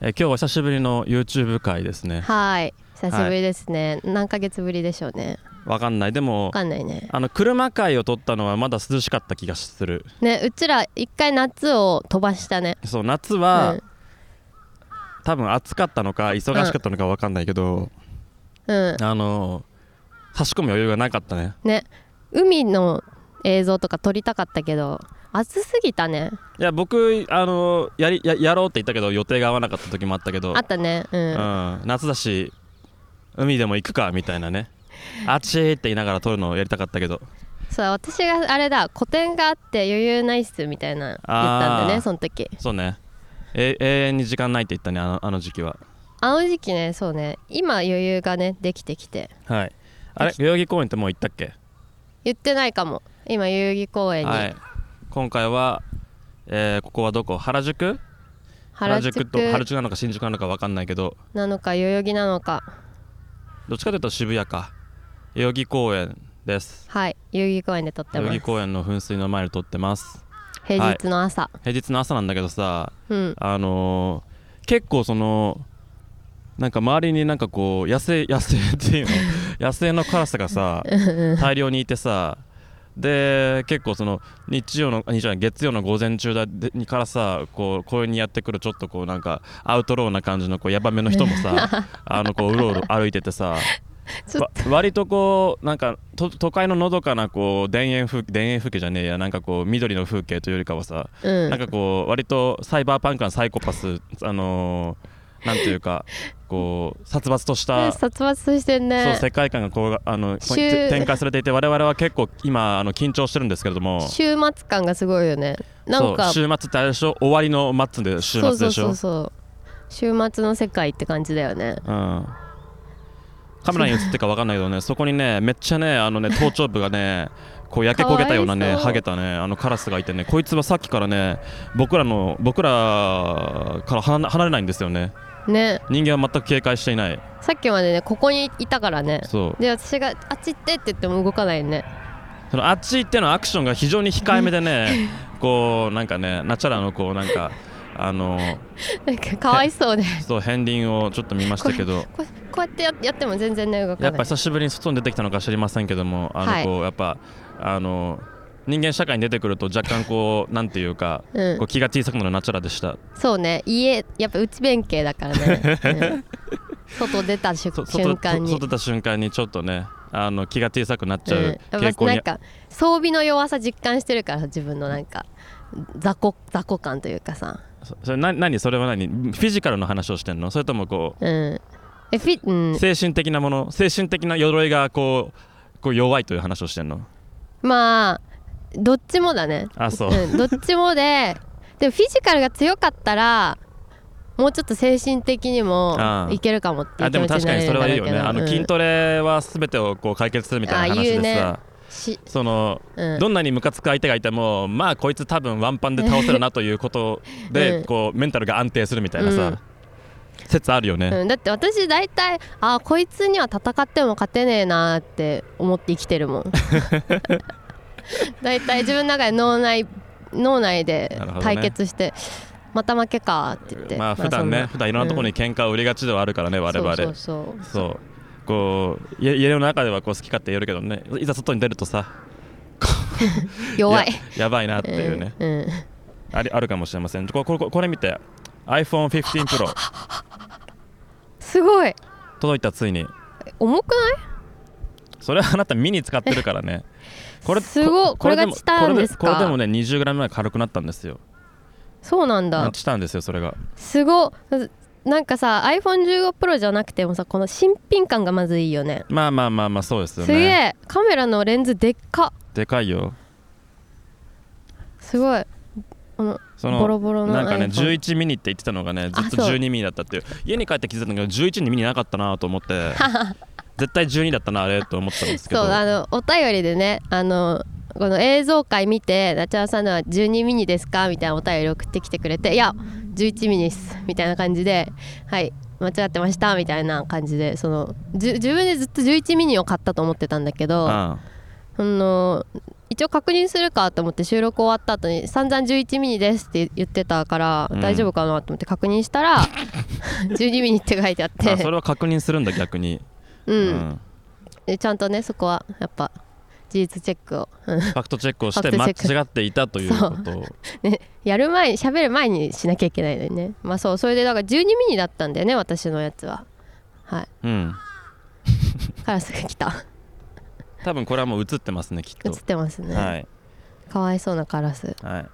えー今日は久しぶりの YouTube 会ですねはい久しぶりですね、何ヶ月ぶりでしょうねわかんないでもわかんないねあの車会を撮ったのはまだ涼しかった気がするねうちら一回夏を飛ばしたねそう夏は、うん多分暑かったのか忙しかったのかわかんないけど、うんあの差し込む余裕がなかったねね海の映像とか撮りたかったけど暑すぎたねいや僕あのやりややろうって言ったけど予定が合わなかった時もあったけどあったねうん、うん、夏だし海でも行くかみたいなねあっちーって言いながら撮るのをやりたかったけどそう私があれだ個展があって余裕ないっすみたいな言ったんであーねその時そうねえ永遠に時間ないって言ったねあのあの時期はあの時期ねそうね今余裕がねできてきてはいあれ代々木公園ってもう行ったっけ言ってないかも今代々木公園に、はい今回は、えーここはどこ原宿原宿と原宿なのか新宿なのか分かんないけどなのか代々木なのかどっちかというと渋谷か代々木公園ですはい代々木公園で撮って代ま々す木公園の噴水の前で撮ってます平日の朝、平日の朝なんだけどさうんあのー結構そのなんか周りになんかこう野生 野生っていうの野生のカラスがさ大量にいてさで結構その日曜の日曜の月曜の午前中だでにからさこう公園にやってくるちょっとこうなんかアウトローな感じのこうヤバめの人も さあのこううろうろ歩いててさちょっわ割とこうなんかと都会ののどかなこう田園風田園風景じゃねえやなんかこう緑の風景というよりかはさとうんなんかこう割とサイバーパンクのサイコパスあのーなんていうかこう殺伐とした、ね殺伐としてんそうね世界観がこうあのシューて展開されていて我々は結構今あの緊張してるんですけれども週末感がすごいよねなんかそう週末ってあれでしょ終わりの末で週末でしょそうそうそうそう週末の世界って感じだよねうん、カメラに映ってるかわかんない けどねそこにねめっちゃねあのね頭頂部がねこう焼け焦げたようなねかわいそうハゲたねあのカラスがいてねこいつはさっきからね僕らの僕らから離離れないんですよねね人間は全く警戒していないさっきまでねここにいたからねそうで私があっち行ってって言っても動かないねそのあっち行ってのアクションが非常に控えめで ねこうなんかねナチャラのこうなんかあのなんかかわいそう でそう片鱗をちょっと見ましたけどこうこうやってややっても全然ね動かやっなぱい久しぶりに外に出てきたのか知りませんけどもあはのいこうやっぱあの人間社会に出てくると若干こうなんていうかうんこう気が小さくなるナチャラでしたそうね家やっぱ内弁慶だか らね、うん外出た瞬そ瞬外間外に外出た瞬間にちょっとねあの気が小さくなっちゃうんうや傾っぱ向なにんか装備の弱さ実感してるから自分のなんか雑魚雑魚感というかさ、そそれな何それは何フィジカルの話をしてんのそれともこうん、えフィ、うんう、精神的なもの精神的な鎧がこうこう弱いという話をしてんのまあどっちもだ ねあそう、うん、どっちもででもフィジカルが強かったらもうちょっと精神的にもああいけるかもっていあうで気も持ち確になかにれるそんれはいいうよだろけねどあのうん筋トレは全てをこう解決するみたいな話でさ、あ言うねしそのうんどんなにムカつく相手がいてもまあこいつ多分ワンパンで倒せるなということで、うんこうメンタルが安定するみたいなさ、うん説あるよね、うん、だって私大体あこいつには戦っても勝てねえなって思って生きてる もん大体自分の中で脳内脳内でなるほどね対決して、また負けかって言ってまあ普段ね、普段いろんなところにに喧嘩を売りがちではあるからね我々そうそうそうそうこう家家の中ではこう好き勝手言えるけどねいざ外に出るとさ弱いややばいなっていうね、うんうんありあるかもしれませんここここれ見て iPhone15Pro すごい届いたついに重くないそれはあなたミニ使ってるから ねこれすごいここれがチタンですかこれでもこれでもね 20g ぐらい軽くなったんですよそうなんだチタンですよそれがすごなんかさ iPhone15Pro じゃなくてもさこの新品感がまずいいよねまあまあまあまあそうですよすねげえカメラのレンズでっかでかいよすごいこのそのボロボロのなんかね iPhone 11ミニって言ってたのがねずっとあそう12ミニだったっていう家に帰って気づいたんだけど11にミニなかったなと思って 絶対12だったなあれと思ったんですけそどうあのお便りでねあのこの映像会見て「なちゃわさんのは12ミニですか?」みたいなお便り送ってきてくれて「いや11ミニっす」みたいな感じで「はい間違ってました」みたいな感じでそのじゅ自分でずっと11ミニを買ったと思ってたんだけどああの一応確認するかと思って収録終わった後に散々11ミニですって言ってたからうん大丈夫かなと思って確認し たら12ミニって書いてあってあそれは確認するんだ逆に、う、うんでちゃんとねそこはやっぱ事実チェックを、うんファクトチェックをしてファ間クトチェック違っていたということをね、やる前に喋る前にしなきゃいけないのにねまあそうそれでだから12ミニだったんだよね私のやつははいうんカラスが来た多分これはもう映ってますねきっ映っと、てますね、はいかわいそうなカラスはい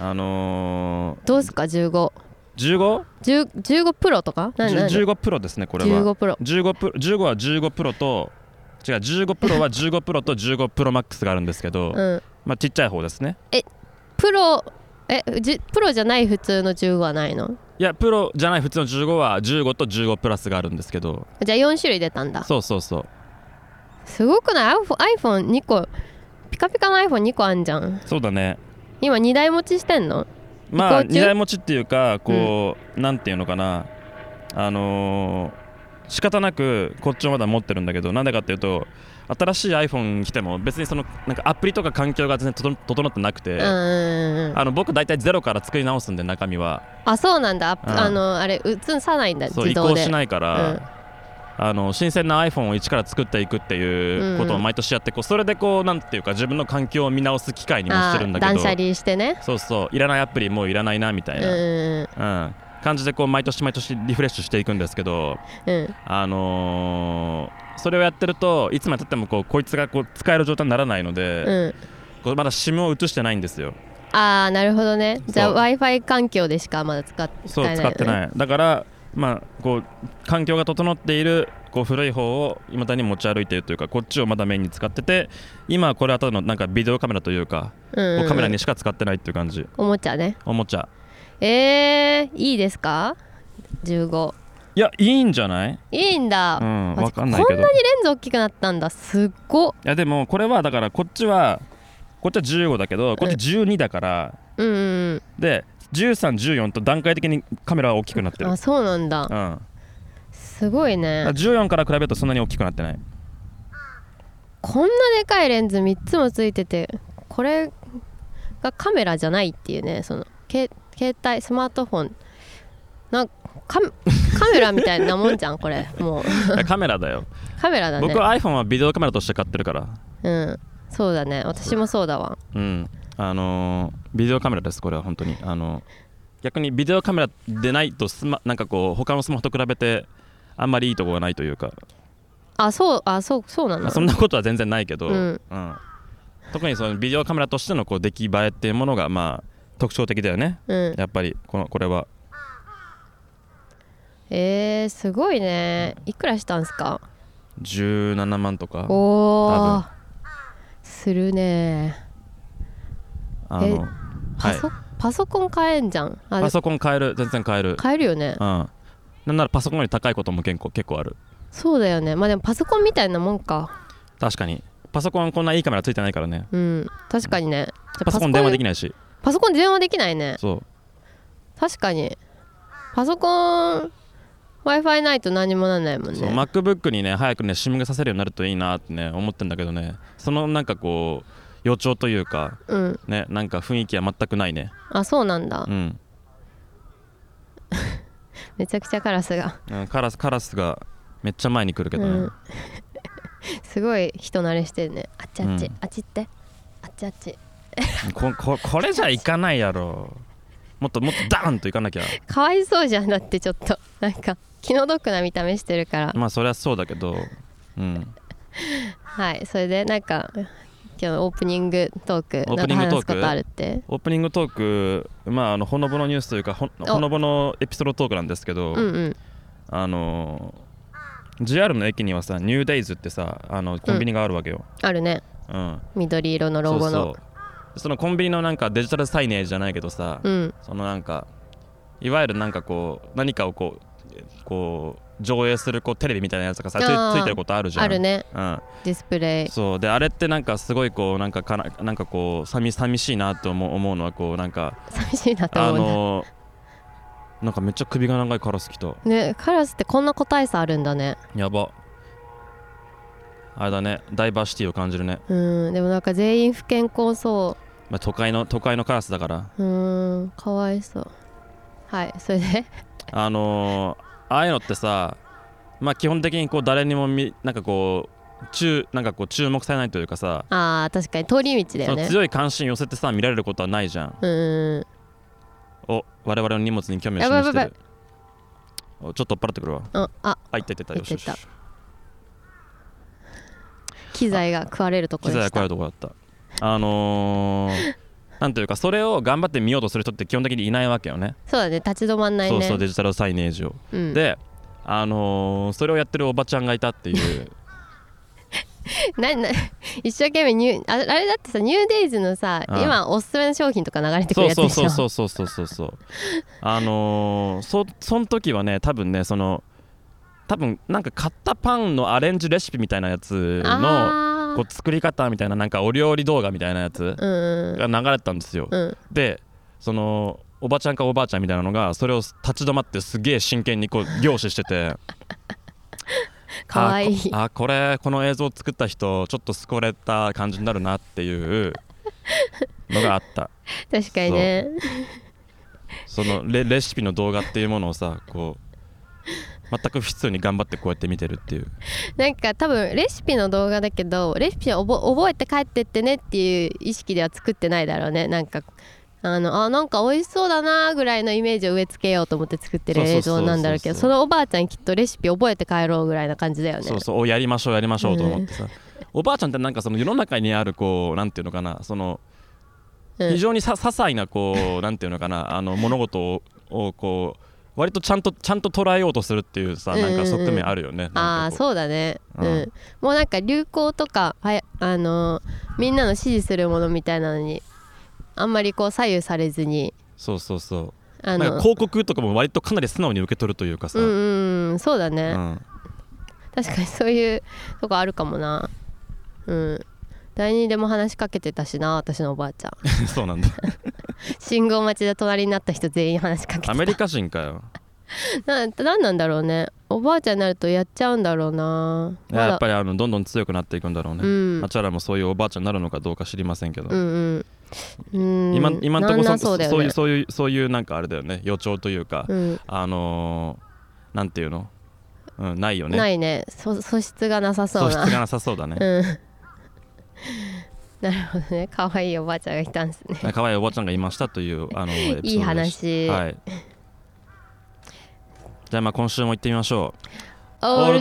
あのどうすか15ー、 10 15プロとか何何 15?15 プロですねこれは15プロ15プロ15は15プロと違う15プロ は15プロと15プロマックスがあるんですけど、うんまあちっちゃい方ですねプロえじプロじゃない普通の15はないのいやプロじゃない普通の15は15と15プラスがあるんですけどじゃあ4種類出たんだそうそうそうすごくない iPhone2 個ピカピカの iPhone2 個あんじゃんそうだね今2台持ちしてんのまあ移行二中台持ちっていうかこう、なんていうのかなあのー、仕方なくこっちをまだ持ってるんだけどなんでかっていうと新しい iPhone 来ても別にそのなんかアプリとか環境が全然整整ってなくて、うんうんうんうんあの僕大体ゼロから作り直すんで中身はあそうなんだ、うんあのあれ映さないんだそう自移動行でしないから、あの新鮮な iPhone を一から作っていくっていうことうんうをん毎年やってこうそれでこうなんていうか自分の環境を見直す機会にもしてるんだけあーど断捨離してねそうそういらないアプリもういらないなみたういんな、うん、感じでこう毎年毎年リフレッシュしていくんですけど、うんうんあのーそれをやってるといつまでたってもこうこいつがこう使える状態にならないので、うんこうまだ SIM を移してないんですよああなるほどねじゃあそう w i f i 環境でしかまだ使ってそう使ってないいだから、まあ、こう環境が整っているこう古い方をいまだに持ち歩いているというかこっちをまだメインに使ってて今はこれはただのなんかビデオカメラというか、うんこうカメラににしか使ってないっていう感じおもちゃねおもちゃえー、いいですか15いやいいんじゃないいいんだ、うん私わかんないけどこんなにレンズ大きくなったんだすっごいやでもこれはだからこっちはこっちは15だけどこっち12だから、うんうんで1314と段階的にカメラは大きくなってうんる、うんあ、そうなんだだかすごいねら14から比べるとそんなに大きくなって ないこんなでかいレンズ3つもついててこれがカメラじゃないっていうねそのけ携帯スマートフォンなんかカメカメラみたいなもんじゃんこれもういやカメラだよカメラだね僕は iPhone はビデオカメラとして買ってるからうんそうだね私もそうだわうん、あのービデオカメラです、これは本当に。あのー逆にビデオカメラでないとスマ、なんかこう、他のスマホと比べて、あんまりいいとこがないというか、あそうあそうそうなんまあ、だそんなことは全然ないけど、うんうん特にそのビデオカメラとしてのこう出来栄えっていうものが、まあ、特徴的だよね、うんやっぱりこのこれは。えー、すごいねいくらしたんすか17万とか、多おお分するねあえのはパい、ソ,、パソコン買えんじゃんあパソコン変える、全然変える。買えるよねうん、なんならパソコンより高いことも結構結構ある。そうだよねまあでもパソコンみたいなもんか確かに。パソコンこんないいカメラついてないからね。うん確かにねパソコン電話できなないいし。パソコン電話できないねそう確かにパソコン w i f i ないと何もなんないもんそうね MacBook にね早くね SIM がさせるようになるといいなってね思ってんだけどねそのなんかこう予兆というかうんねなんか雰囲気は全くないねあそうなんだうんめちゃくちゃカラスが うんカラスカラスがめっちゃ前に来るけどね、うんすごい人慣れしてるねあっちあっち、うんあっち行ってあっちあっちこここれじゃいかないやろもっともっとダーンといかな きゃかわいそうじゃんだってちょっと なんか気の毒な見た目してるからまあそりゃそうだけどうんはいそれでなんか今日のオープニングトークオーなプんニかングトーク話すことあるってオープニングトークまああのほのぼのニュースというかほおほのぼのエピソードトークなんですけど、うんうんあの JR の駅にはさニューデイズってさあのコンビニがあるわけよ、あるねうん、緑色のロゴのそうそうそのコンビニのなんかデジタルサイネージじゃないけどさ、うんそのなんかいわゆるなんかこう何かをこうえこう上映するこうテレビみたいなやつがさついあーついてることあるじゃんあるねうん、ディスプレイそうであれってなんかすごいこうなんかかななんかこう寂寂しいなと思う思うのはこうなんか寂しいなとあ思うなのーなんかめっちゃ首が長いカラス来たねカラスってこんな個体差あるんだねやばあれだねダイバーシティを感じるね、うんでもなんか全員不健康そまあ、都会の都会のカラスだからううんかわいそうはいそれで あのーああいうのってさまあ基本的にこう誰にもみなんかこう注なんかこう注目されないというかさ、ああ確かに通り道だそよのね強い関心寄せてさ見られることはないじゃんうんお我々の荷物に興味をやばい示しやてばいるおちょっと追っ払ってくるわあああいったいったいったよしよしいったい機材が食われるとこ機で材しが怖たいとこだったあの ー、なんというかそれを頑張って見ようとする人って基本的にいないわけよねそうだね立ち止まんないそねうそうデジタルサイネージを、うんであのー、それをやってるおばちゃんがいたって いう な な一生懸命ニューああれだってさニューデイズのさああ今おすすめの商品とか流れてくるそうやつそうでしそょうそうそうそうそうそうあのー、そその時はね多分ねその多分なんか買ったパンのアレンジレシピみたいなやつのあこう作り方みたいななんかお料理動画みたいなやつーうんが流れてたんですよ、うんでそのおばちゃんかおばあちゃんみたいなのがそれを立ち止まってすげえ真剣にこう凝視してて かわいいあこあこれこの映像を作った人ちょっとすこれた感じになるなっていうのがあった確かにねそのレレシピの動画っていうものをさこう全く普通に頑張ってこうやって見てるっていうなんか多分レシピの動画だけどレシピを覚覚えて帰ってってねっていう意識では作ってないだろうねなんかあのあなんか美味しそうだなぐらいのイメージを植え付けようと思って作ってるそうそう映そうそう像なんだろうけどそのおばあちゃんきっとレシピ覚えて帰ろうぐらいな感じだよねそうそうおやりましょうやりましょうと思ってさ、おばあちゃんってなんかその世の中にあるこうなんていうのかなそのうん非常にさ些細な こうなんていうのかなあの物事ををこう割とちゃんとちゃんと捉えようとするっていうさなんうんうんうかん側面あるよね、ああうそうだねううんん、もうなんか流行とかはやあのーみんなの支持するものみたいなのにあんまりこう左右されずにそうそうそうなあんのか広告とかも割とかなり素直に受け取るというかさ、うんうんうんそうだうね、ん 確かにそういうとこあるかもなうん誰にでも話しかけてたしな私のおば あちゃんそう なんだ信号待ちで隣になった人全員話しかけてアたメリカ人かよ ななんなんだろうねおばあちゃんになるとやっちゃうんだろうないややっぱりりあのどんどん強くなっていくんだろうね、うんあちゃらもそういうおばあちゃんになるのかどうか知りませんけど、うんうんうん今今んとこなんそなそうだよねそういうそういうそういうなんかあれだよね予兆というか、うんあのー、なんていうの、うん、ないよねないねそ素質がなさそう素質ながなさそうだね、うんなるほどね可愛いおばあちゃんがいたんですね可愛いおばあちゃんがいましたと いうあのエピソードでしたいい話はい、じゃあまあ今週も行ってみましょうオ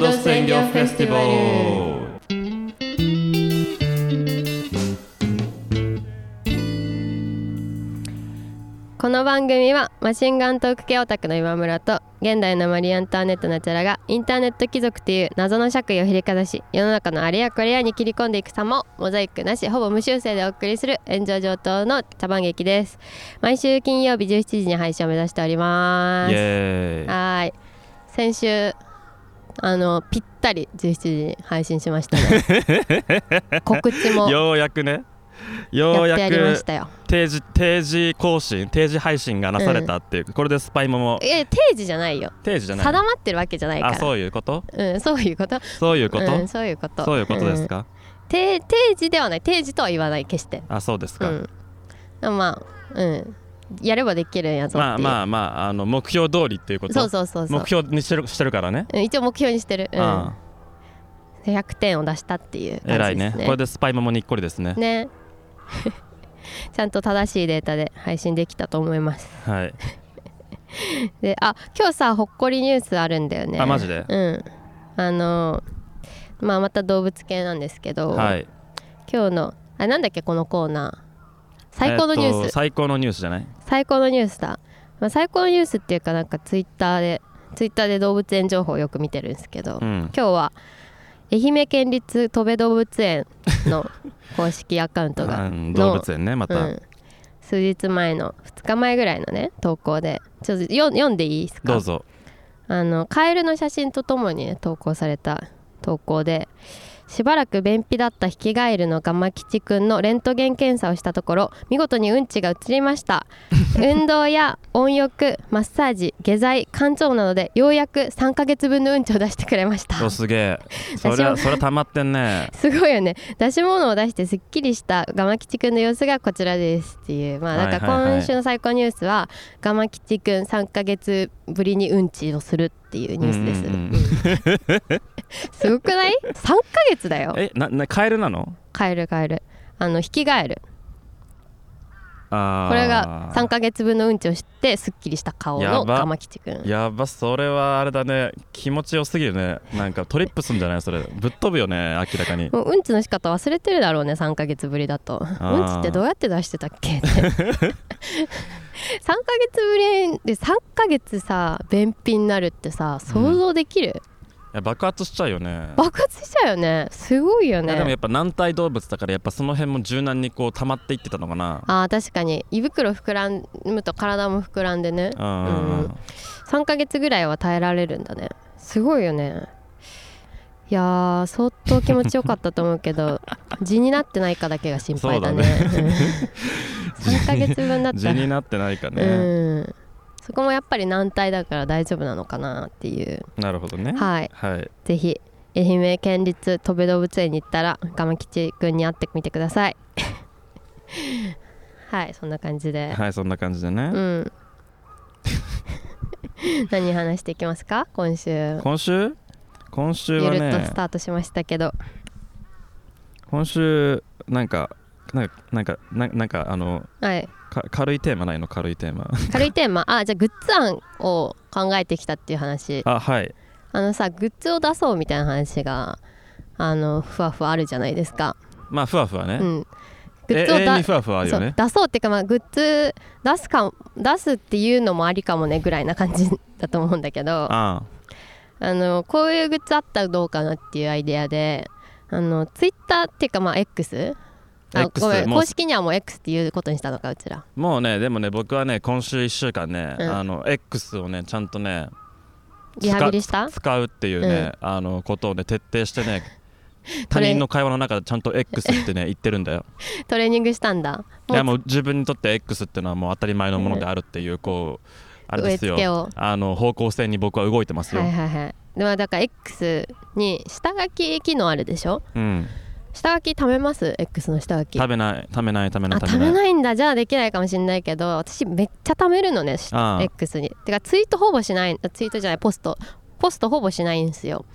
この番組はマシンガントーク系オタクの今村と現代のマリー・アントワネット・ナチャラがインターネット貴族という謎の爵位をひりかざし世の中のあれやこれやに切り込んでいく様をモザイクなしほぼ無修正でお送りする炎上上等の茶番劇です毎週金曜日17時に配信を目指しておりまイすエーイはーい先週あのぴったり17時に配信しましたね 告知もようやくねようやっやてやりましくたよ定時定時更新定時配信がなされたっていう、これでスパイモもえ定時じゃないよ定時じゃない定まってるわけじゃないからあそういうことうん、そういうことそういうこと、うん、そういうことそういうことです、か、うん定定時ではない定時とは言わない決してあそうですうか、んまあうんやればできるんやぞっていまあうまあまああの目標通りっていうことそうそうそうそう目標にしてるしてるからね、うん一応目標にしてる、うん、あ100点を出したっていうあ偉感いじでねすこれでスパイモもにっこりですねね ちゃんと正しいデータで配信できたと思いますはいであ今日さほっこりニュースあるんだよねあマジでうんあのまあまた動物系なんですけど、はい今日のあなんだっけこのコーナー最高のニュース、えっと最高のニュースじゃない最高のニュースだ、まあ、最高のニュースっていうかなんかツイッターでツイッターで動物園情報をよく見てるんですけど、うん今日は愛媛県立戸部動物園の 公式アカウントがうんの動物園ねまうた、ん、数日前の2日前ぐらいのね投稿でちょっとよ読んでいいですかどうぞあのカエルの写真とともにね、投稿された投稿でしばらく便秘だったヒキガエルのガマ吉くんのレントゲン検査をしたところ見事にうんちが移りました 運動や温浴マッサージ下剤肝臓などでようやく3ヶ月分のうんちを出してくれましたおすげえそりゃそりゃたまってんねすごいよね出し物を出してすっきりしたガマ吉くんの様子がこちらですっていうまあなんかはいはいはい今週の最高ニュースはガマ吉くん3ヶ月ぶりにうんちをするっていう ニュースです、うんうんうんうんすごくない ?3 ヶ月だよえななカエルなのカエルカエルあの引きガエルあーこれが3ヶ月分のうんちを知ってすっきりした顔やのばガマ吉くんやばそれはあれだね気持ちよすぎるねなんかトリップすんじゃないそれぶっ飛ぶよね明らかにもううんちの仕方忘れてるだろうね3ヶ月ぶりだとーうんちってどうやって出してたっけ って3ヶ月ぶりで3ヶ月さ便秘になるってさ想像できる、いや爆発しちゃうよね爆発しちゃうよねすごいよいやでもやねっぱ軟体動物だからやっぱその辺も柔軟にこう溜まっていってたのかなあー確かに胃袋膨らむと体も膨らんでねうんうん3ヶ月ぐらいは耐えられるんだねすごいよねいやー相当気持ちよかったと思うけ ど地になってないかだけが心配だね うん3ヶ月分だっ地たらになってないかね、うんそこもやっぱり軟体だから大丈夫なのかなっていうなるほどねはいはいぜひ愛媛県立戸部動物園に行ったらガマ吉くんに会ってみてください はいそんな感じで、はいそんな感じでね、うん 何話していきますか今週今週今週ゆはるっとスねタートしましたけど、今週なんかなんかなんかななんかあのはい、か軽いテーマないの軽いテーマ軽いテーマあじゃあグッズ案を考えてきたっていう話あはいあのさグッズを出そうみたいな話があのふわふわあるじゃないですか、まあふわふわうね、ん、グえッズを永遠にだふわふわあるそようね出そうっていうか、まあ、グッズ出すか出すっていうのもありかもねぐらいな感じだと思うんだけどああのこういうグッズあったらどうかなっていうアイデアであのツイッターっていうかまあ X? あ X ごめんもう公式にはもう X っていうことにしたのかうちらあもうねでもね僕はね今週1週間ね、うんあの X をねちゃんとねリハビリした使うっていうね、あのことをね徹底して ね他人の会話の中でちゃんと X ってね言ってるんだ よトレーニングしたんだいやもう自分にとって X っていうのはもう当たり前のものであるっていうこうあれ植えです付よけをあの方向性に僕は動いてますよ、はいはいはいでもだから X に下書き機能あるでしょうん下書き貯めます X の下書き食べない食べない食べないあ食貯べなめいないんだじゃあできないかもしれないけど私めっちゃ貯めるのねしああ X にてかツイートほぼしないあツイートじゃないポストポストほぼしないんですよ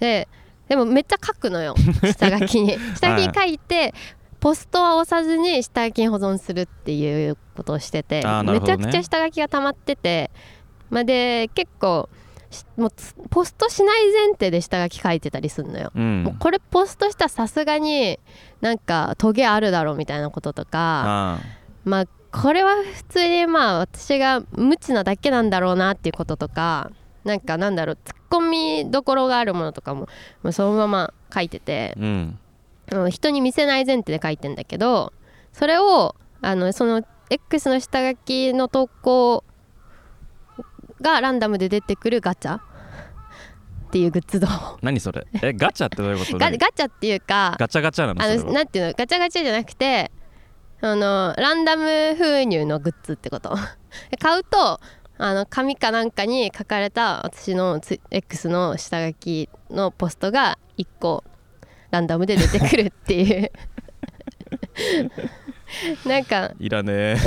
ででもめっちゃ書 くのよ下書きに下書きに書いてポストは押さずに下書きに保存するっていうことをしてて、ああなるめほちどねゃくちゃ下書きが溜まってて、まあ、で結構しもうつポストしない前提で下書き書いてたりするのようもうんこれポストしたらさすがになんかトゲあるだろうみたいなこととあかまあこれは普通にまあ私が無知なだけなんだろうなっていうこととかなんかなんだろうツッコミどころがあるものとかももうそのまま書いててあうんうん人に見せない前提で書いてんだけどそれをあのその X の下書きの投稿がランダムで出てくるガチャっていうグッズド何それえガチャってどういうこと ガガチャっていうかガチャガチャなのあそのれはなんていうのガチャガチャじゃなくてあのランダム封入のグッズってこと 買うとあの紙かなんかに書かれた私のツ X の下書きのポストが1個ランダムで出てくるっていう なんかいら ねえ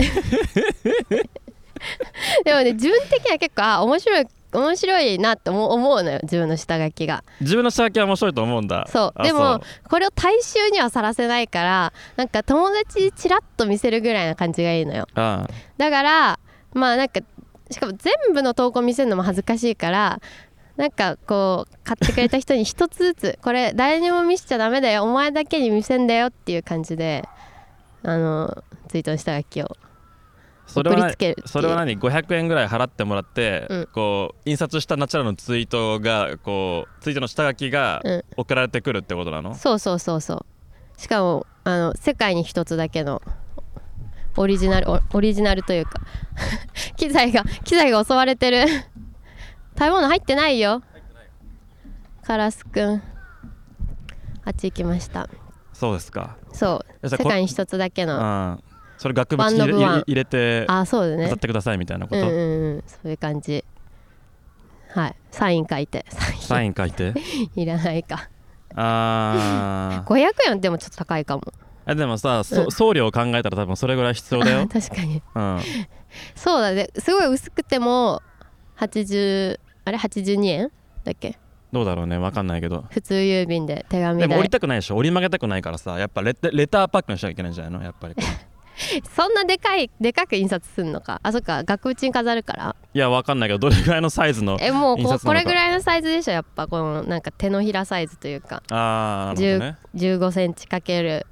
でもね自分的には結構あ面白い面白いなって思う思うのよ自分の下書きが自分の仕分けは面白いと思うんだそうあでもこれを大衆にはさらせないからなんか友達にチラッと見せるぐらいな感じがいいのよあだからまあなんかしかも全部の投稿見せるのも恥ずかしいからなんかこう買ってくれた人に一つずつこ れ誰にも見せちゃダメだよお前だけに見せんだよっていう感じであのツイートの下書きをそれは送りつけるっていうそれは何500円ぐらい払ってもらって、うんこう印刷したナチュラルのツイートがこうツイートの下書きがうん送られてくるってことなの、そうそうそうそうしかもあの世界に一つだけのオリジナルオオリジナルというか 機材が機材が襲われてる 食べ物入ってないよカラスくんあっち行きましたそうですかそえうそ世れこ界に一つだけのあうんそれ額縁に入れワンオブワン入れてあそうだね歌ってくださいみたいなこうんと、うんうんそういう感じはいサイン書いてササインイン書い ていらないかあ500円でもちょっと高いかもあでもさ、そうん送料を考えたら多分それぐらい必要だよ、 確かにうん、そうだねすごい薄くても80あれ82円だっけどうだろうね分かんないけど普通郵便で手紙でも折り代たくないでしょ折り曲げたくないからさやっぱレレターパックにしなきゃいけないんじゃないのやっぱりそんなでかいでかく印刷すんのかあそっか額縁に飾るからいや分かんないけどどれぐらいのサイズのえもう印刷こなのかこれぐらいのサイズでしょやっぱこのなんか手のひらサイズというかああなるほどね1 5ンチかける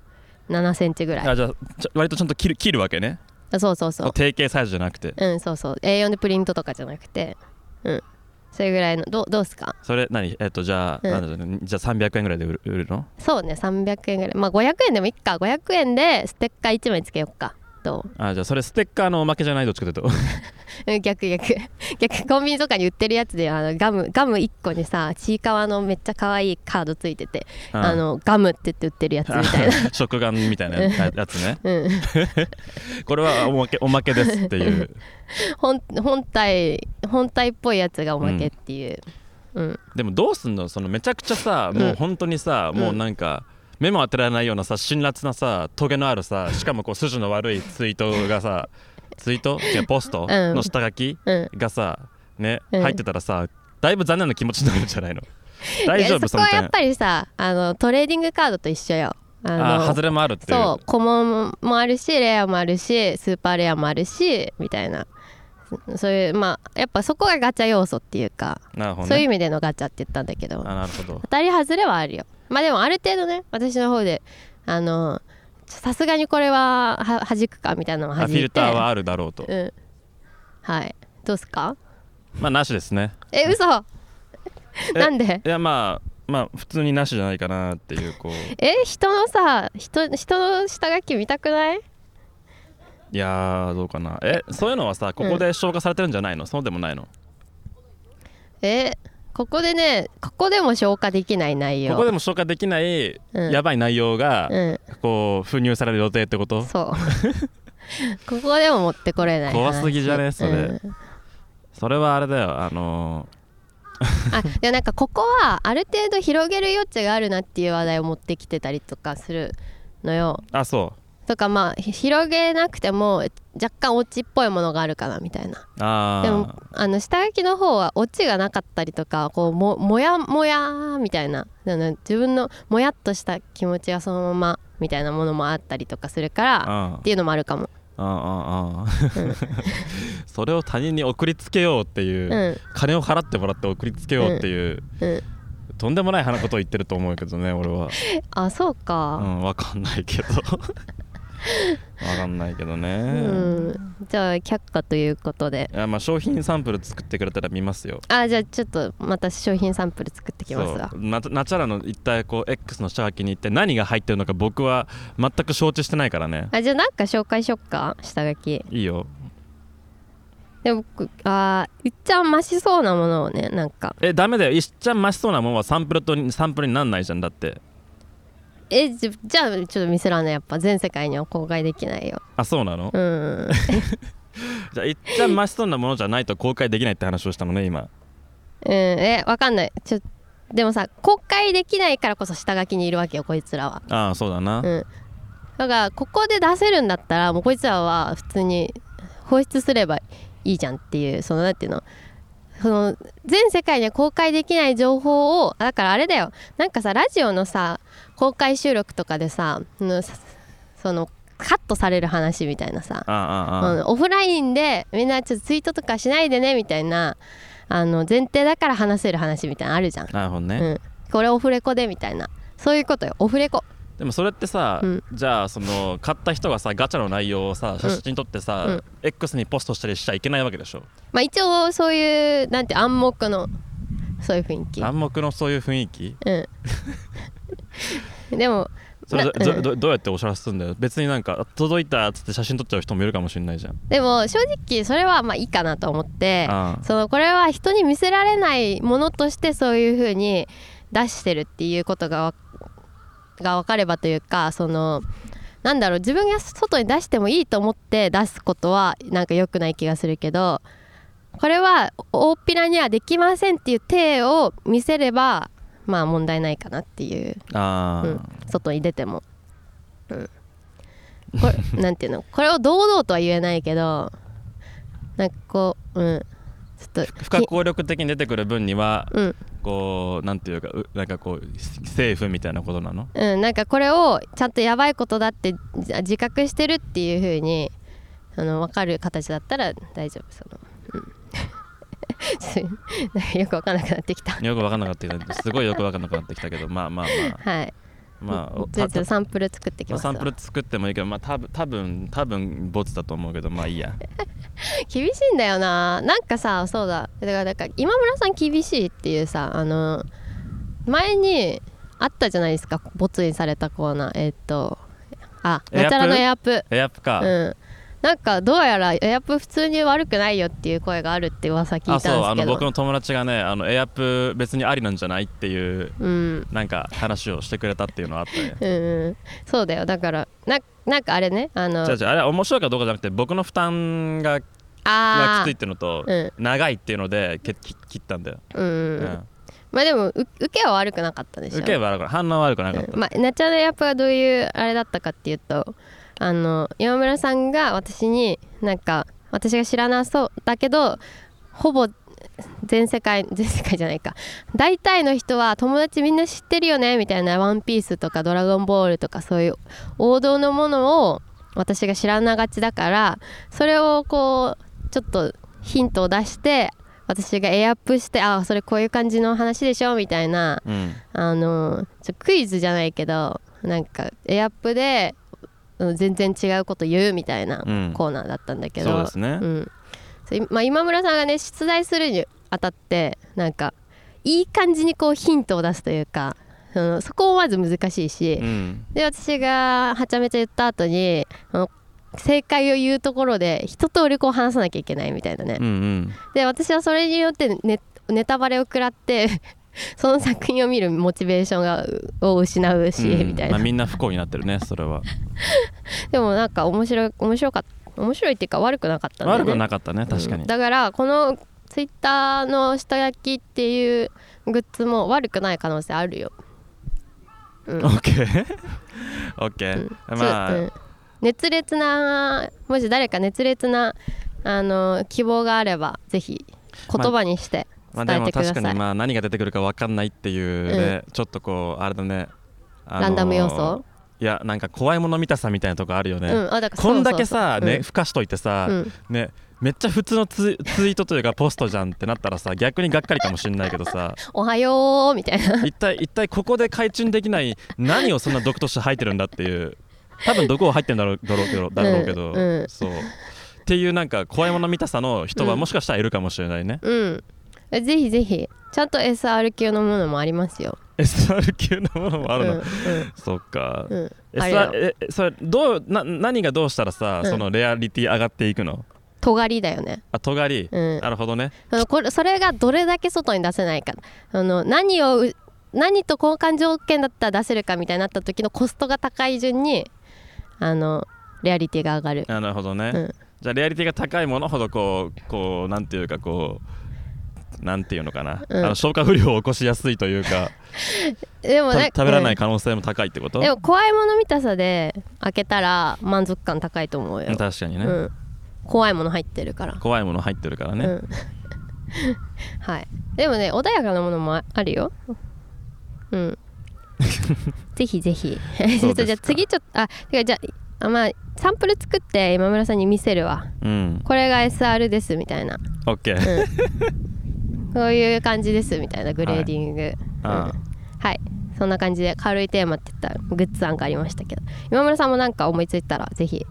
7センチぐらいあじゃあちょ割とちゃんと切る切るわけねあそうそうそう定型サイズじゃなくてうんそうそう A4 でプリントとかじゃなくてうんそれぐらいのどうどうすかそれ何えっとじゃあ、うんなんだろうねじゃあ300円ぐらいで売る売るのそうね300円ぐらいまあ500円でもいっか500円でステッカー1枚つけよっかどあじゃあそれステッカーのおまけじゃないどっちかと いうとううん逆逆 逆コンビニとかに売ってるやつであのガムガム1個にさちいかわのめっちゃ可愛いカードついててうんあのガムって言って売ってるやつみ たいな 食玩みたいなややつねうん これはおまけおまけですっていう本本体本体っぽいやつがおまけっていう、うんでもどうすんのそのめちゃくちゃさもう本当にさ、うんもうなんか目も当てられないようなさ辛辣なさトゲのあるさしかもこう筋の悪いツイートがさツイート違うポストうんの下書きうんがさね、うん入ってたらさだいぶ残念な気持ちになるんじゃない の大丈いや夫そそこみたいはやっなぱりさあのトレーディングカードと一緒よあのあー外れもあるっていうそう小物もあるしレアもあるしスーパーレアもあるしみたいなそそういうまあやっぱそこがガチャ要素っていうか、なるほどそういうね意味でのガチャって言ったんだけどあなるほど当たり外れはあるよまあでもある程度ね私の方であのさすがにこれはは弾くかみたいなのをあ弾いフてィルターはあるだろうとうんはいどうすかまあなしですねえ嘘 えなんでいやまあまあ普通になしじゃないかなっていうこう え人のさ人人の下書き見たくないいやーどうかなえそういうのはさここで消化されてるんじゃないの、そうでもないのえここでねここでも消化できない内容ここでも消化できないうんやばい内容が、うんこう封入される予定ってことそう ここでも持ってこれない話怖すぎじゃねそれうんそれはあれだよあのあでもなんかここはある程度広げる余地があるなっていう話題を持ってきてたりとかするのよーあそとかまあひ広げなくても若干オチっぽいものがあるかなみたいなうあでもああの下書きの方はオチがなかったりとかこうももやもやーみたいなあの自分のもやっとした気持ちがそのままみたいなものもあったりとかするからあっていうのもあるかも、あああそれを他人に送りつけようっていうう、んうん、金を払ってもらって送りつけようっていう、とんでもない花ことを言ってると思うけどね俺はあそううか、んわかんない けどわかんないけどうね、んじゃあ却下ということでいやまあ商品サンプル作ってくれたら見ますよあじゃあちょっとまた商品サンプル作ってきますわそうなナチャラの一体こう X の下書きに行って何が入ってるのか僕は全く承知してないからねあじゃあなんか紹介しよっか下書きいいよでも僕あーいっちゃんましそうなものをねなんかえダメだよいっちゃんましそうなもんはサンプルとサンプルになんないじゃんだってえじゃじゃあちょっと見せらんないやっぱ全世界には公開できないよあそうなのうんじゃあいっちゃんましそうなものじゃないと公開できないって話をしたのね今うん、え、わかんない。ちょ、でもさ、公開できないからこそ下書きにいるわけよ、こいつらは。ああそうだな、うん。だから、ここで出せるんだったら、もうこいつらは普通に放出すればいいじゃんっていう、その、なんていうの。その全世界には公開できない情報をだからあれだよなんかさラジオのさ公開収録とかでさあのさそのカットされる話みたいなさああああ、うん、オフラインでみんなちょっとツイートとかしないでねみたいなあの前提だから話せる話みたいなのあるじゃん、なるほどね、うん、これオフレコでみたいなそういうことよオフレコでもそれってさ、うんじゃあその買った人がさガチャの内容をさ写真撮ってさ、うん X にポストしたりしちゃいけないわけでしょまあ一応そういうなんて暗黙のそういう雰囲気暗黙のそういう雰囲気 うんでもそれなどどうんどどうやってお知らせするんだよ別になんか届いたっつって写真撮っちゃう人もいるかもしれないじゃんでも正直それはまあいいかなと思ってああそのこれは人に見せられないものとしてそういうふうに出してるっていうことがわが分かればというかそのなんだろう自分が外に出してもいいと思って出すことはなんか良くない気がするけどこれは大っぴらにはできませんっていう体を見せればまあ問題ないかなっていう、あうーん、外に出ても、うん、これ なんていうのこれを堂々とは言えないけどなんかこううんちょっと不可抗力的に出てくる分にはうんこうなんていうかうなんかこうセーフみたいなことなのうん、なんかこれをちゃんとやばいことだってじ自覚してるっていう風にあの分かる形だったら大丈夫その、うん ちょっと、 よく分かんなくなってきたよく分かんなかったけどすごいよく分かんなくなってきたけどまあまあはいまあまあおちょたっとたサンプル作ってきまあますサわンプル作ってもいいけどまあ多分多分多分ボツだと思うけどまあいいや厳しいんだよななんかさそうだだからなんか今村さん厳しいっていうさあの前にあったじゃないですかボツにされたコーナーえっとあエアプなちゃらのエアプエアップか、うん、なんかどうやらエアプ普通に悪くないよっていう声があるって噂聞いたんあですそけうどあの僕の友達がねあのエアップ別にありなんじゃないっていううんなんか話をしてくれたっていうのはあったね うんうん、そうだよだからななんかあれねあの違う違うあれは面白いかどうかじゃなくて僕の負担ががあきついーっていうのと、うん長いっていうのでけき切ったんだよ、うんううんんまあでもう受けは悪くなかったでしょ受けは悪くない反応は悪くなかった、うんまあ、ナチュラルヤップがどういうあれだったかっていうとあの今村さんが私になんか私が知らなそうだけどほぼ全世界 全世界じゃないか大体の人は友達みんな知ってるよねみたいな「ワンピースとか「ドラゴンボール」とかそういう王道のものを私が知らながちだからそれをこうちょっとヒントを出して私がエアアップしてああそれこういう感じの話でしょみたいなうんあのちょクイズじゃないけどなんかエアップでうん全然違うこと言うみたいなうんコーナーだったんだけど、そうですね、うんそういまあ、今村さんがね出題するにあたってなんかいい感じにこうヒントを出すというかそのそこもまず難しいし、うんで私がはちゃめちゃ言った後にあの正解を言うところで一通りこう話さなきゃいけないみたいなねうんうんで私はそれによってネネタバレを食らって その作品を見るモチベーションがうを失うし、うんみたいまな、あ、みんな不幸になってるねそれはでもなんか面白い面白かった面白いっていうか悪くなかったんだよ悪ねくなかったね確かに、うんだからこのツイッターの下書きっていうグッズも悪くない可能性あるよ、うんオッケ ーオッケうーんまあ、そううん熱烈なもし誰か熱烈なあの希望があればぜひ言葉にしてまあ伝でもえてくだ確さい、かにまあ何が出てくるか分かんないっていうね、ちょっとこうあれだね、あのーランダム要素、いやなんか怖いもの見たさみたいなとこあるよね、うん、あだからこんだけさそうそうそうね、ふかしといてさ、うんうんねめっちゃ普通のツイツイートというかポストじゃんってなったらさ逆にがっかりかもしんないけどさおはようみたいな一体一体ここで回転できない何をそんな毒として吐いてるんだっていう多分毒を吐いてるんだろうだろうけどだろうけど、うんうんそうっていうなんか怖いもの見たさの人はもしかしたらいるかもしれないね、うんえぜひぜひちゃんと SR 級のものもありますよ SR 級のものもあるの、うんうんそっか、うんえあそれだよれえそれどうな何がどうしたらさ、うんそのレアリティ上がっていくの尖りだよねあ尖り、うんなるほどねあのこれそれがどれだけ外に出せないかあの何をう何と交換条件だったら出せるかみたいになった時のコストが高い順にあのレアリティが上がるあなるほどね、うんじゃあレアリティが高いものほどこうこうなんていうかこうなんていうのかな、うんあの消化不良を起こしやすいというかでもたね食べられなういん可能性も高いってこと、でも怖いもの見たさで開けたら満足感高いと思うよ、うん確かにね、うん、怖いもの入ってるから怖いもの入ってるからね、うん、 はいでもね穏やかなものもああるようんぜひぜひ ちょっとじゃあ次ちょっとあてかじゃああまあサンプル作って今村さんに見せるわうんこれが SR ですみたいな OK、 こういう感じですみたいなグレーディング、ああはいそんな感じで軽いテーマって言ったらグッズ案がありましたけど今村さんもなんか思いついたらぜひ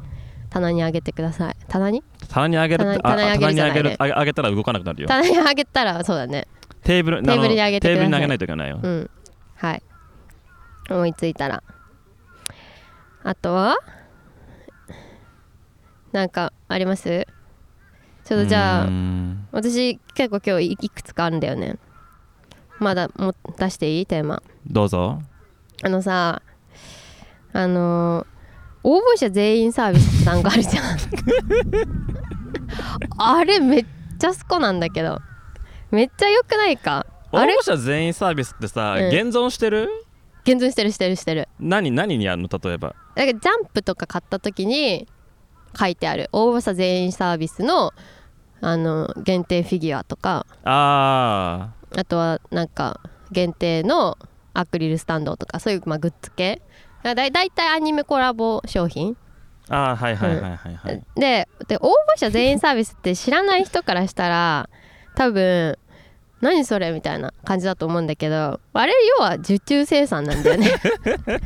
棚にあげてください棚に棚にあげるって棚にあ棚にあげるああげたら動かなくなるよ棚にあげたらそうだねテーブルテーブルにあげてくテださいーブルにあげないといけないよ、うんはい思いついたらあとはなんかありますちょっとじゃうーあん私結構今日いいくつかあるんだよねまだも出していいテーマどうぞあのさあの応募者全員サービスってなんかあるじゃん あれめっちゃスコなんだけどめっちゃ良くないか応あれ募者全員サービスってさ、うん現存してる現存してるしてるしてる何何にあるの例えばなんかジャンプとか買った時に書いてある応募者全員サービスのあの限定フィギュアとかああとはなんか限定のアクリルスタンドとかそういう、まあ、グッズ系だだいたいアニメコラボ商品、ーあーはいはいはいはいはい、でで応募者全員サービスって知らない人からしたら多分何それみたいな感じだと思うんだけどあれ要は受注生産なんだよ ねた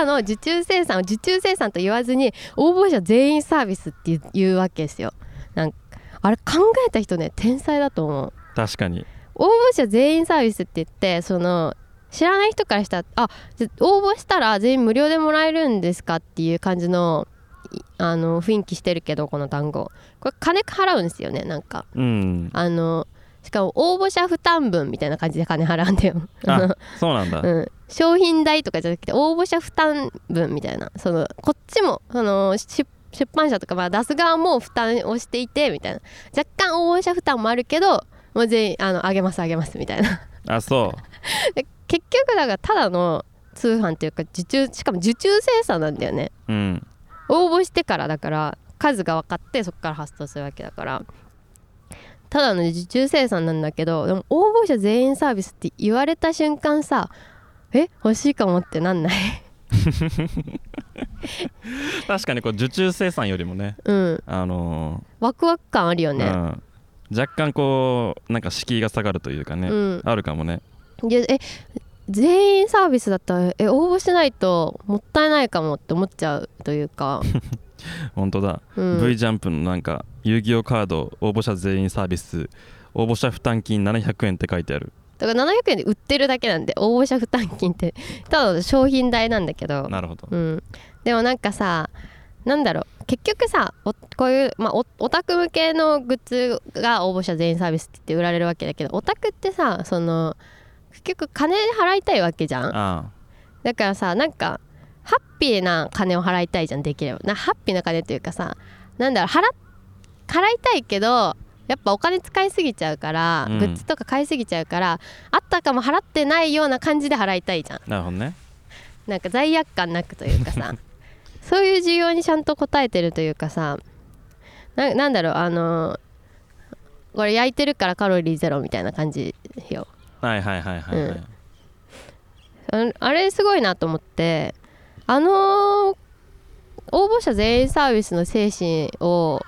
だの受注生産を受注生産と言わずに応募者全員サービスっていう言うわけですよなんかあれ考えた人ね天才だと思う確かに応募者全員サービスって言ってその知らない人からしたらあじゃ応募したら全員無料でもらえるんですかっていう感じのいあの雰囲気してるけどこの単語これ金払うんですよねなんかうんあのしかも応募者負担分みたいな感じで金払うんだよあのあそうなんだ、うん、商品代とかじゃなくて応募者負担分みたいなそのこっちもその出出版社とかまあ出す側も負担をしていてみたいな若干応募者負担もあるけどもう全員あのあげますあげますみたいなあそうで結局だからただの通販というか受注しかも受注生産なんだよねうん応募してからだから数が分かってそこから発送するわけだからただの受注生産なんだけどでも応募者全員サービスって言われた瞬間さえ欲しいかもってなんない 確かにこう受注生産よりもねうんあのワクワク感あるよーねうん、若干こうなんか敷居が下がるというかね、うんあるかもねでえ全員サービスだったらえ応募しないともったいないかもって思っちゃうというか、本当だ、うん V ジャンプのなんか遊戯王カード応募者全員サービス応募者負担金700円って書いてあるだから700円で売ってるだけなんで応募者負担金って ただの商品代なんだけどなるほどうん、でもなんかさなんだろう結局さおこういう、まあ、おオタク向けのグッズが応募者全員サービスって言って売られるわけだけどオタクってさその結局金払いたいわけじゃんあだからさなんかハッピーな金を払いたいじゃんできればなハッピーな金っていうかさなんだろう払っ払いたいけどやっぱお金使いすぎちゃうから、うんグッズとか買いすぎちゃうからあったかも払ってないような感じで払いたいじゃんあなるほどねなんか罪悪感なくという かさそういう需要にちゃんと応えてるというかさななんだろうあのーこれ焼いてるからカロリーゼロみたいな感じよはいはいはいはい、はいうんああれすごいなと思ってあの応募者全員サービスの精神を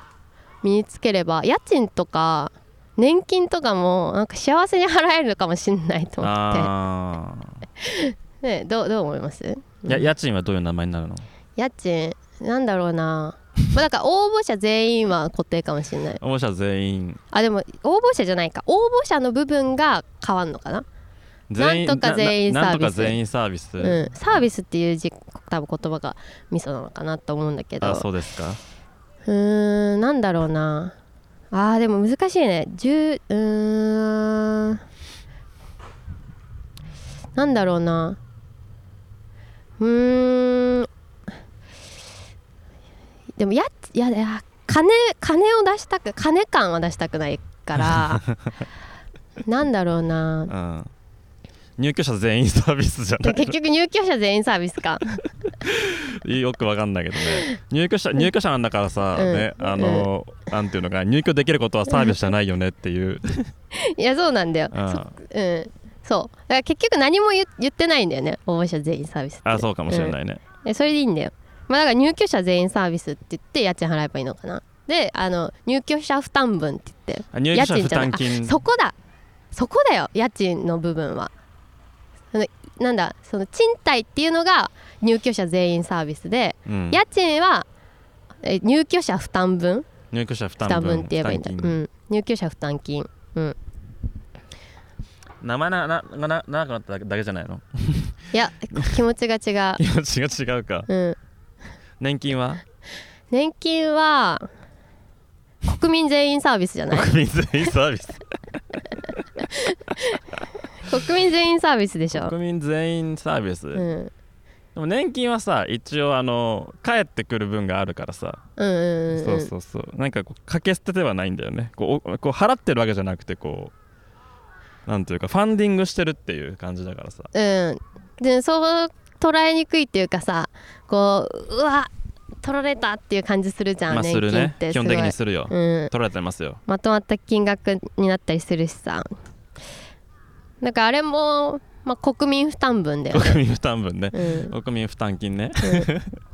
身につければ家賃とか年金とかもなんか幸せに払えるのかもしんないと思っあて、ね、どうどう思いますーいや家賃はどういう名前になるの家賃なんだろうなまあだから応募者全員は固定かもしれない応募者全員あでも応募者じゃないか応募者の部分が変わんのかな、全員なんとか全員なななんとかサービス全員サービス、うん、サービスっていう字多分言葉がミソなのかなと思うんだけどあそうですかうーんなんだろうなあーでも難しいね10うーんなんだろうなうーんでもやついやいや金金を出したく金感は出したくないからなんだろうなうん入居者全員サービスじゃなでい結局入居者全員サービスかよくわかんないけどね入居者入居者なんだからさ、うんねあの、なんていうのか入居できることはサービスじゃないよねっていう、いやそうなんだよ、うんそうんそうだから結局何も言言ってないんだよね応募者全員サービスってあそうかもしれないね、えそれでいいんだよまあだから入居者全員サービスって言って家賃払えばいいのかなであの入居者負担分って言ってあ入居者負担家賃じゃ金ないあそこだそこだよ家賃の部分はそのなんだその賃貸っていうのが入居者全員サービスで、うん家賃はえ入居者負担分入居者負負担担分分って言えばいいんだ、う負担金ん、入居者負担金うん名前なななな長くなっただけじゃないのいや気持ちが 違気持ちが違うかう、うん、年金は年金は国民全員サービスじゃない国民全員サービ ス国民全員サービスでしょ、国民全員サービス、うん、でも年金はさ一応あの帰ってくる分があるからさうんうんうんそうそうそうなんかこう掛け捨てではないんだよねこうおこう払ってるわけじゃなくてこうなんていうかファンディングしてるっていう感じだからさうんでそう捉えにくいっていうかさこううわ取られたっていう感じするじゃん、まあす年る金ねって基すごい本的にするよ、うん、取られてますよまとまった金額になったりするしさなんかあれも、まあ、国民負担分だよね、国民負担分ねうん国民負担金ね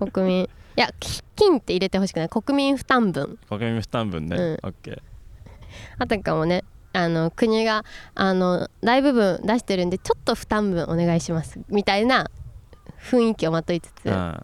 うん国民いや金って入れてほしくない国民負担分国民負担分ね、うんオッケーあたかもねあの国があの大部分出してるんでちょっと負担分お願いしますみたいな雰囲気をまといつつ、うん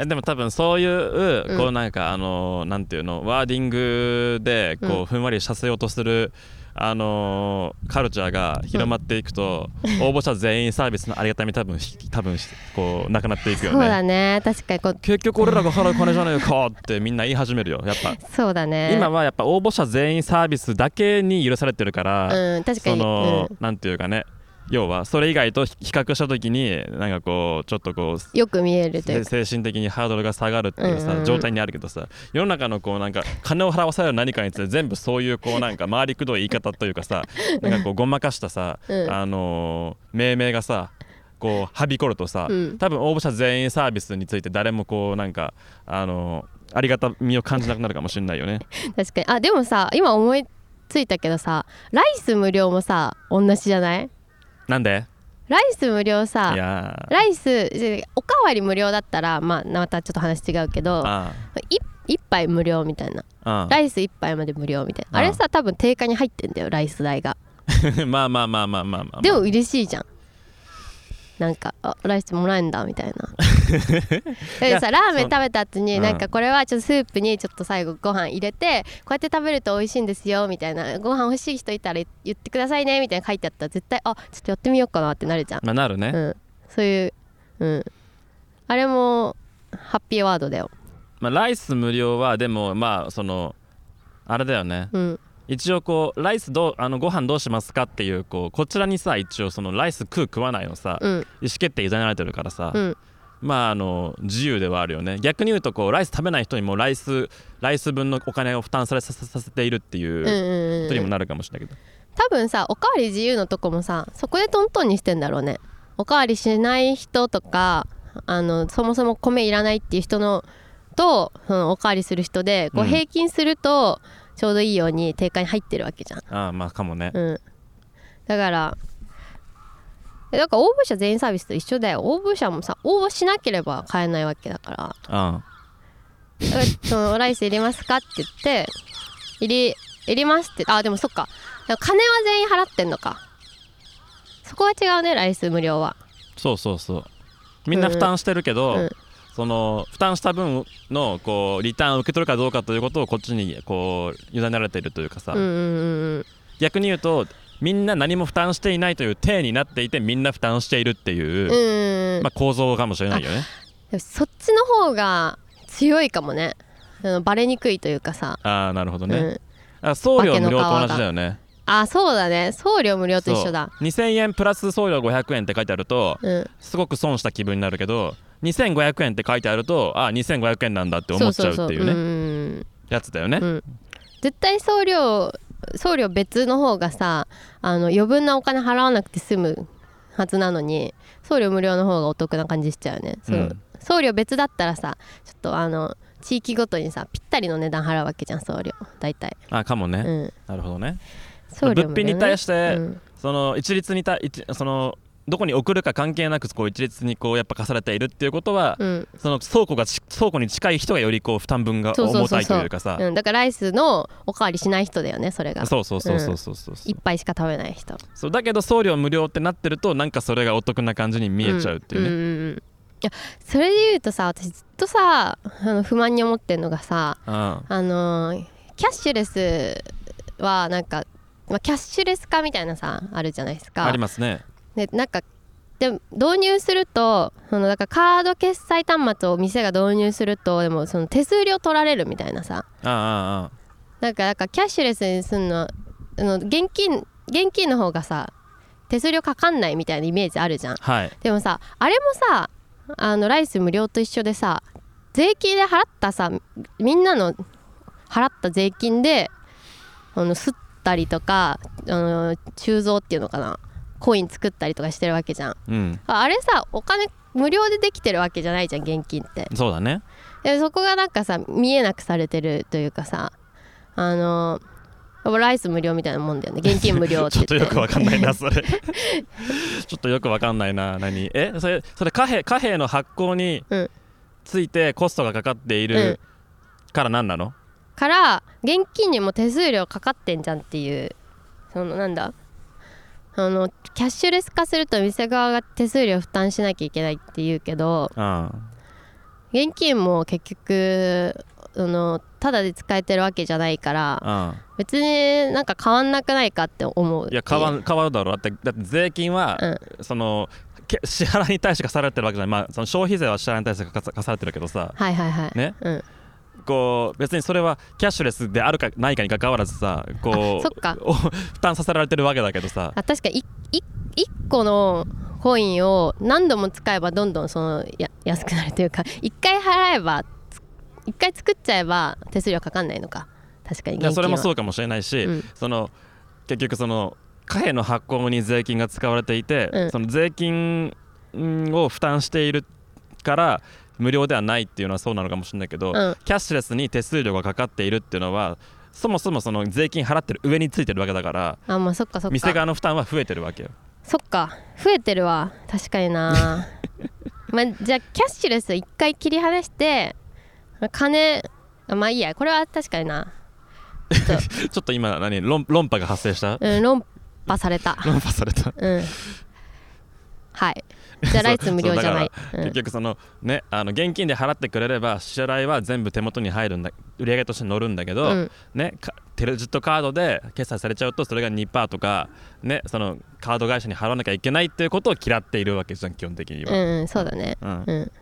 えでも多分そういう、うんこうなんかあのーなんていうのワーディングでこう、うんふんわりさせようとするあのーカルチャーが広まっていくと、応募者全員サービスのありがたみ多分ひ多分しこうなくなっていくそうよねだね確かにこう結局俺らが払う金じゃないかってみんな言い始めるよやっぱ そうだね今はやっぱ応募者全員サービスだけに許されてるから、うん確かそに、の、う、なんていうかね要はそれ以外と比比較した時になんかこうちょっとこうんよく見えるというせか精神的にハードルが下がるっていううんうんうさん状態にあるけどさ世の中のこうなんか金を払わされる何かについて全部そういうこうなんか回りくどい言い方というか さなんかこうごまかしたさうんあのー命名がさこうはびこるとさうん多分応募者全員サービスについて誰もこうなんかあのーありがたみを感じなくなるかもしれないよ ね。確かにあでもさ今思いついたけどさライス無料もさ同じじゃないなんでライス無料さいやーライスじゃおかわり無料だったらまあまたちょっと話違うけどあい一杯無料みたいなああライス一杯まで無料みたいなあれさ多分定価に入ってんだよライス代があ まあまあまあまあまあまあでも嬉しいじゃんなんかあライスもらえんだ みたいなでさラーメン食べた後にうんなんかこれはちょっとスープにちょっと最後ご飯入れてこうやって食べると美味しいんですよみたいなご飯欲しい人いたら言ってくださいねみたいな書いてあったら絶対あちょっとやってみようかなってなるじゃん、まあなるね、うん、そういう、うん、あれもハッピーワードだよ、まあ、ライス無料はでもまあそのあれだよねうん、一応こうライスどうあのご飯どうしますかっていうこうこちらにさ一応そのライス食う食わないのさ、うん意思決定委ねられてるからさ、うんまああの自由ではあるよね逆に言うとこうライス食べない人にもライスライス分のお金を負担されさせさせているっていううんうこんうんとにもなるかもしれないけど、多分さおかわり自由のとこもさそこでトントンにしてんだろうねおかわりしない人とかあのそもそも米いらないっていう人のとそのおかわりする人でこううん平均するとちょうどいいように定価に入ってるわけじゃん、ああまあかもね、うん、だからえだから応募者全員サービスと一緒だよ応募者もさ応募しなければ買えないわけだからあだからそのライスいりますかって言って「いりいります」ってあでもそっかだから金は全員払ってんのかそこは違うねライス無料はそうそうそうみんな負担してるけど、うんその負担した分のこうリターンを受け取るかどうかということをこっちにこう委ねられているというかさ、うんうんうん逆に言うとみんな何も負担していないという体になっていてみんな負担しているっていう、うんうんうんまあ、構造かもしれないよねでもそっちの方が強いかもねあのバレにくいというかさ、ああなるほどうね、ん、あ送料無料と同じだよねあそうだね送料無料と一緒だそう2000円プラス送料500円って書いてあるとうんすごく損した気分になるけど2500円って書いてあるとああ2500円なんだって思っちゃうっていうそそそねんやつだよね、うん絶対送料送料別の方がさあの余分なお金払わなくて済むはずなのに送料無料の方がお得な感じしちゃうよね、そううん送料別だったらさちょっとあの地域ごとにさぴったりの値段払うわけじゃん送料大体、あかもね、うん、なるほどね送物料無料、ね、品に対してうんその一律にた一そのどこに送るか関係なくこう一律にこうやっぱ課されているっていうことは、うんその倉庫がち倉庫に近い人がよりこう負担分がそうそう重そたういそとういうかさうん、だからライスのおかわりしない人だよねそれがそうそうそうそうそうそうそう一杯しか食べない人そうだけど送料無料ってなってるとなんかそれがお得な感じに見えちゃうっていうね、んんんいやそれで言うとさ私ずっとさあの不満に思ってんのがさああのーキャッシュレスはなんか、まあ、キャッシュレス化みたいなさあるじゃないですあか。ありますねでなんかでも導入するとそのだからカード決済端末を店が導入するとでもその手数料取られるみたいなさあああなんかなんかキャッシュレスにすんのあの現金現金の方がさ手数料かかんないみたいなイメージあるじゃん。ああはいでもさあれもさあのライス無料と一緒でさ税金で払ったさみんなの払った税金であの吸ったりとかあの鋳造っていうのかなコイン作ったりとかしてるわけじゃんうんああれさお金無料でできてるわけじゃないじゃん現金ってそうだねでそこがなんかさ見えなくされてるというかさあのやっぱライス無料みたいなもんだよね現金無料 っちてょっ言ってとよくわかんないなそ れちょっとよくわかんないな何えそれそれ貨幣貨幣の発行にうんついてコストがかかっているから何なの、から現金にも手数料かかってんじゃんっていうそのなんだあのキャッシュレス化すると店側が手数料負担しなきゃいけないって言うけどうん現金も結局あのただで使えてるわけじゃないからうん別になんか変わんなくないかって思うっていうや変わん変わるだろうだってだって税金は、そのけ支払いに対して課されてるわけじゃない、まあ、その消費税は支払いに対して課さ課されてるけどさはいはいはいねうんこう別にそれはキャッシュレスであるかないかに関わらずさこうあそっかお負担させられてるわけだけどさあ確かに1個のコインを何度も使えばどんどんそのや安くなるというか1 回払えば1回作っちゃえば手数料かかんないのか確かにい現や金はそれもそうかもしれないし、うんその結局その貨幣の発行に税金が使われていて、うんその税金うんを負担しているから無料ではないっていうのはそうなのかもしれないけど、うんキャッシュレスに手数料がかかっているっていうのはそもそもその税金払ってる上についてるわけだからあまあそっかそっか店側の負担は増えてるわけよ そっか増えてるわ確かになまあじゃあキャッシュレス1回切り離して金あまあいいやこれは確かにな、ちょっと今何論論破が発生したうん、論破された論破され たうんはいじゃあライス無料じゃない そうそうだかうん結局そのねあの現金で払ってくれれば支払いは全部手元に入るんだ売り上げとして乗るんだけど、うんねかクレジットカードで決済されちゃうとそれが2%とかねそのカード会社に払わなきゃいけないっていうことを嫌っているわけじゃん基本的にうは、ん、うん、そうだねうんうん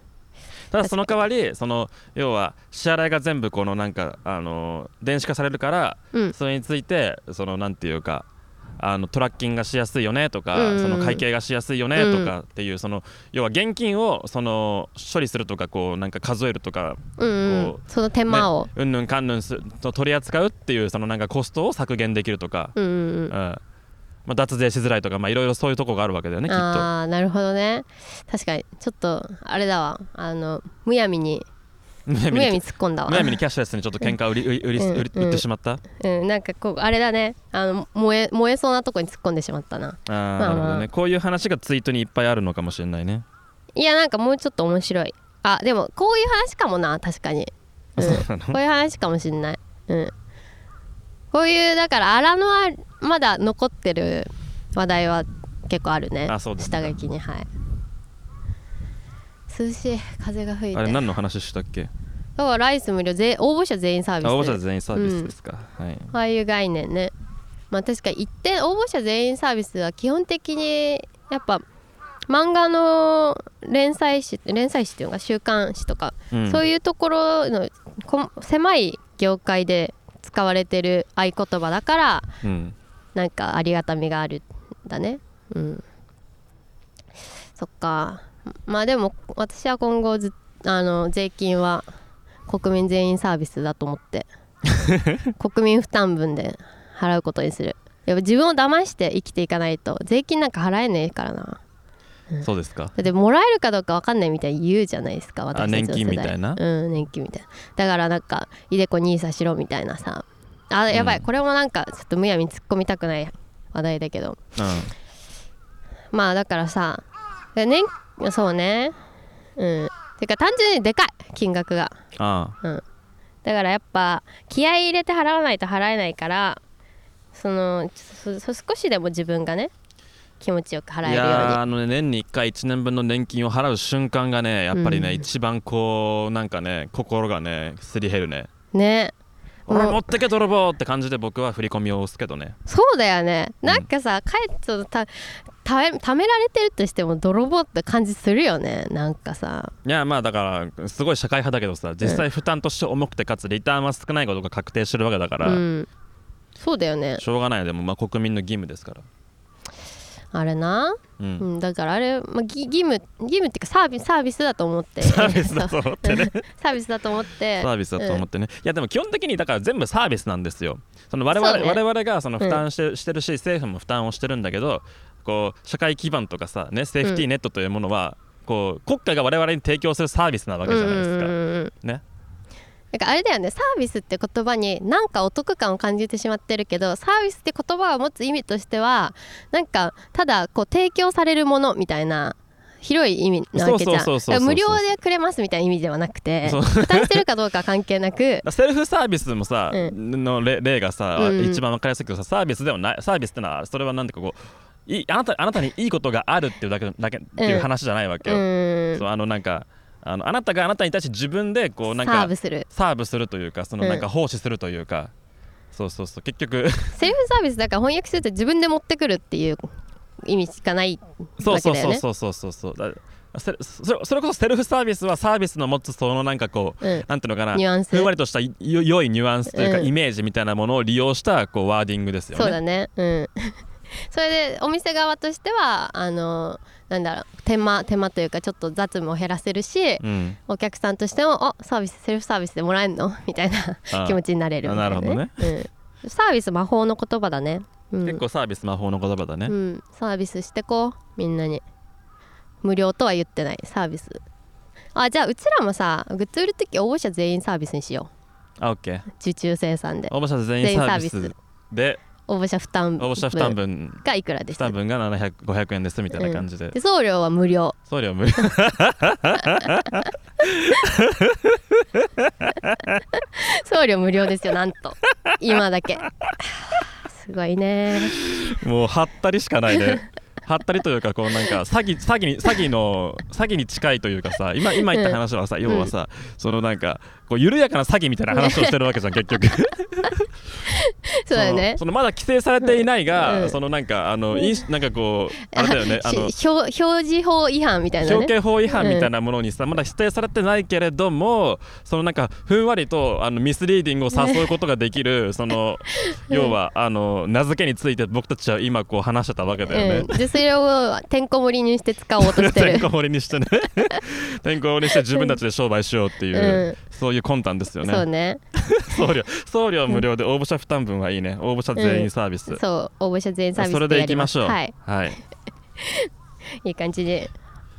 ただその代わりその要は支払いが全部このなんかあの電子化されるから、うんそれについてそのなんていうかあのトラッキングがしやすいよねとか、うんその会計がしやすいよねとかっていう、その要は現金をその処理するとかこうなんか数えるとか、うんうこん、その手間を、ねうんぬんかんぬんすと取り扱うっていうそのなんかコストを削減できるとか、うんうんううんんまあ、脱税しづらいとかまあいろいろそういうとこがあるわけだよねきっと。ああなるほどね確かにちょっとあれだわあのむやみにむやむみやにみ突っ込んだわむやみにキャッシュレスにちょっと喧嘩売り売り売りうん売り売ってしまった、うん、なんかこうあれだねあの燃え燃えそうなとこに突っ込んでしまったなあーまなあるほどまねあこういう話がツイートにいっぱいあるのかもしれないね、いやなんかもうちょっと面白いあでもこういう話かもな確かに、 うん、そうなこのういう話かもしんない、うん、こういうだから荒のあまだ残ってる話題は結構あるねあそうですか下書きにはい涼しい風が吹いてあれ何の話したっけだからライス無料ぜ応募者全員サービスあ応募者全員サービスですか、はいああいう概念ねまあ確か一点応募者全員サービスは基本的にやっぱ漫画の連載誌連載誌っていうのが週刊誌とか、うんそういうところのこ狭い業界で使われてる合言葉だからうんなんかありがたみがあるんだねうんそっかまあでも私は今後ずあの税金は国民全員サービスだと思って 国民負担分で払うことにするやっぱ自分を騙して生きていかないと税金なんか払えねえからなそうですかだってもらえるかどうか分かんないみたいに言うじゃないですか私たちの年世代金みたいなうん年金みたいなだからなんかいでこにいさしろみたいなさあやばい、うんこれもなんかちょっとむやみに突っ込みたくない話題だけどうまあだからさ年そうねうんてか単純にでかい金額がんあだからやっぱ気合い入れて払わないと払えないからそのそそ少しでも自分がね気持ちよくあ払えいるようやにーあのね年に1回1年分の年金を払う瞬間がねやっぱりね、うん一番こうなんかね心がねすり減るねね俺もう持ってけ泥棒って感じで僕は振り込みを押すけどねそうだよねうんなんかさ、かえってそのたためためられてるとしても泥棒って感じするよねなんかさいやまあだからすごい社会派だけどさ実際負担として重くてかつリターンは少ないことが確定してるわけだから、うんそうだよねしょうがないでもまあ国民の義務ですからああれな、う、うんん、だからあれ、まあ、ぎ義務義務っていうかサービスサービスだと思ってサービスだと思ってね サービスだと思ってサービスだと思ってね、いやでも基本的にだから全部サービスなんですよその我そ々,、うね我々がその負担して,、してるし政府も負担をしてるんだけどこう社会基盤とかさ、ね、セーフティーネットというものは、こう国家が我々に提供するサービスなわけじゃないですか、うんうんうんうんねなんかあれだよねサービスって言葉になんかお得感を感じてしまってるけどサービスって言葉を持つ意味としてはなんかただこう提供されるものみたいな広い意味なわけじゃんだそかうそうそうそうそうら無料でくれますみたいな意味ではなくてそう負担してるかどうかは関係なくだセルフサービスもさ、うの例例がさ、うんうん一番分かりやすいけどさサービスでもないサービスってのはそれはなんていうかこういいあなたあなたにいいことがあるっていうだけだけっていう話じゃないわけうよ、んそうあのなんかあのあなたがあなたに対して自分でこうなんサーかブするサーブするというかそのうんなんか奉仕するというか、そうそうそう結局 セルフサービスだから翻訳すると自分で持ってくるっていう意味しかないそうわけそうだよそうね。そうそうそうそうだせそれそれこそセルフサービスはサービスの持つそのなんかこう、うんなんていうのかなニュアンスふんわりとしたいよ良いニュアンスというか、うんイメージみたいなものを利用したこうワーディングですよね。そうだねうんそれでお店側としてはあのなんだろう手間手間というかちょっと雑務を減らせるし、うん、お客さんとしても「おサービスセルフサービスでもらえんの?」 みたいなああ気持ちになれるみたいあなるうん、サービス魔法の言葉だね、うん、結構サービス魔法の言葉だね、うん、サービスしてこうみんなに無料とは言ってないサービスあじゃあうちらもさグッズ売る時応募者全員サービスにしよあオッケーう受注生産で応募者全員サービ全員サースで応募者負担応募者負担分がいくらで負す担分が700 500円ですみたいな感じで、で送料は無料送料無料送料無料ですよな んと今だけすごいねもうはったりしかないねはったりというかこうなんか詐欺詐欺に詐欺の詐欺に近いというかさ今今言った話はさ、要はさそのなんかこう緩やかな詐欺みたいな話をしてるわけ じゃん結局そうだよねそのそのまだ規制されていないが、うんそのなんかあの飲酒なんかこうあれだよねあの し表表示法違反みたいな表ね敬法違反みたいなものにさ、まだ否定されてないけれどもそのなんかふんわりとあのミスリーディングを誘うことができる、そ の要はあの名付けについて僕たちは今こう話してたわけだよね。うん、でそれをてんこ盛りにして使おうとしててん るこ盛りにして ねてんこ盛りにして自分たちで商売しようっていう、うんそういう魂胆ですよそうねね送料送料無料で応募者負担分はいいね応募者全員サービス、そう応募者全員サービスそれでやいきりましょうはい、はい、いい感じで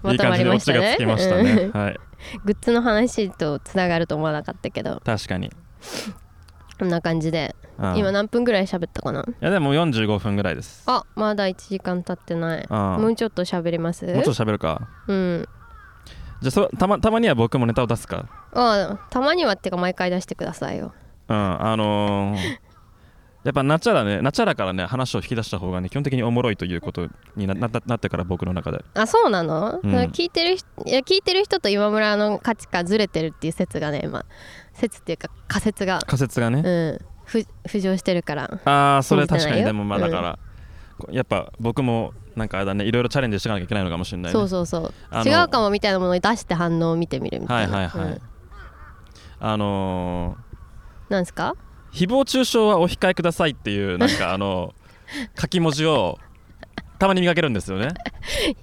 いまいと感まじりでまオしチがたねつきましたねうんはいグッズの話とつながると思わなかったけど確かに、こんな感じでうん今い何分ぐらい喋ったかなやでも45分ぐらいですあまだ1時間経ってないあもうちょっと喋りますもうちょっと喋るかうんじゃあそたまたまには僕もネタを出すかあたまにはっていうか毎回出してくださいようんあの ーやっぱナチャラねナチャラからね話を引き出した方がね基本的におもろいということにななななってから僕の中であそうなの、うんそれ聞いてる人いや聞いてる人と今村の価値観ずれてるっていう説がね今説っていうか仮説が、仮説がねうん、ふ浮上してるからああそれ信じてな確いかによでもまあだから、やっぱ僕もなんかあれだねいろいろチャレンジしていかなきゃいけないのかもしれない、ね、そうそうそうあの違うかもみたいなものに出して反応を見てみるみたはいいなはいはい、うんあのなんですか ー誹謗中傷はお控えくださいっていうなんかあの書き文字をたまに見かけるんですよね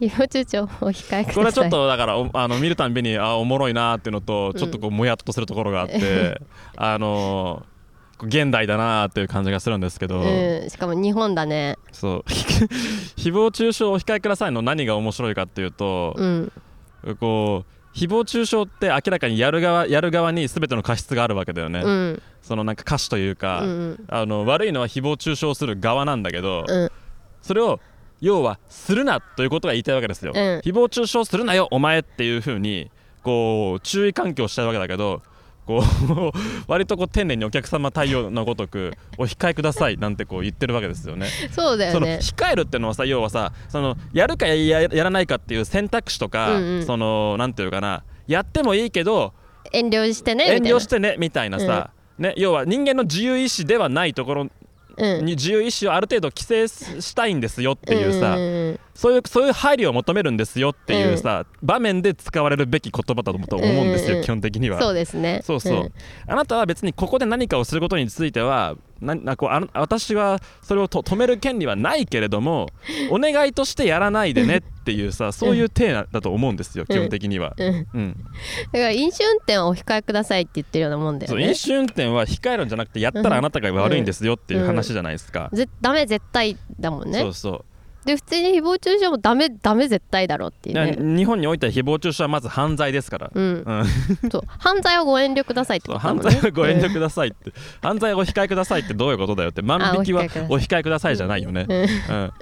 誹謗中傷をお控えくださいこれはちょっとだからおあの見るたんびにあーおもろいなーっていうのとうんちょっとこうもやっとするところがあっ て、あのーこう現代だなーっていう感じがするんですけど、うん、しかも日本だねそう 誹謗中傷をお控えくださいの何が面白いかっていうと、うんこう誹謗中傷って明らかにやる側やる側に全ての過失があるわけだよね、うんそのなんか過失といううか、んあの悪いのは誹謗中傷する側なんだけど、うんそれを要はするなということが言いたいわけですよ、うん誹謗中傷するなよお前っていうふうにこう注意喚起をしたいわけだけどこう 割とこう丁寧にお客様対応のごとくお控えくださいなんてこう言ってるわけですよねそうだそのよね控えるってのはさ要はさそのやるかやややらないかっていう選択肢とか、うんうんそのなんていうかなやってもいいけど遠慮してねみたい遠な慮してねみたいなさ、ね、要は人間の自由意志ではないところうんに自由意志をある程度規制したいんですよっていうさ、んんんそういうそういう配慮を求めるんですよっていうさ、場面で使われるべき言葉だと思うんですよ、うん基本的には。そうですねそうそう、んあなたは別にここで何かをすることについてはななこうあの私はそれをと止める権利はないけれど もお願いとしてやらないでねっていうさそういう体なだと思うんですよ、基本的には。うん、うんだから飲酒運転はお控えくださいって言ってるようなもんだよそうね飲酒運転は控えるんじゃなくてやったらあなたが悪いんですよっていう話じゃないですか、ぜダメ絶対だもんそねうそで普通に誹謗中傷もダメダメ絶対だろうってういうだかねら日本においては誹謗中傷はまず犯罪ですから、うんうんそう犯罪はご遠慮くださいってそう ことだ犯もんね罪はご遠慮くださいって犯罪をお控えくださいってどういうことだよって万引きはあお控えくださいお控えくださいじゃないよね、うんうん、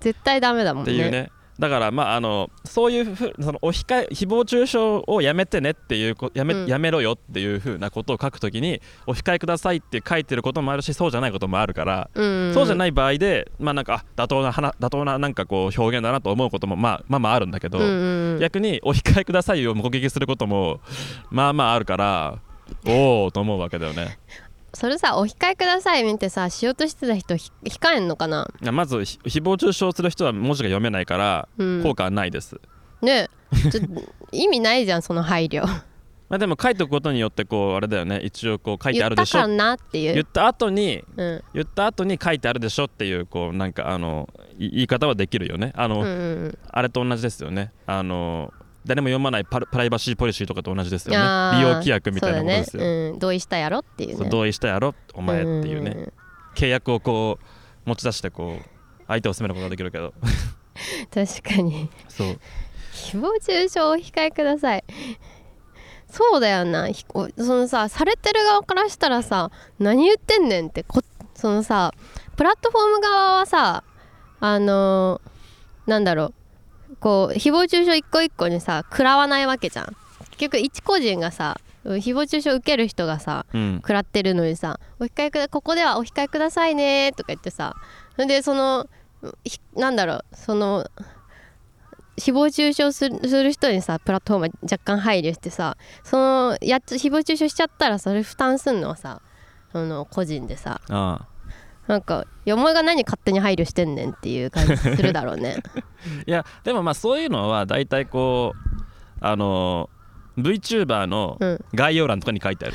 絶対ダメだもんっねていうねだからまああのそういうふうそのお控え誹謗中傷をやめてねっていうこやめ、うんやめろよっていうふうなことを書くときにお控えくださいって書いてることもあるしそうじゃないこともあるから、うん、そうじゃいない場合でまあなんかあ妥当な話妥当ななんかこう表現だなと思うこともまあまあまああるんだけど、うんうんうん、逆にお控えくださいを目撃することもまあまああるからおおと思うわけだよね。それさお控えください見てさしようとしてた人ひ控えんのかな、いやまずひ誹謗中傷する人は文字が読めないからうん、効果はないです。ねえちょっと意味ないじゃんその配慮まあ、でも書いておくことによってこうあれだよね一応こう書いて言あっるでたしょからなってい言うった後にうん言った後に書いてあるでしょっていうこうなんかあのい言い方はできるよねあの、うんうんあれと同じですよねあの誰も読まないパルプライバシーポリシーとかと同じですうんよねあー利用規約みたいなことですそうよだねうん、同意したやろっていうそうね同意したやろお前っていうね、んんん契約をこう持ち出してこう相手を責めることができるけど 確かにそう誹謗中傷お控えくださいそうだよなひこそのさされてる側からしたらさ何言ってんねんってこそのさプラットフォーム側はさあのーなんだろうこう誹謗中傷一個一個にさ食らわないわけじゃん結局一個人がさ誹謗中傷受ける人がさうん食らってるのにさ「お控えくだここではお控えくださいね」とか言ってさんでそのひなんだろうその誹謗中傷するする人にさプラットフォームは若干配慮してさそのやつ誹謗中傷しちゃったらそれ負担すんのはさその個人でさあなんか「いやお前が何勝手に配慮してんねん」っていう感じするだろう ね。あいやでもまあそういうのは大体こうあの VTuber のうん、概要欄とかに書いてある、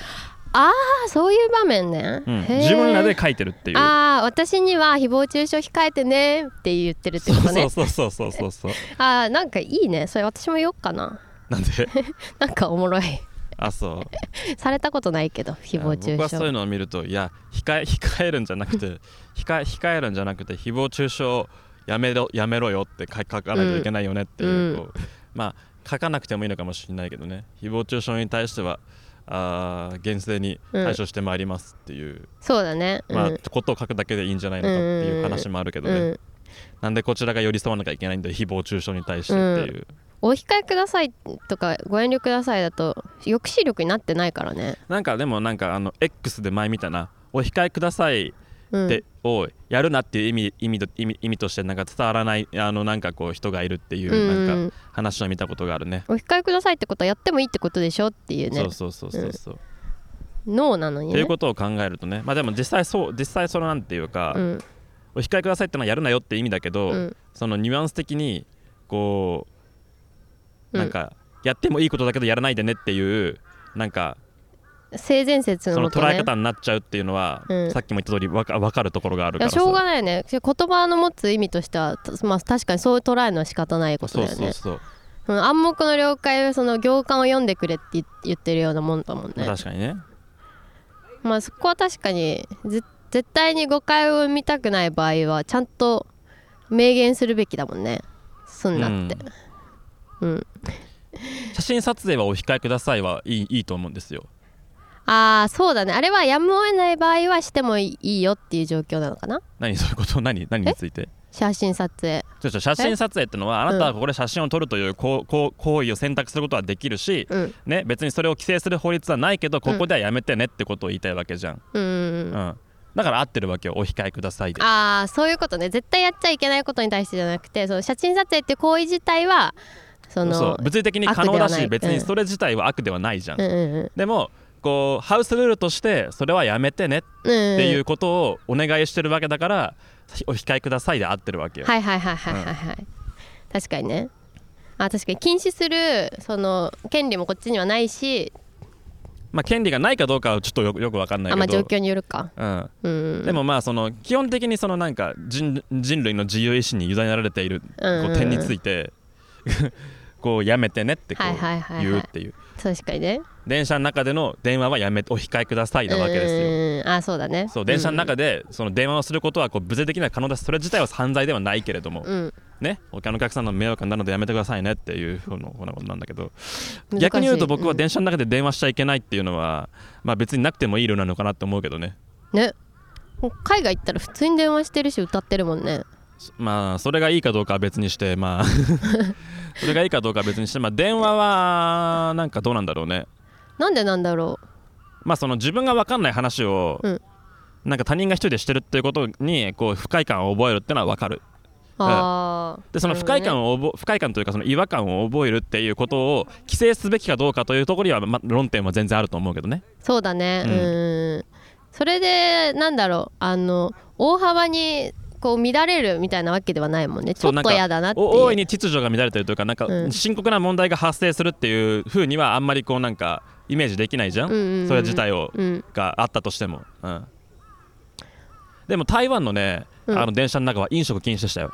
あそういう場面ね。うんへー自分らで書いてるっていうああ私には誹謗中傷控えてねって言ってるってそうことね。そうそうそうそうそうあーなんかいいねそれ私も言おっかななんでなんかおもろい あそうされたことないけど誹謗いや僕中はそういう傷のを見るといや控え控えるんじゃなくて 控え控えるんじゃなくて誹謗中傷をやめろやめろよって書書かないといけないよねっていう,、うんこう まあ書かなくてもいいのかもしれないけどね誹謗中傷に対してはあー厳正に対処してまいりますっていう、そうだねうん、まあ、ことを書くだけでいいんじゃないのかっていう話もあるけどうね、ん、なんでこちらが寄り添わなきゃいけないんだよ誹謗中傷に対してっていう、お控えくださいとかご遠慮くださいだと抑止力になってないからね、なんかでもなんかあの X で前見たなお控えくださいうん、で、をやるなっていう意味意味と意味意味としてなんか伝わらないあのなんかこう人がいるっていうんうんうなんか話を見たことがあるね。お控えくださいってことはやってもいいってことでしょっていうねそうそうそうそうそう。脳なのにといねうことを考えるとね、まあでも実際そう実際そのなんていうか、うんお控えくださいってのはやるなよって意味だけど、うんそのニュアンス的にこううんなんかやってもいいことだけどやらないでねっていうなんか性善説そののこと捉えね方になっちゃうっていうのは、うんさっきも言った通りわかわかるところがあるいかやらしょうがないよね言葉の持つ意味としては、まあ、確かにそう捉えるのは仕方ないことそだうよねそうそう、うん暗黙の了解をその行間を読んでくれって言言ってるようなもんだもんね確かにね。まあそこは確かにぜ絶対に誤解を生みたくない場合はちゃんと明言するべきだもんねすんなってうん、写真撮影はお控えくださいはいいいいと思うんですよああそうだねあれはやむを得ない場合はしてもいいよっていう状況なのかな何そういうこと何何について写真撮影ちょちょ写真撮影ってのはあなたはここで写真を撮るというこうこう行為を選択することはできるし、うんね、別にそれを規制する法律はないけどここではやめてねってことを言いたいわけじゃん、うんうんううんんだから合ってるわけよお控えくださいでああそういうことね絶対やっちゃいけないことに対してじゃなくてその写真撮影っていう行為自体はそのそう物理的に可能だ悪ではなしい別にそれ自体は悪ではないじゃん、うんうんうんでもこうハウスルールとしてそれはやめてねっうんていうことをお願いしてるわけだから、お控えくださいで合ってるわけよ、はいはいはいはいはいはい、確かにねあ確かに禁止するその権利もこっちにはないしまあ、権利がないかどうかはちょっとよよく分かんないあまけあ状ど、況によるかうん、うんでもまあその基本的にそのなんか人人類の自由意志に委ねられているこう点についていて こうやめてねってこはいうはいはいはい言うっていう確かにね電車の中での電話はやめてお控えくださいなわけですようんあそうだねそう電車ので中でその電話をすることはこう無勢的な可能ですそれ自体は犯罪ではないけれども、うん、ね他のお客さんの迷惑になるのでやめてくださいねっていうふうなことなんだけど難しい逆に言うと僕は電車の中で電話しちゃいけないっていうのは、まあ、別になくてもいいルールなのかなって思うけどねねもう海外行ったら普通に電話してるし歌ってるもんねまあそれがいいかどうかは別にしてま あそれがいいかどうかは別にして、まあ、電話はなんかどうなんだろうねなんでなんだろまあその自分が分かんない話を、うんなんか他人が一人でしてるっていうことにこう不快感を覚えるっていうのは分かるうあーでそのな不るほ快どね感を覚え不快感というかその違和感を覚えるっていうことを規制すべきかどうかというところには、ま、論点は全然あると思うけどねそうだねううんんそれでなんだろうあの大幅にこう乱れるみたいなわけではないもんねちそょうっと嫌だなっていうお大いに秩序が乱れてるというかなんかうん深刻な問題が発生するっていうふうにはあんまりこうなんかイメージできないじゃん,、うんうんうんそれ自体をうんがあったとしても、うん、でも台湾のね、うんあの電車の中は飲食禁止でしたよ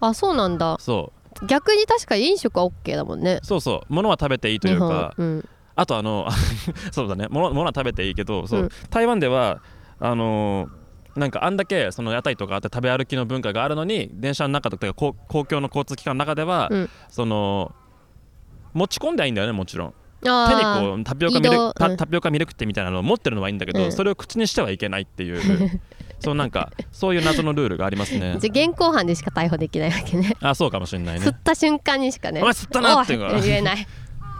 あそうなんだそ逆に確かに飲食は OK だもんねうそうそう物は食べていいとい日う本かうんあとあの そうだね物物は食べていいけどそう、うん台湾ではあのーなんかあんだけその屋台とかあって食べ歩きの文化があるのに電車の中とか公公共の交通機関の中では、うんその持ち込んではいいんだよねもちろん手にあこーうタピオカミル移ク動うタんタピオカミルクティーみたいなのを持ってるのはいいんだけど、うんそれを口にしてはいけないっていう そうなんかそういう謎のルールがありますねじゃあ現行犯でしか逮捕できないわけねあそうかもしれないね吸った瞬間にしかねお前吸ったなっていうのがおい言えない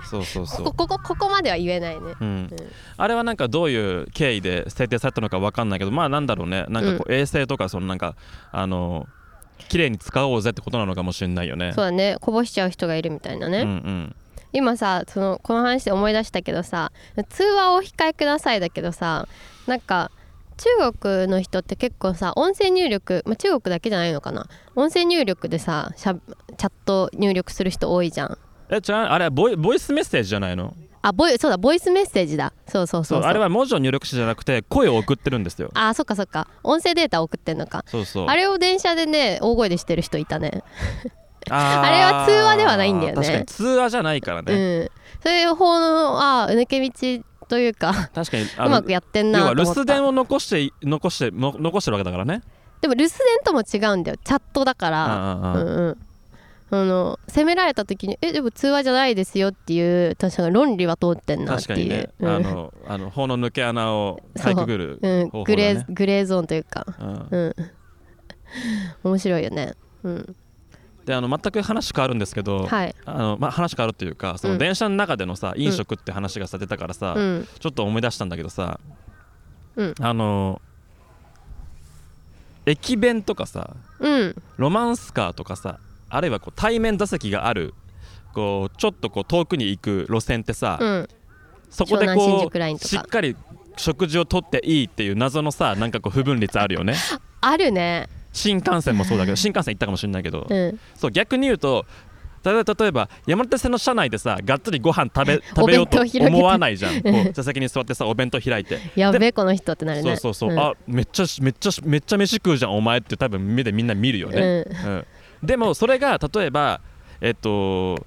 そうそう そうこここここまでは言えないねうん、あれはなんかどういう経緯で制定されたのかわかんないけどまあなんだろうねなんかこう衛生とかそのなんか、あの綺麗に使おうぜってことなのかもしれないよねそうだねこぼしちゃう人がいるみたいなね、うんうん今さそのこの話で思い出したけどさ通話をお控えくださいだけどさなんか中国の人って結構さ音声入力、まあ、中国だけじゃないのかな音声入力でさしゃチャット入力する人多いじゃんえじゃああれボイボイスメッセージじゃないのあボイそうだボイスメッセージだそうそうそそううそうあれは文字を入力してじゃなくて声を送ってるんですよあそっかそっか音声データ送ってんのかそうそうあれを電車でね大声でしてる人いたねあーあれは通話ではないんだよね確かに通話じゃないからね、うんそういう方のあ抜け道というか確かにあうのまくやってん要なはと留思った守電を残して残しての残してるわけだからねでも留守電とも違うんだよチャットだからあうああんうんあの責められた時に「えでも通話じゃないですよ」っていう確かに論理は通ってんなっ確てかにいねう、うあん のあの法の抜け穴をかいくぐるうん方法だグレねーグレーゾーンというかうんうん面白いよねうんであの全く話変わるんですけど、はいあのまあ、話変わるっていうかそうのん電車の中でのさ、飲食って話がさ出たからさ、うんちょっと思い出したんだけどさ、うんあの駅弁とかさうんロマンスカーとかさあるいはこう対面座席があるこうちょっとこう遠くに行く路線ってさ、うんそこで湘南新こ宿ラインうとかしっかり食事をとっていいっていう謎のさなんかこう不分率あるよ ねあるね新幹線もそうだけど新幹線行ったかもしれないけど、うんそう逆に言うと例えば例えば山手線の車内でさがっつりご飯食 べ食べようとお弁当広げて思わないじゃんこう座席に座ってさお弁当開いて、やべえこの人ってなるそうねそうそう、んあめっちゃしめっちゃしめっちゃ飯食うじゃんお前って多分目でみんな見るよね、うんうんでもそれが例えばえっと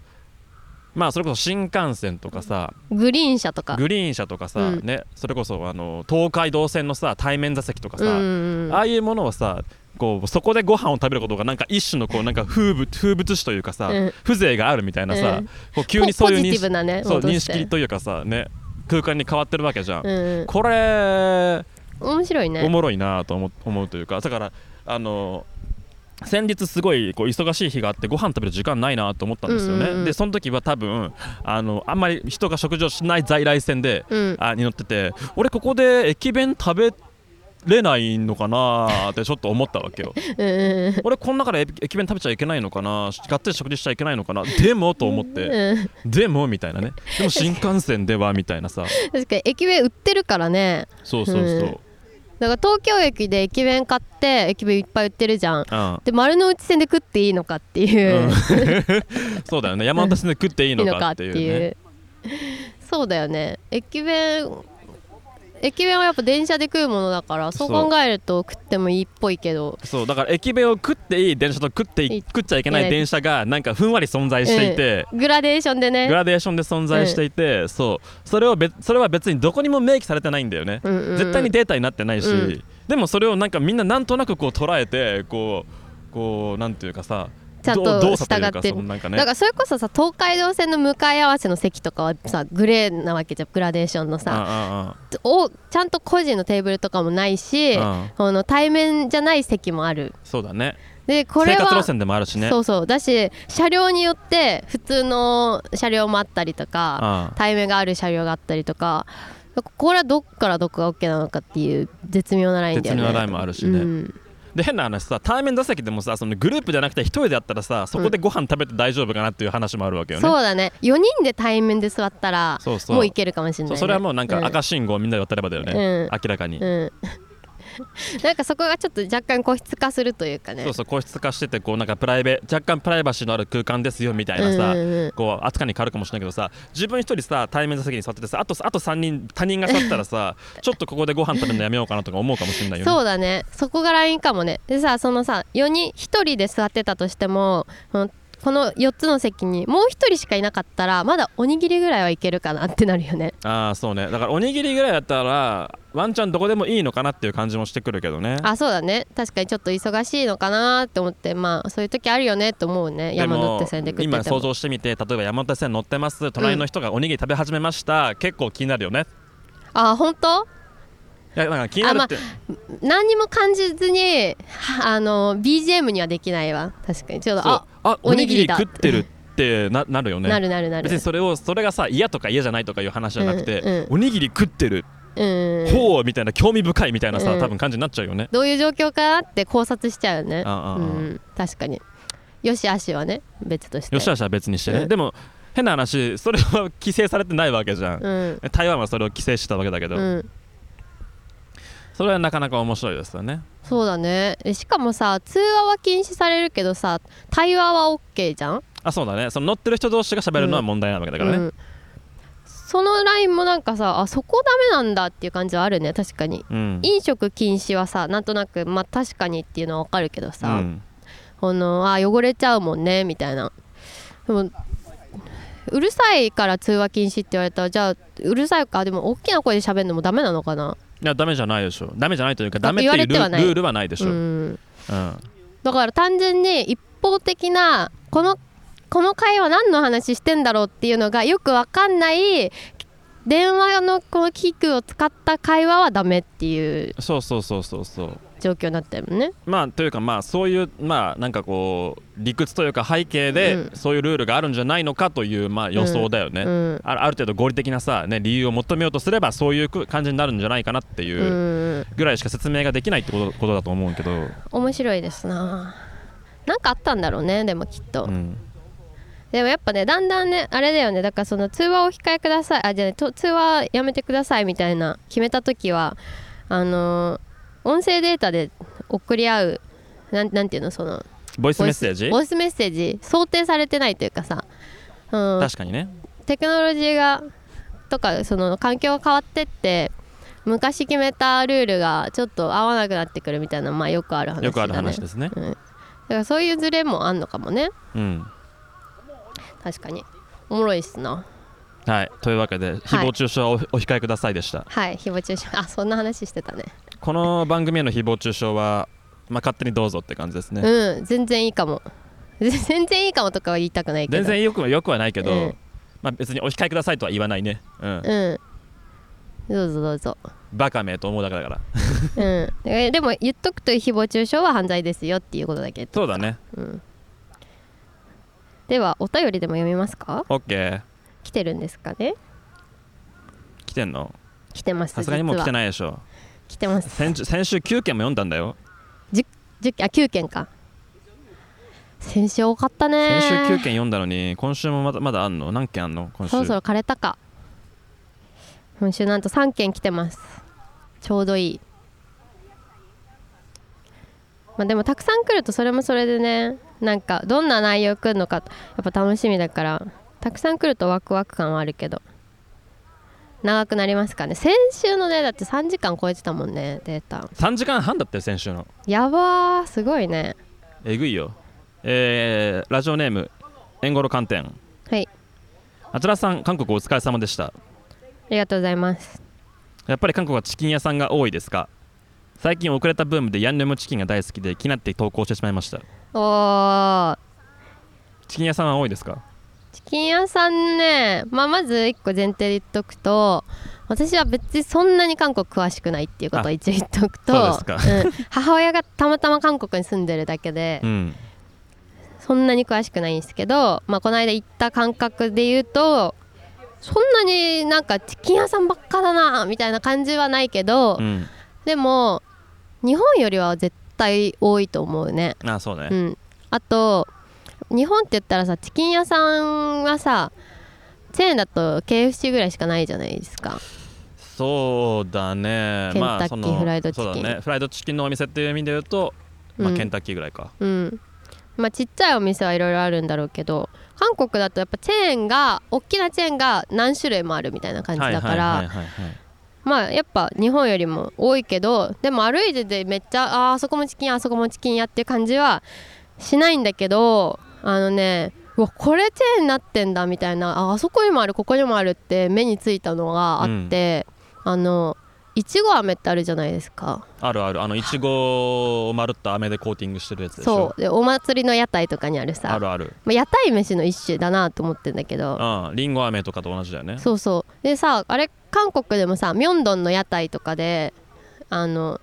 まあそれこそ新幹線とかさグリーン車とかグリーン車とかさ、うんねそれこそあの東海道線のさ対面座席とかさ、うんうんうんああいうものはさこうそこでご飯を食べることがなんか一種のこうなんか風物風物詩というかさ、うん風情があるみたいなさ、うんこう急にそういうポジ認ティブ識,、なねそう戻認して識というかさね空間に変わってるわけじゃん、うんこれうん面白いおねもろいなと思思うというかだからあの先日すごいこう忙しい日があってご飯食べる時間ないなと思ったんですよね、うんうんうんでその時は多分あのあんまり人が食事をしない在来線で、うんあに乗ってて俺ここで駅弁食べれないのかなってちょっと思ったわけ ようんうん俺この中で駅駅弁食べちゃいけないのかながっつり食事しちゃいけないのかなでもと思ってうんでもみたいなねでも新幹線ではみたいなさ確かに駅弁売ってるからねそうそうそう、うんだから東京駅で駅弁買って駅弁いっぱい売ってるじゃんうんで丸の内線で食っていいのかっていう、うん そうだよね山手線で食っていいのかっていうねそうだよね駅弁駅弁はやっぱ電車で食うものだからそうそう考えると食ってもいいっぽいけどそうだから駅弁を食っていい電車と食っていい食っちゃいけない電車がなんかふんわり存在していて、グラデーションでねグラデーションで存在していて、そうそれを別それは別にどこにも明記されてないんだよね、うんうんうん絶対にデータになってないし、うんでもそれをなんかみんななんとなくこう捉えてこうこうなんていうかさちゃんとどう動作という従かってるそのなんかねだからそれこそさ東海道線の向かい合わせの席とかはさグレーなわけじゃんグラデーションのさあおちゃんと個人のテーブルとかもないしああこの対面じゃない席もあるそうだねでこれ生は活路線でもあるしねそうそうだし車両によって普通の車両もあったりとあかあ対面がある車両があったりとかこれはどっからどこが OK なのかっていう絶妙なラインだよね絶妙なラインもあるしねうんで変な話さ対面座席でもさそのグループじゃなくて一人でやったらさそこでご飯食べて大丈夫かなっていう話もあるわけよね、そうだね4人で対面で座ったらそうそうもういけるかもしれないね、そうそれはもうなんかん赤信号みんなで渡ればだよね、うん明らかに、うん、 なんかそこがちょっと若干個室化するというかねそうそう個室化しててこうなんかプライベ若干プライバシーのある空間ですよみたいなさ、うんうんうんこう扱いに変わるかもしれないけどさ自分一人さ対面座席に座っててさあとあと3人他人が座ったら さちょっとここでご飯食べるのやめようかなとか思うかもしれないよねそうだねそこがラインかもねでさそのさ4人1人で座ってたとしてもこのこの4つの席にもう1人しかいなかったらまだおにぎりぐらいはいけるかなってなるよねああそうねだからおにぎりぐらいだったらワンちゃんどこでもいいのかなっていう感じもしてくるけどねあそうだね確かにちょっと忙しいのかなって思ってまあそういう時あるよねって思うねでも山手線で食ってても今想像してみて例えば山手線乗ってます隣の人がおにぎり食べ始めました、結構気になるよねあ本当いやなんか気になるって、何にも感じずにはあの BGM にはできないわ確かにちょっとそうああおおににぎぎりりだ食ってるってななるよねなるなるなる別にそれをそれがさ嫌とか嫌じゃないとかいう話じゃなくて、うんうんおにぎり食ってる、うんほうみたいな興味深いみたいなさ、うん多分感じになっちゃうよねどういう状況かなって考察しちゃうよね。ああああうん、確かに。よし悪しはね、別として。よしあしは別にしてね、うんでも変な話それは規制されてないわけじゃん、うん。台湾はそれを規制してたわけだけど、うん、それはなかなか面白いですよねそうだねえしかもさ通話は禁止されるけどさ対話は OK じゃんあそうだねその乗ってる人同士が喋るのは問題なわけだからね、うん、そのラインもなんかさあそこダメなんだっていう感じはあるね確かにうん飲食禁止はさなんとなくまあ確かにっていうのはわかるけどさ、うんこのあ汚れちゃうもんねみたいなでもうるさいから通話禁止って言われたらじゃあうるさいかでも大きな声で喋るのもダメなのかないやダメじゃないでしょダメじゃないというかだダっメてっていうル言われてはないルールはないでしょ、ううんんだから単純に一方的なこのこの会話何の話してんだろうっていうのがよくわかんない電話のこの器具を使った会話はダメっていうそうそうそうそうそう状況になってるもんねまあというかまあそういうまあなんかこう理屈というか背景でうそういうルールがあるんじゃないのかというまあ予想だよね、うんあある程度合理的なさ、ね、理由を求めようとすればそういうく感じになるんじゃないかなってういうんぐらいしか説明ができないってことことだと思うけど、面白いですななんかあったんだろうねでもきっと、うん、でもやっぱねだんだんねあれだよねだからその通話をお控えくださいあじゃあねと通話やめてくださいみたいな決めた時はあのー音声データで送り合うなんなんていうのそのボイスメッセージボイスメッセージ想定されてないというかさ、うん、確かにねテクノロジーがとかその環境が変わってって昔決めたルールがちょっと合わなくなってくるみたいなまあよくある話だ、ね、よくある話ですね、うん、だからそういうズレもあんのかもねうん確かにおもろいっすなはい、というわけで誹謗中傷はおお控えくださいでしたはい誹謗中傷あそんな話してたねこの番組への誹謗中傷は、まあ、勝手にどうぞって感じですね、うん全然いいかも 全然いいかもとかは言いたくないけ全ど然よくはよくはないけど、うんまあ、別にお控えくださいとは言わないね、うん、うんどうぞどうぞバカめと思うだけだからうんえでも言っとくと誹謗中傷は犯罪ですよっていうことだけそうだねではお便りでも読みますか OK 来てるんですかね来てんの来てますさすがにもう来ていないでしょ来来てます先週先週9件も読んだんだよ10件あ9件か先週多かったね先週9件読んだのに今週もまだまだあんの何件あんの今週そろそろ枯れたか今週なんと3件来てますちょうどいいまあでもたくさん来るとそれもそれでねなんかどんな内容来るのかやっぱ楽しみだからたくさん来るとワクワク感はあるけど長くなりますかね先週のねだって3時間超えてたもんねデータ3時間半だったよ先週のやばーすごいねえぐいよえー、ラジオネーム円五郎寒天はいあちらさん韓国お疲れ様でしたありがとうございますやっぱり韓国はチキン屋さんが多いですか最近遅れたブームでヤンニョムチキンが大好きで気になって投稿してしまいましたおーチキン屋さんは多いですかチキン屋さんね、まあ、まず1個前提で言っとくと私は別にそんなに韓国詳しくないっていうことをあ一応言っとくそとうでうん母親がたまたま韓国に住んでるだけで、うんそんなに詳しくないんですけど、まあ、この間行った感覚で言うとそんなになんかチキン屋さんばっかだなみたいな感じはないけど、うんでも日本よりは絶対多いと思うね。あそうねうん、あと日本って言ったらさチキン屋さんはさチェーンだと KFC ぐらいしかないじゃないですかそうだねケンタッキーまあそのフライドチキンそうだねフライドチキンのお店っていう意味で言うと、まあうんケンタッキーぐらいかうんまあちっちゃいお店はいろいろあるんだろうけど韓国だとやっぱチェーンが大きなチェーンが何種類もあるみたいな感じだから、はいはいはいはいはいまあやっぱ日本よりも多いけどでも歩いててめっちゃあーあそこもチキンあそこもチキンやっていう感じはしないんだけどあのねうわこれチェーンになってんだみたいなああそこにもあるここにもあるって目についたのがあって、あのいちご飴ってあるじゃないですかあるあるあのいちごをまるっと飴でコーティングしてるやつでしょそうでお祭りの屋台とかにあるさあるあるまあ、屋台飯の一種だなと思ってんだけどうんりんご飴とかと同じだよねそうそうでさあれ韓国でもさミョンドンの屋台とかであの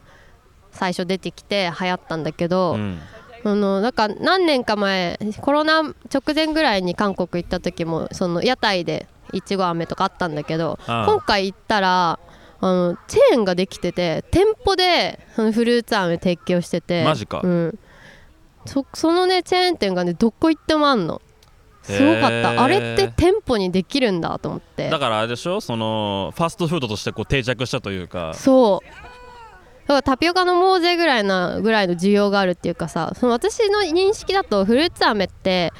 最初出てきて流行ったんだけど、ん、あのなんか何年か前コロナ直前ぐらいに韓国行った時もその屋台でいちご飴とかあったんだけどああ今回行ったらあのチェーンができてて店舗でそのフルーツ飴提供しててマジかうん、そそのねチェーン店がねどこ行ってもあんのすごかっへたーあれって店舗にできるんだと思ってだからあれでしょそのファストフードとしてこう定着したというかそうだからタピオカのモーゼぐらいなぐらいの需要があるっていうかさその私の認識だとフルーツ飴って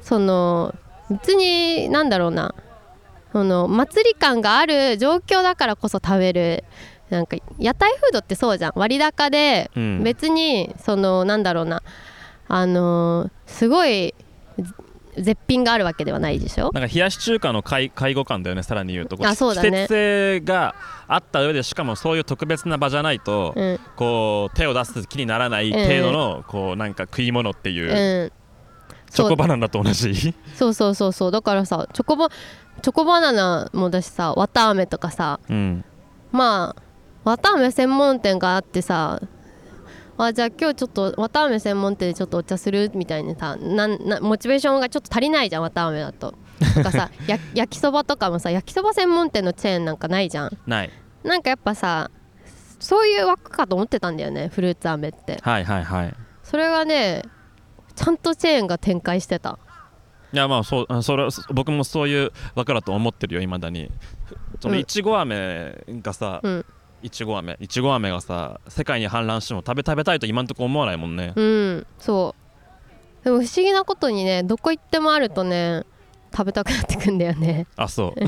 その別になんだろうなその祭り感がある状況だからこそ食べるなんか屋台フードってそうじゃん割高でうん別にそのなんだろうなあのーすごいぜ絶品があるわけではないでしょなんか冷やし中華の介介護感だよねさらに言うとこあそうだね季節性があった上でしかもそういう特別な場じゃないと、うんこう手を出す気にならない程度の、こうなんか食い物っていう、うんチそうョコバナナと同 じそうそうそうそうだからさチョコバチョコバナナもだしさわたあめとかさうんまあわたあめ専門店があってさあじゃあ今日ちょっとわたあめ専門店でちょっとお茶するみたいにさなんなモチベーションがちょっと足りないじゃんわたあめだと。とかさ や焼きそばとかもさ焼きそば専門店のチェーンなんかないじゃん。ないなんかやっぱさそういう枠かと思ってたんだよねフルーツあめって。はいはいはいそれがねちゃんとチェーンが展開してた。いやまあそうあそれそ僕もそういう枠だと思ってるよいまだにそのうんいちご飴がさうんいちご飴いちご飴がさ世界に氾濫しても食べ食べたいと今んとこ思わないもんねうんそうでも不思議なことにねどこ行ってもあるとね食べたくなってくんだよね あそう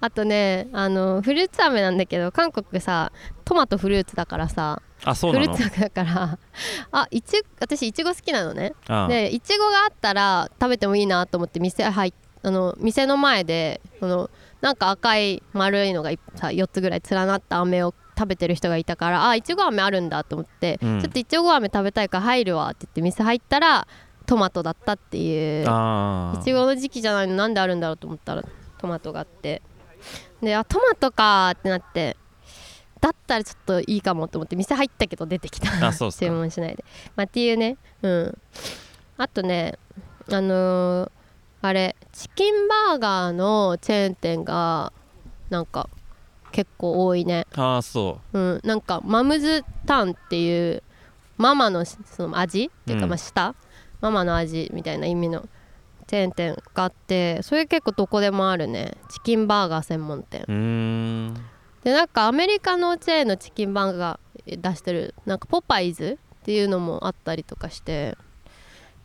あとねあのフルーツ飴なんだけど韓国さトマトフルーツだからさあそフうなルのーツ飴だからあいち私いちご好きなのねあでいちごがあったら食べてもいいなと思って店入っあの店の前でこのなんか赤い丸いのがいさ4つぐらい連なった飴を食べてる人がいたからあいちご飴あるんだと思って、うんちょっといちご飴食べたいから入るわって言って店入ったらトマトだったっていうあーいちごの時期じゃないのなんであるんだろうと思ったらトマトがあってであトマトかーってなってだったらちょっといいかもと思って店入ったけど出てきたあそうっすか注文しないで、まあ、っていうねうんあとねあのーあれチキンバーガーのチェーン店がなんか結構多いね、ああそうん、なんかマムズタンっていうママのしその味っていうかうんまあ舌、ママの味みたいな意味のチェーン店があってそれ結構どこでもあるねチキンバーガー専門店ううーんでなんかアメリカのチェーンのチキンバーガー出してるなんかポパイズっていうのもあったりとかして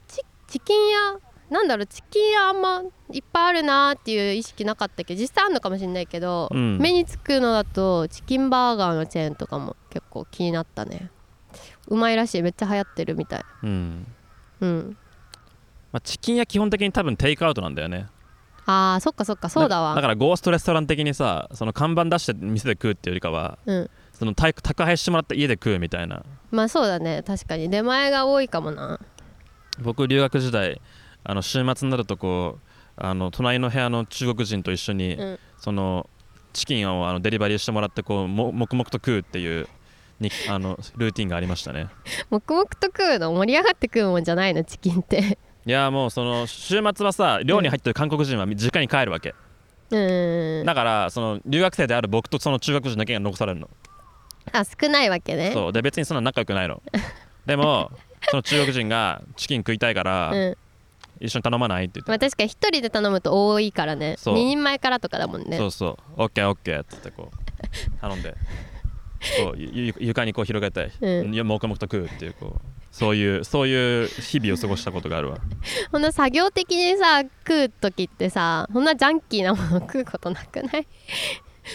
チチキン屋なんだろうチキン屋あんまいっぱいあるなーっていう意識なかったけど実際あるのかもしれないけど、うん目につくのだとチキンバーガーのチェーンとかも結構気になったねうまいらしいめっちゃ流行ってるみたいうんうんまあ、チキン屋基本的に多分テイクアウトなんだよねあーそっかそっかそうだわなだからゴーストレストラン的にさその看板出して店で食うっていうよりかはうんその宅宅配してもらって家で食うみたいなまあそうだね確かに出前が多いかもな僕留学時代あの週末になるとこうあの隣の部屋の中国人と一緒に、うんそのチキンをあのデリバリーしてもらってこうも黙々と食うっていうにあのルーティンがありましたね黙々と食うの盛り上がって食うもんじゃないのチキンっていやもうその週末はさ寮に入ってる韓国人は実家に帰るわけ、うーんだからその留学生である僕とその中学人だけが残されるのあ少ないわけねそうで別にそんな仲良くない のでもその中国人がチキン食いたいから、うん一緒に頼まないって言って、まあ、確かに一人で頼むと多いからねそう2人前からとかだもんねそうそうオッケーオッケーって言ってこう頼ん でこうゆゆ床にこう広げて、うんいや黙々と食うっていうこうそういうそういう日々を過ごしたことがあ るわほんな作業的にさ食う時ってさそんなジャンキーなもの食うことなくないい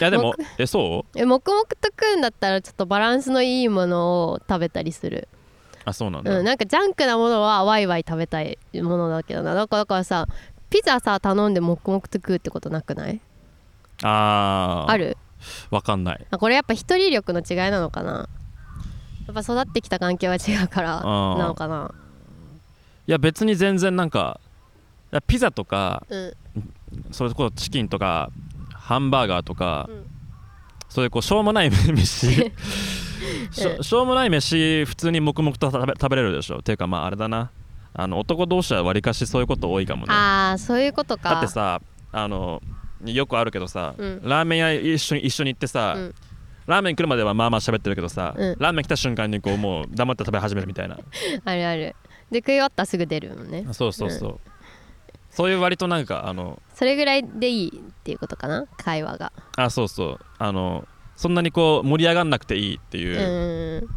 やでもえそえ黙々と食うんだったらちょっとバランスのいいものを食べたりする、うあそうなんだ、うん、なんかジャンクなものはワイワイ食べたいものだけどなだからだからさピザさ頼んで黙々と食うってことなくないあーあるわかんないあこれやっぱ一人力の違いなのかなやっぱ育ってきた環境は違うからあーなのかないや別に全然なんかいやピザとかうんそれこそチキンとかハンバーガーとか、うんそういうこうしょうもない 飯しうょしょうもない飯普通に黙々と食べ食べれるでしょっていうかまああれだなあの男同士はわりかしそういうこと多いかもねああそういうことかだってさあのよくあるけどさ、うんラーメン屋一緒に一緒に行ってさ、うんラーメン来るまではまあまあ喋ってるけどさ、うんラーメン来た瞬間にこうもう黙って食べ始めるみたいなあるあるで食い終わったらすぐ出るもんねそうそうそう、そういう割となんかあのそれぐらいでいいっていうことかな会話があそうそうあのそんなにこう盛り上がんなくていいってういう、ーん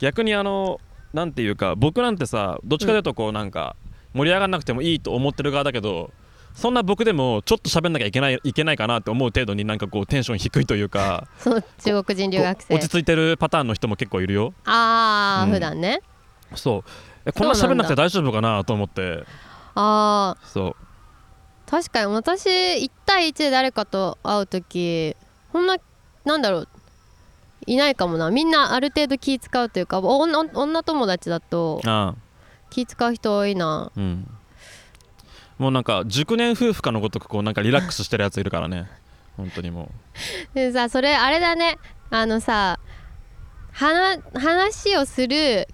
逆にあのなんていうか僕なんてさどっちかというとこうなんか盛り上がんなくてもいいと思ってる側だけどそんな僕でもちょっと喋んなきゃいけないいけないかなって思う程度になんかこうテンション低いというかその中国 人留学こう生落ち着いてるパターンの人も結構いるよああ、うん普段ねそうえこんなそうな喋んんだなくて大丈夫かなと思ってああそ確かに私1対1で誰かと会う時そんななんだろういないかもなみんなある程度気使うというかお女女友達だとうああ気使う人多いなうんもうなんか熟年夫婦かのごとくこうなんかリラックスしてるやついるからね本当にもでさそれあれだねあのさ話話をする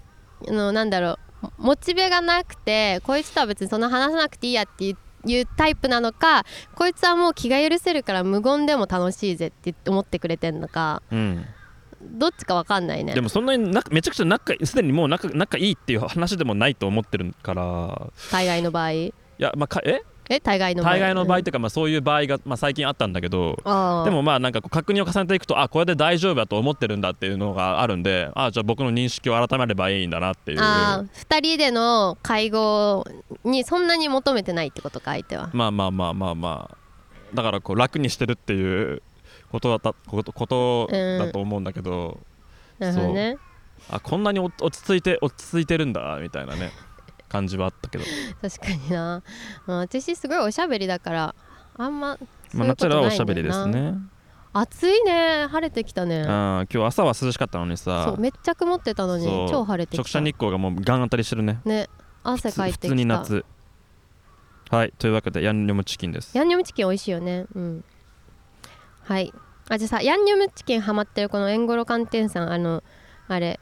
あのなんだろうモチベがなくてこいつとは別にそんな話さなくていいやっていういうタイプなのかこいつはもう気が許せるから無言でも楽しいぜって思ってくれてんのかう、うん、どっちかわかんないねでもそんなになめちゃくちゃ仲すでにもう仲仲いいっていう話でもないと思ってるから大概の場合えいやまあかえ大概の場合大概の場合うんというか、まあ、そういう場合が、まあ、最近あったんだけどああでもまあなんかこう確認を重ねていくとあこれで大丈夫だと思ってるんだっていうのがあるんであじゃあ僕の認識を改めればいいんだなっていうああ2人での会合にそんなに求めてないってことか相手はまあまあまあまあまあだからこう楽にしてるっていうことだったことことだと思うんだけど、なるほどねあこんなにお落ち着いて落ち着いてるんだみたいなね感じはあったけど確かにな、まあ、私すごいおしゃべりだからあんまそうまあいうナこチとュラなルはおいんだよなしゃべりですね暑いね晴れてきたうねん今日朝は涼しかったのにそさうめっちゃ曇ってたのにそう超晴れてきた直射日光がもうガン当たりしてるねね汗かい普て通にきた夏はいというわけでヤンニョムチキンですヤンニョムチキン美味しいよねうんはいあじゃあさヤンニョムチキンハマってるこのエンゴロ寒天さんあのあれ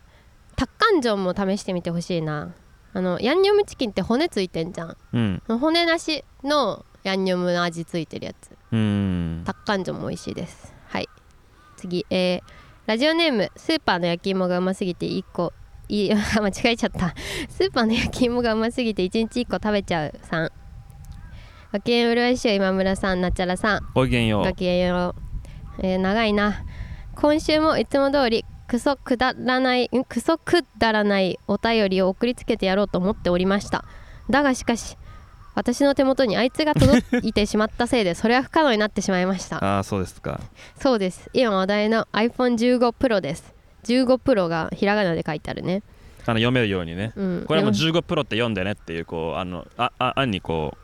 タッカンジョンも試してみてほしいなあのヤンニョムチキンって骨ついてんじゃんうん骨なしのヤンニョムの味ついてるやつうんタッカンジョンも美味しいですはい次、えーラジオネームスーパーの焼き芋がうますぎて1個い 間違えちゃったスーパーの焼き芋がうますぎて1日1個食べちゃうさんごきげんうるわいしゅう今村さんなっちゃらさんごきげんよごうきげんよう、えー長いな今週もいつも通りクソくだらないんクソくだらないお便りを送りつけてやろうと思っておりましただがしかし私の手元にあいつが届いてしまったせいでそれは不可能になってしまいましたああそうですかそうです今話題の iPhone15 Pro です15 Pro がひらがなで書いてあるねあの読めるようにねうんこれはもうでも15プロって読んでねっていうこうあのああ案にこ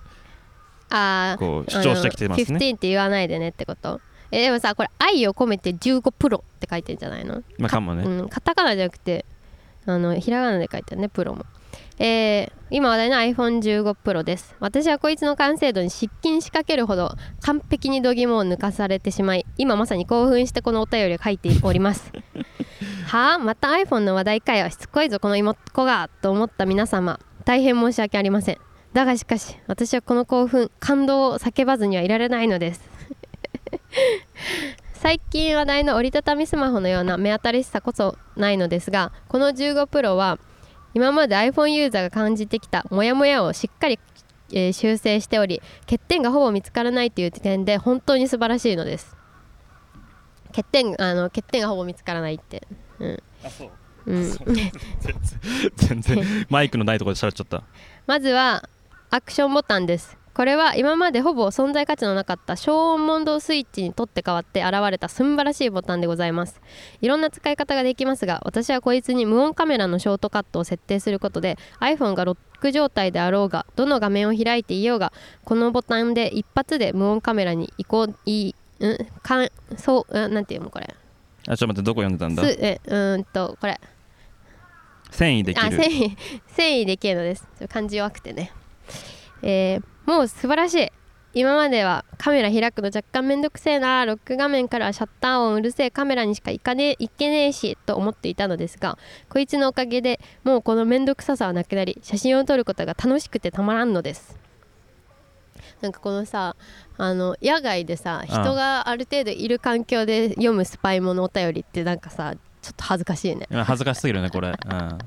あうーこう主張してきてますあのね15って言わないでねってことえでもさこれ愛を込めて15プロって書いてんじゃないのまあかもねうん、カタカナじゃなくてあのひらがなで書いてあるねプロも、えー今話題の iPhone15 プロです私はこいつの完成度に失禁しかけるほど完璧に度肝を抜かされてしまい今まさに興奮してこのお便りを書いております はあまた iPhone の話題かよしつこいぞこの妹っ子がと思った皆様大変申し訳ありませんだがしかし私はこの興奮感動を叫ばずにはいられないのです最近話題の折りたたみスマホのような目新しさこそないのですがこの15プロは今まで iPhone ユーザーが感じてきたモヤモヤをしっかり、えー修正しており欠点がほぼ見つからないという点で本当に素晴らしいのです欠点あの欠点がほぼ見つからないってうんあそう うん全然マイクのないところで喋っちゃったまずはアクションボタンですこれは今までほぼ存在価値のなかった消音問答スイッチに取って代わって現れたすんばらしいボタンでございますいろんな使い方ができますが私はこいつに無音カメラのショートカットを設定することで iPhone がロック状態であろうがどの画面を開いていようがこのボタンで一発で無音カメラに移行いうんかんそううんなんていうのこれあちょっと待ってどこ読んでたんだすえうーんとこれ遷移できある繊維繊維できるのですちょっと漢字弱くてね、えーもう素晴らしい今まではカメラ開くの若干めんどくせえなロック画面からはシャッター音うるせえカメラにしか行かねえいけねえしと思っていたのですがこいつのおかげでもうこのめんどくささはなくなり写真を撮ることが楽しくてたまらんのですなんかこのさあの野外でさああ人がある程度いる環境で読むスパイものお便りってなんかさちょっと恥ずかしいね今恥ずかしすぎるねこれ、うん、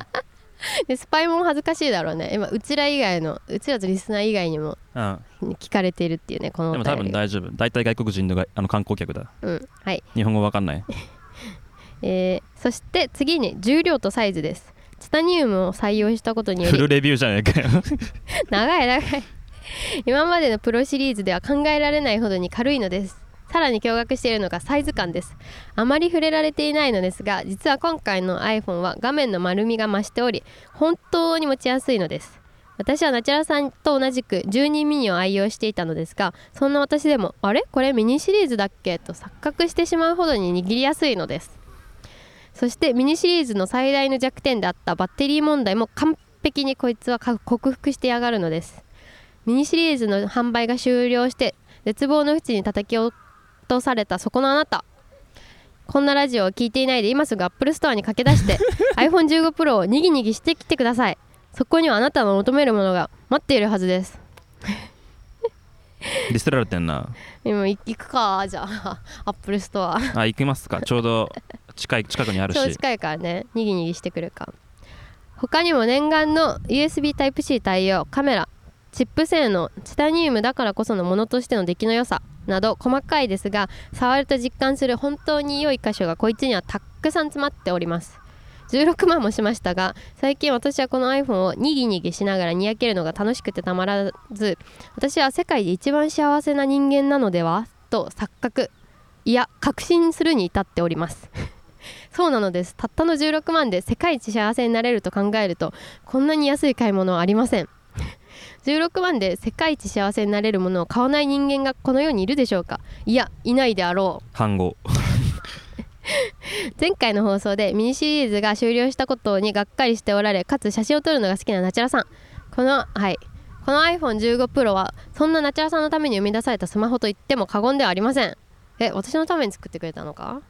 でスパイも恥ずかしいだろうね今うちら以外のうちらとリスナー以外にもうん、聞かれているっていうねこのでおも多分便り大丈夫大体外国人のがあの観光客だうんはい日本語わかんないえーそして次に重量とサイズですチタニウムを採用したことによフルりレビューじゃねえかよ 長い長い今までのプロシリーズでは考えられないほどに軽いのですさらに驚愕しているのがサイズ感ですあまり触れられていないのですが実は今回の iPhone は画面の丸みが増しており本当に持ちやすいのです私はナチュラさんと同じく12ミニを愛用していたのですがそんな私でもあれこれミニシリーズだっけと錯覚してしまうほどに握りやすいのですそしてミニシリーズの最大の弱点であったバッテリー問題も完璧にこいつは克服してやがるのですミニシリーズの販売が終了して絶望の淵に叩き落とされたそこのあなたこんなラジオを聞いていないで今すぐ Apple ストアに駆け出して iPhone15 Pro をにぎにぎしてきてくださいそこにはあなたの求めるものが待っているはずですディスられてんなでもい行くかじゃあ Apple ストアあ行きますかちょうど近い近くにあるし超近いからねにぎにぎしてくるか他にも念願の USB Type-C 対応カメラチップ性能チタニウムだからこそのものとしての出来の良さなど細かいですが触ると実感する本当に良い箇所がこいつにはたっくさん詰まっております16万もしましたが最近私はこの iPhone をにぎにぎしながらにやけるのが楽しくてたまらず私は世界で一番幸せな人間なのではと錯覚いや確信するに至っておりますそうなのですたったの16万で世界一幸せになれると考えるとこんなに安い買い物はありません 16万で世界一幸せになれるものを買わない人間がこの世にいるでしょうかいやいないであろう半語前回の放送でミニシリーズが終了したことにがっかりしておられかつ写真を撮るのが好きなナチュラさんこのはいこの iPhone15 Pro はそんなナチュラさんのために生み出されたスマホと言っても過言ではありませんえ私のために作ってくれたのか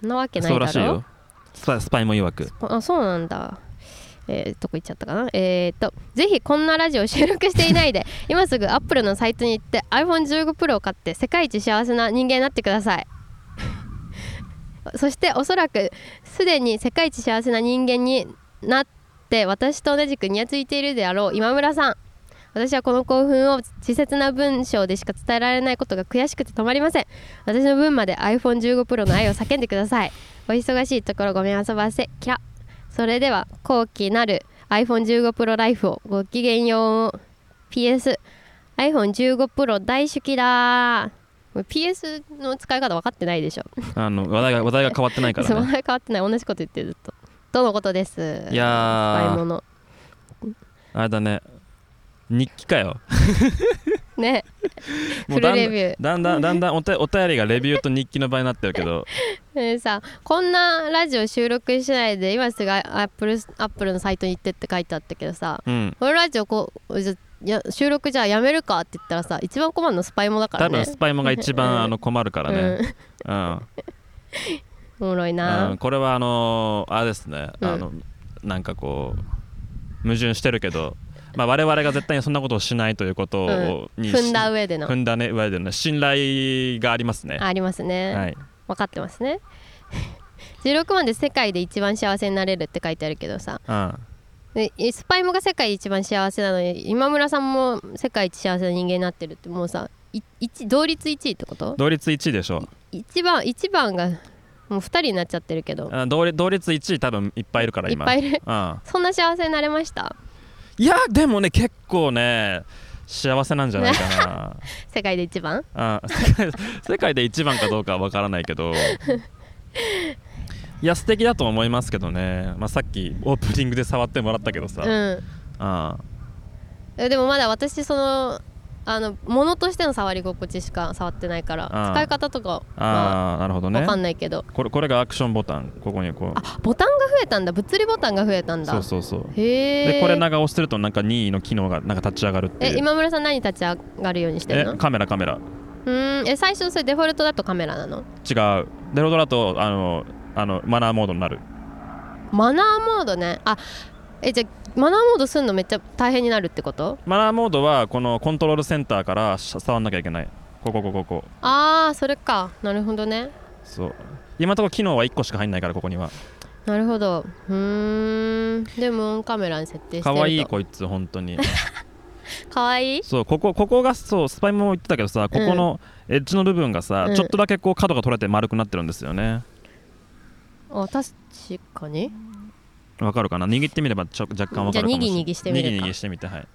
そんなわけないそだうろらしいよスパスパイも曰くあそうなんだえー、どこ行っちゃったかなえー、っとぜひこんなラジオを収録していないで 今すぐアップルのサイトに行って iPhone15 Pro を買って世界一幸せな人間になってください そしておそらくすでに世界一幸せな人間になって私と同じくにやついているであろう今村さん私はこの興奮を稚拙な文章でしか伝えられないことが悔しくて止まりません私の分まで iPhone15Pro の愛を叫んでくださいお忙しいところごめん遊ばせキラそれでは後期なる iPhone15Pro ライフをごきげんよう PSiPhone15Pro 大好きだこれ PS の使い方分かってないでしょあの話題が話題が変わってないかそらうね変わってない同じこと言ってるずっとどのことですい買いやー物あれだね日記かよねもフうだんだルレんビューだんだんだんだんおたお便りがレビューと日記の場になってるけどえーさこんなラジオ収録しないで今すぐアップルアップルのサイトに行ってって書いてあったけどさうんこのラジオこうじゃや収録じゃあやめるかって言ったらさ一番困るのスパイモだから多ね分スパイモンが一うん番あの困るからねうんうん、おもろいな、うん、これはあのーあれですね、うんあのなんかこう矛盾してるけど、まあ、我々が絶対にそんなことをしないということを、に踏んだ上での踏んだね上での信頼がありますねありますね、はい分かってますね 16番で世界で一番幸せになれるって書いてあるけどさうんでスパイモが世界で一番幸せなのに今村さんも世界一幸せな人間になってるってもうさい一同率1位ってこと同率1位でしょ一番一番がもう2人になっちゃってるけどあ同率同率1位多分いっぱいいるからいっ今ぱいいるうん、そんな幸せになれましたいやでもね結構ね幸せなんじゃないか世界で一番 な、うん、 世界世界で一番かどうかは分からないけどいや素敵だと思いますけどね、まあ、さっきオープニングで触ってもらったけどさ、うんあえでもまだ私そのあの物としての触り心地しか触ってないからあー使い方とかあああなるほどわねかんないけど、これこれがアクションボタンここにこうあボタンが増えたんだ物理ボタンが増えたんだそうそうそうへえでこれなんか押してるとなんか任意の機能がなんか立ち上がるっていうえ今村さん何立ち上がるようにしてるのえカメラカメラうーんえ最初それデフォルトだとカメラなの違うデロドラとあのあのマナーモードになるマナーモードねあえじゃあマナーモードすんのめっちゃ大変になるってことマナーモードはこのコントロールセンターからし触んなきゃいけないここここここああそれかなるほどねそう今のところ機能は1個しか入んないからここにはなるほどうーんでもオンカメラに設定してるとかわいいこいつ本当にかわいいそうここ ここがそうスパイも言ってたけどさここのエッジの部分がさ、うんちょっとだけこう角が取れて丸くなってるんですよねあ確かにわかるかな握ってみればちょ若干わかるかもしれないじゃあにぎにぎしてみるかにぎにぎしてみてはい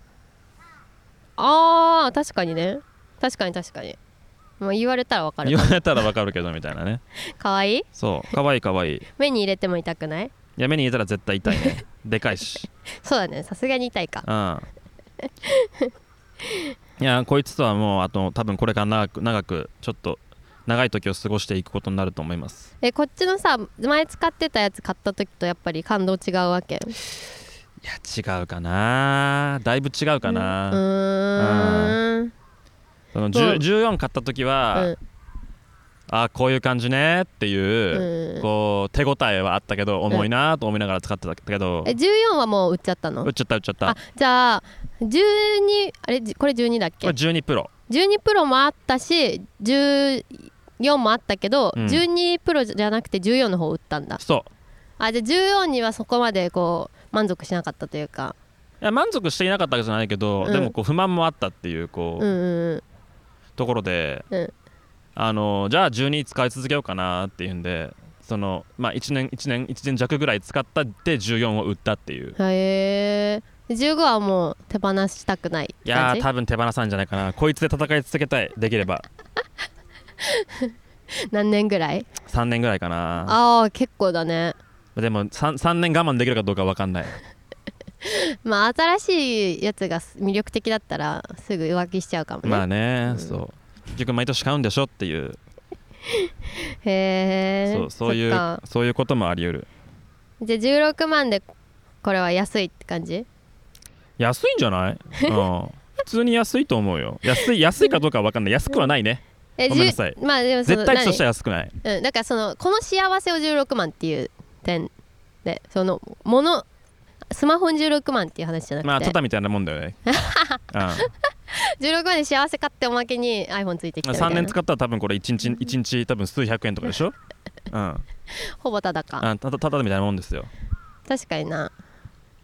あー確かにね確かに確かにもう言われたらわかる言われたらわかるけどみたいなねかわいいそうかわいいかわいい目に入れても痛くないいや目に入れたら絶対痛い ねでかいしそうだねさすがに痛いかうんいやこいつとはもうあと多分これから長く長くちょっと長い時を過ごしていくことになると思いますえこっちのさ前使ってたやつ買った時とやっぱり感動違うわけいや違うかなだいぶ違うかうな、ーんそのうん10 14買った時は、うんあこういう感じねっていう、うんこう手応えはあったけど重いなと思いながら使ってたけど、え14はもう売っちゃったの打っちゃった打っちゃったあじゃあ12あれじこれ12だっこけれ12プロ12プロもあったし14もあったけど、うん12プロじゃなくて14の方売ったんだそあじゃあ14にはそこまでこう満足しなかったというかういや満足していなかったわけじゃないけど、うんでもこう不満もあったっていうこうう、んうんところで、うんあのじゃあ12使い続けようかなっていうんでその、まあ、1年1年1年弱ぐらい使ったで14を売ったっていううんへえ15はもう手放したくないいや感ーじ多分手放さんじゃないかなこいつで戦い続けたいできれば何年ぐらい3年ぐらいかなああ結構だねでも 3, 三年我慢できるかどうか分かんないまあ新しいやつが魅力的だったらすぐ浮気しちゃうかもね、まあね、うんそう結局毎年買うんでしょっていう、へえそうそういうそういうこともあり得るじゃあ16万でこれは安いって感じ安いんじゃ ない、うん、普通に安いと思うよ安い安いかどうかは分かんない安くはないねえごめんなさい10まあでもその絶対値として何は安くないうん、だからそのこの幸せを16万っていう点でそのものスマホ16万っていう話じゃなくて、まあただみたいなもんだ よね、うん16万で幸せ買っておまけに iPhone ついてきたみたいな3年使ったら多分これ1日 ,1 日多分数百円とかでしょうんほぼただかあただただみたいなもんですよ、確かにな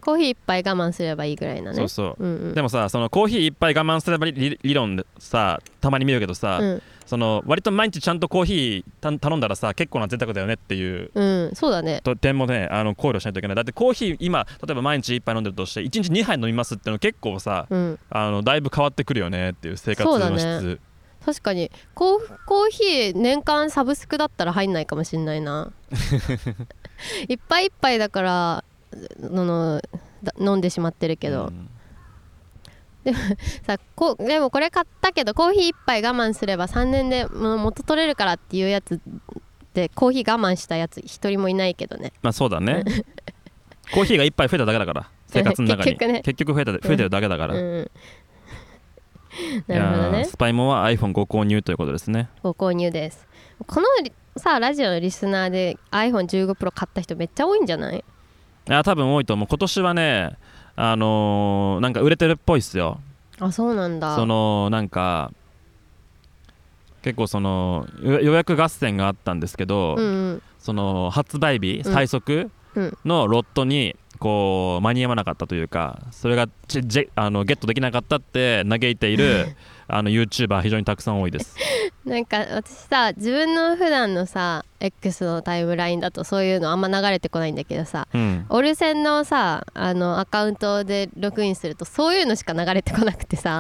コーヒー一杯我慢すればいいぐらいなねそうそう、うんうんでもさそのコーヒーいっぱい我慢すれば理理論でさたまに見るけどさ、うんその割と毎日ちゃんとコーヒーた頼んだらさ結構な贅沢だよねっていううん、そうだねと点もねあの考慮しないといけないだってコーヒー今例えば毎日一杯飲んでるとして1日2杯飲みますっての結構さうんあのだいぶ変わってくるよねっていう生活そうだのね質確かにコーコーヒー年間サブスクだったら入んないかもしんな いないっぱいいっぱいだからそのだ飲んでしまってるけうど、んさこでもこれ買ったけどコーヒー一杯我慢すれば3年でもう元取れるからっていうやつでコーヒー我慢したやつ一人もいないけどねまあそうだねコーヒーが一杯増えただけだ から生活の中に結局増ねえた増えてるだけだかうら、んいなるほどやーねスパイモは iPhone ご購入ということですねご購入ですこのりさラジオのリスナーで iPhone15Pro 買った人めっちゃ多いんじゃないあ多分多いと思う今年はねあのーなんか売れてるっぽいっすよあそうなんだそのなんか結構そのよ予約合戦があったんですけど、うんうんその発売日うん最速うんのロットにこう間に合わなかったというかそれがちじあのゲットできなかったって嘆いているあの YouTuber 非常にたくさん多いですなんか私さ自分の普段のさ X のタイムラインだとそういうのあんま流れてこないんだけどさうんオルセンのさあのアカウントでログインするとそういうのしか流れてこなくてさ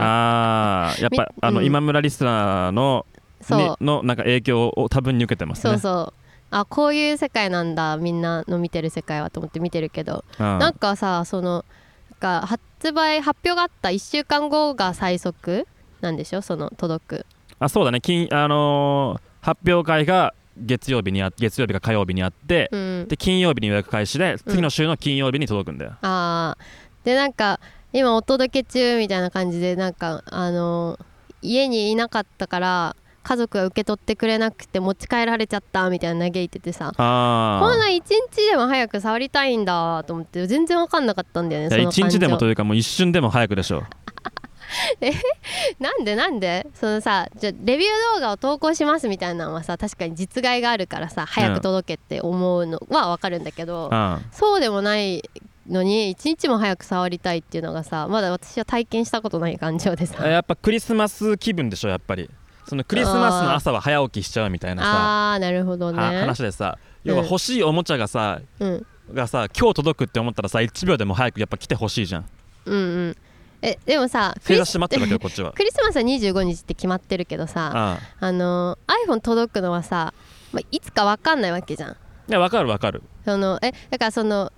あーやっぱみあのうん今村リスナーのそうにのなんか影響を多分に受けてますねそうそうあこういう世界なんだみんなの見てる世界はと思って見てるけどうんなんかさそのなんか発売発表があった1週間後が最速なんでしょその届くあそうだね金、あのー発表会が月曜日にあ月曜日か火曜日にあって、うんで金曜日に予約開始で次の週の金曜日に届くんだよ、あーでなんか今お届け中みたいな感じでなんかあの家にいなかったから家族が受け取ってくれなくて持ち帰られちゃったみたいな嘆いててさあこんあな一日でも早く触りたいんだと思って全然わかんなかったんだよねその一感日情でもというかもう一瞬でも早くでしょなんでなんでそのさじゃレビュー動画を投稿しますみたいなのはさ確かに実害があるからさ早く届けって思うのはわかるんだけど、うんそうでもないのに一日も早く触りたいっていうのがさまだ私は体験したことない感情でさあやっぱクリスマス気分でしょやっぱりそのクリスマスの朝は早起きしちゃうみたいなさあーなるほどねは話でさうん要は欲しいおもちゃがさ、うん、うんがさ今日届くって思ったらさ1秒でも早くやっぱ来てほしいじゃんうんえでもさク正リ座スして待ってるわけよこっちは クリスマスは25日って決まってるけどさああの iPhone 届くのはさ、まあ、いつかわかんないわけじゃんいやわかるわかるそのえだからその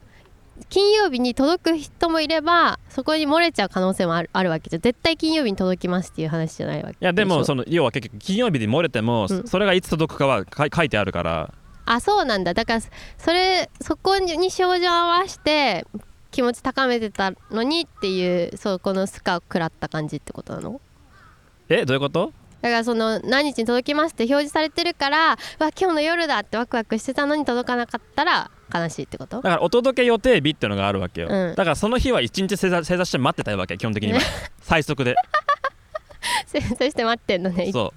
金曜日に届く人もいればそこに漏れちゃう可能性もあるあるわけじゃん絶対金曜日に届きますっていう話じゃないわけいやでもしょその要は結局金曜日に漏れても、うんそれがいつ届くかはか書いてあるからあそうなんだだからそれそこに照準合わせて気持ち高めてたのにっていうそこのスカを食らった感じってことなのえどういうことだからその何日に届きますって表示されてるからわ今日の夜だってワクワクしてたのに届かなかったら悲しいってことだからお届け予定日っていうのがあるわけよ、うんだからその日は一日正座正座して待ってたいわけ基本的には最速で そして待ってんのねそ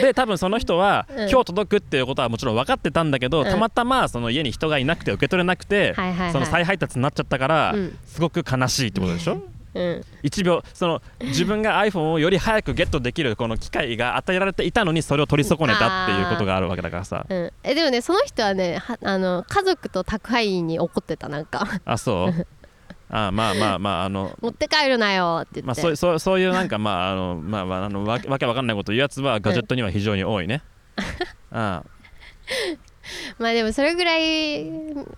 うで多分その人は、うん今日届くっていうことはもちろん分かってたんだけど、うんたまたまその家に人がいなくて受け取れなくて、はいはいはいその再配達になっちゃったから、うんすごく悲しいってことでしょうん1秒その自分が iPhone をより早くゲットできるこの機会が与えられていたのにそれを取り損ねたっていうことがあるわけだから さうん、えでもねその人はねはあの家族と宅配員に怒ってたなんか あそうあまあまあまああの持って帰るなよって言って、まあそうそうそういうなんかまああのまあまああのわけわけわかんないこと言うやつはガジェットには非常に多い ね。あまあでもそれぐらい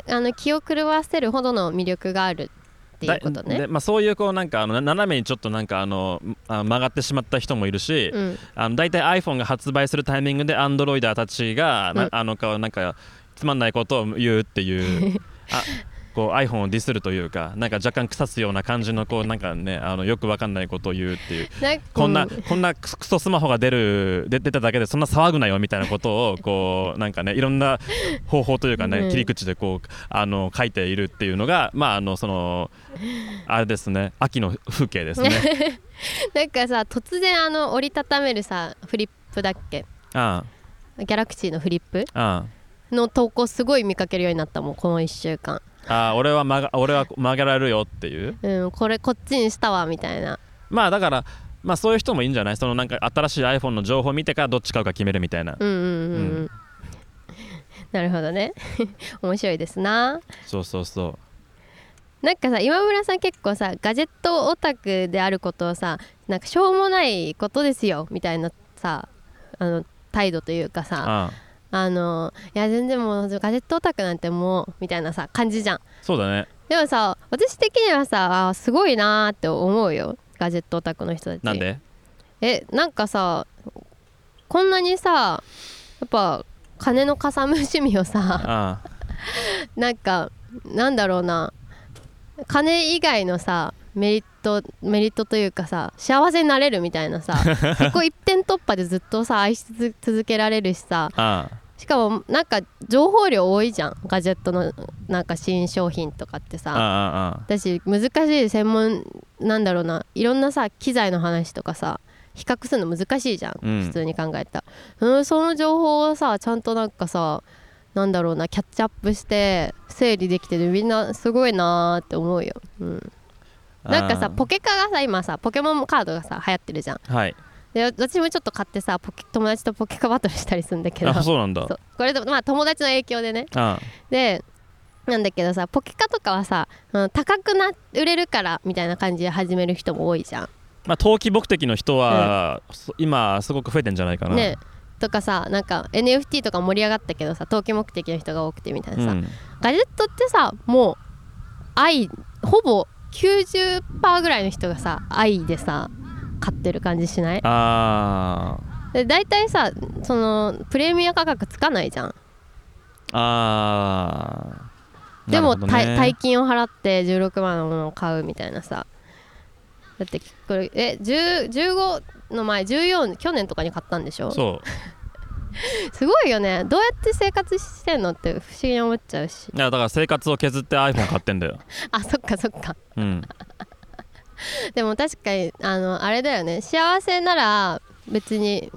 あの気を狂わせるほどの魅力があるっていうことね。でまあそういうこうなんかあのな斜めにちょっとなんかあのあ曲がってしまった人もいるし、うん、あの大体 iPhone が発売するタイミングでアンドロイダーたちがな、うんあのかなんかつまんないことを言うっていう あこう iPhone をディスるというかなんか若干腐すような感じのこうなんかねあのよくわかんないことを言うっていうなんか こんな、うこんなクソクソスマホが出るで出ただけでそんな騒ぐなよみたいなことをこうなんかねいろんな方法というかね、うん切り口でこうあの書いているっていうのがまああのそのあれですね秋の風景ですね。なんかさ突然あの折りたためるさフリップだっけあギャラクシーのフリップああの投稿すごい見かけるようになったもんこの1週間、あー俺は曲が俺は曲げられるよっていううん、これこっちにしたわみたいなまあだからまあそういう人もいいんじゃないそのなんか新しい iPhone の情報を見てからどっち買うか決めるみたいなうんうんうん、う、うん なるほどね 面白いですなそうそうそなんかさ今村さん結構さガジェットオタクであることをさなんかしょうもないことですよみたいなさあの態度というかうさああのいや全然もうガジェットオタクなんてもうみたいなさ感じじゃんそうだねでもさ私的にはさあーすごいなーって思うよガジェットオタクの人たちなんでえなんかさこんなにさやっぱ金のかさむ趣味をさあなんかなんだろうな金以外のさメリットメリットというかさ幸せになれるみたいなさそこ一点突破でずっとさ愛し続続けられるしさああしかもなんか情報量多いじゃんガジェットのなんか新商品とかってあさああ私難しい専門なんだろうないろんなさ機材の話とかさ比較するの難しいじゃん、うん普通に考えたらうんその情報をさちゃんとなんかさなんだろうなキャッチアップして整理できててみんなすごいなーって思うよ、うん、あなんかあさあポケカがさ今さポケモンカードがさ流行ってるじゃんはいで私もちょっと買ってさポケ友達とポケカバトルしたりするんだけどあそうなんだそうこれでまあ友達の影響でねあでなんだけどさポケカとかはさ、うん、高くな売れるからみたいな感じで始める人も多いじゃまあ投機目的の人は、そ今すごく増えてんじゃないかん。なねとかさなんか NFT とか盛り上がったけどさ投機目的の人が多くてみたいなうさ、ん、ガジェットってさもう愛ほぼ90%ぐらいの人がさ愛でさ買ってる感じしないあで大体さそのプレミア価格つかないじゃんあああでも、なるほどたねい大金を払って16万のものを買うみたいなさだってこれえ10 15の前14去年とかに買ったんでしょそうすごいよねどうやって生活してんのって不思議に思っちゃうしいやだから生活を削って iPhone 買ってんだよ、あそっかそっかうん、でも確かにあのあれだよね幸せなら別に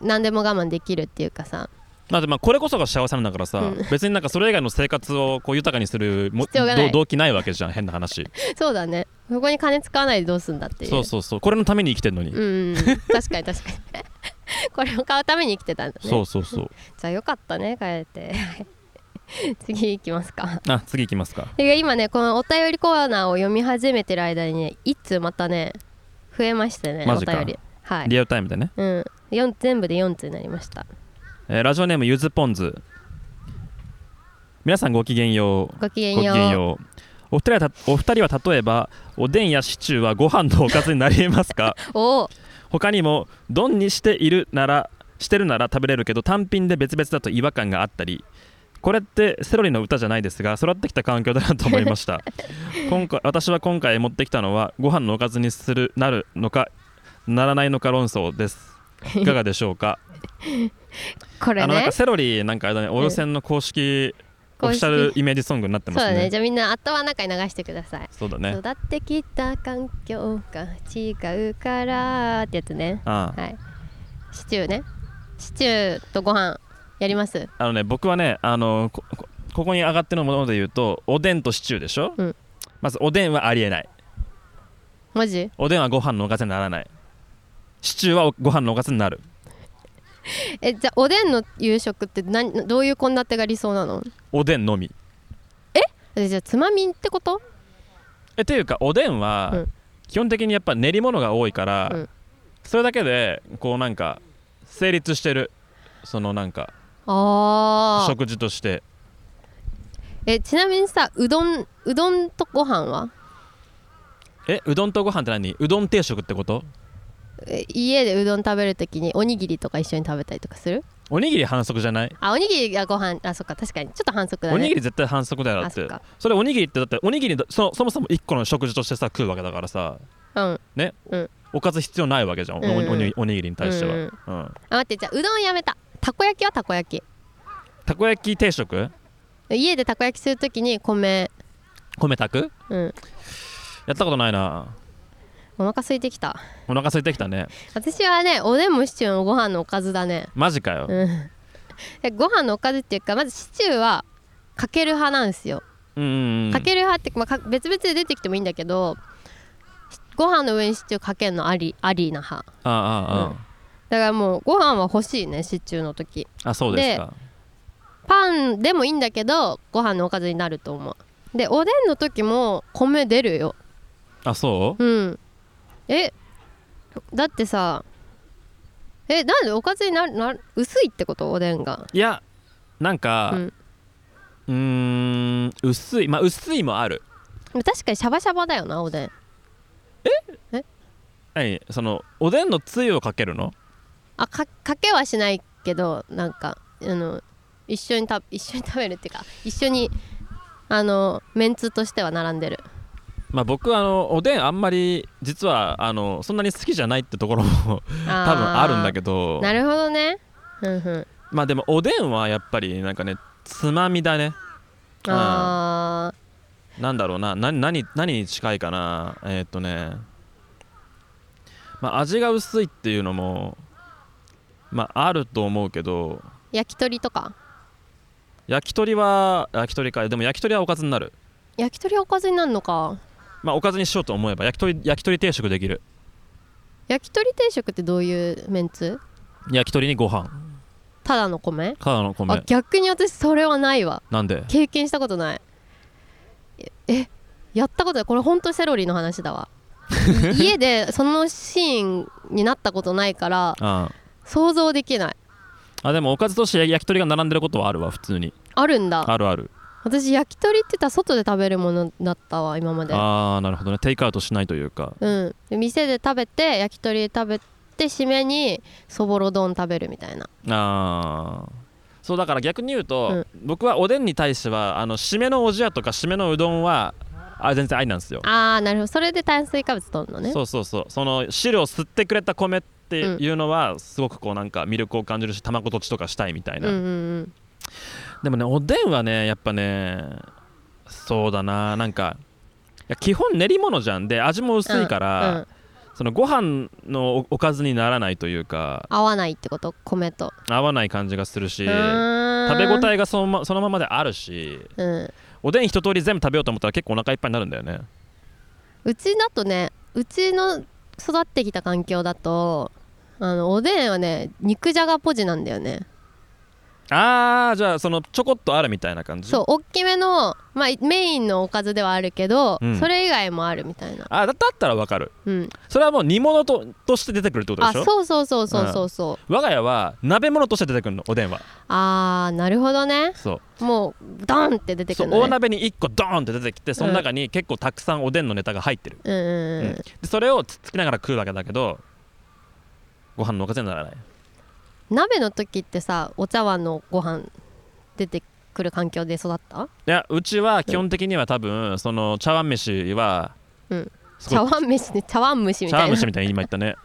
何でも我慢できるっていうかさだってまあこれこそが幸せなんだからさ、うん別になんかそれ以外の生活をこう豊かにするも必要がないど動機ないわけじゃん変な話そうだねそこに金使わないでどうすんだっていうそうそうそうこれのために生きてんのに、うん確かに確かに これを買うために生きてたんだねそうそうそうじゃあよかったね帰れて 次行きますかあ次行きますかで今ねこのお便りコーナーを読み始めてる間にね一通またね増えましたねマジかお便りはい、リアルタイムでね、うん、よん全部で4通になりましたえーラジオネームゆずポンズ皆さんごきげんようごきげんごきようげんようお二人はたお二人は例えばおでんやシチューはご飯のおかずになりえます かおお他にも丼にしているならしてるなら食べれるけど単品で別々だと違和感があったりこれってセロリの歌じゃないですが育ってきた環境だなと思いま した今回私は今回持ってきたのはご飯のおかずにするなるのかならないのか論争ですいかがでしょう かこれあのなんねかセロリなんかあれだねオイル線の公式オフィシャルイメージソングになってそうますだねねじゃあみんな頭の中に流してくださいそうだね育ってきた環境が違うからってやつねああはいシチューねシチューとご飯やりますあのね僕はねあのここここに上がってるもので言うとおでんとシチューでしょ、うんまずおでんはありえないマジおでんはご飯のおかずにならないシチューはおご飯のおかずになるえじゃあおでんの夕食って何どういう献立が理想なのおでんのみえじゃあつまみってことえというかおでんは、うん基本的にやっぱ練り物が多いから、うんそれだけでこうなんか成立してるそのなんかああ食事としてえちなみにさうどんうどんとご飯はえうどんとご飯って何うどん定食ってことえ家でうどん食べるときにおにぎりとか一緒に食べたりとかするおにぎり反則じゃないあおにぎりがご飯あそっか確かにちょっと反則だねおにぎり絶対反則だよだあっそってかそれおにぎりってだっておにぎりだそそもそも1個の食事としてさ食うわけだからさうんね、うんおかず必要ないわけじゃん、おうんうんおにおにぎりに対しては、うんうんあ待ってじゃあうどんやめたたこ焼きはたこ焼きたこ焼き定食家でたこ焼きするときに米米炊くうんやったことないなお腹空いてきたお腹空いてきたね私はねおでんもシチューもご飯のおかずだねマジかよ、うんでご飯のおかずっていうかまずシチューはかける派なんですよ、うんうんうんかける派って、まあ、か別々で出てきてもいいんだけどしご飯の上にシチューかけるのありありな派ああああ、うんだからもうご飯は欲しいねシチューの時あそうですかパンでもいいんだけどご飯のおかずになると思うでおでんの時も米出るよあそううんえだってさえなんでおかずになるなる薄いってことおでんがいやなんかううんーん薄いまあ薄いもある確かにシャバシャバだよなおでん何そのおでんのつゆをかけるのあかかけはしないけどなんかあの一緒にた一緒に食べるっていうか一緒にあのメンツとしては並んでるまあ僕はあのおでんあんまり実はあのそんなに好きじゃないってところも多分あるんだけどどなるほどねうんうんまあでもおでんはやっぱりなんかねつまみだねあーなんだろうなな何何に近いかなえーっとねまあ味が薄いっていうのもまああると思うけど焼き鳥とか焼き鳥は焼き鳥かでも焼き鳥はおかずになる焼き鳥おかずになるのかまあおかずにしようと思えば焼き鳥焼き鳥定食できる焼き鳥定食ってどういうメンツ焼き鳥にご飯ただの米からの米あ逆に私それはないわなんで経験したことないええやったことないこれほんとセロリの話だわ 家でそのシーンになったことないからあ想像できないあでもおかずとして焼き鳥が並んでることはあるわ普通にあるんだあるある私焼き鳥って言ったら外で食べるものだったわ今までああなるほどねテイクアウトしないというかうんで店で食べて焼き鳥食べて締めにそぼろ丼食べるみたいなああそうだから逆に言うと、うん僕はおでんに対してはあの締めのおじやとか締めのうどんはあ全然愛なんですよ、あーなるほどそれで炭水化物とるのねそうそうそうその汁を吸ってくれた米っていうのは、すごくこうなんか魅力を感じるし卵とちとかしたいみたいな、うんうんでもねおでんはねやっぱねそうだななんかいや基本練り物じゃんで味も薄いかうん、ら、うん、そのご飯のおおかずにならないというか合わないってこと米と、合わない感じがするしうーん食べ応えがその,、ま、そのままであるしうん、おでん一通り全部食べようと思ったら結構お腹いっぱいになるんだよねうちだとねうちの育ってきた環境だとあのおでんはね肉じゃがポジなんだよねあーじゃあそのちょこっとあるみたいな感じそう大きめの、まあ、メインのおかずではあるけど、うんそれ以外もあるみたいな、あだだったらわかるうん、それはもう煮物ととして出てくるってことであしょそうそうそうそうそうそう、我が家は鍋物として出てくるのおでんはあーなるほどねそうもうドンって出てくそうるの大ね鍋に1個ドーンって出てきてその中に結構たくさんおでんのネタが入ってる、うんうん、ううんんでそれをつっつきながら食うわけだけどご飯のおかずにならない鍋の時ってさお茶碗のご飯出てくる環境で育ったいやうちは基本的には多分その茶碗飯は、うんすごい茶碗飯ね茶碗蒸しみ茶たい碗な飯みたいに今言った ね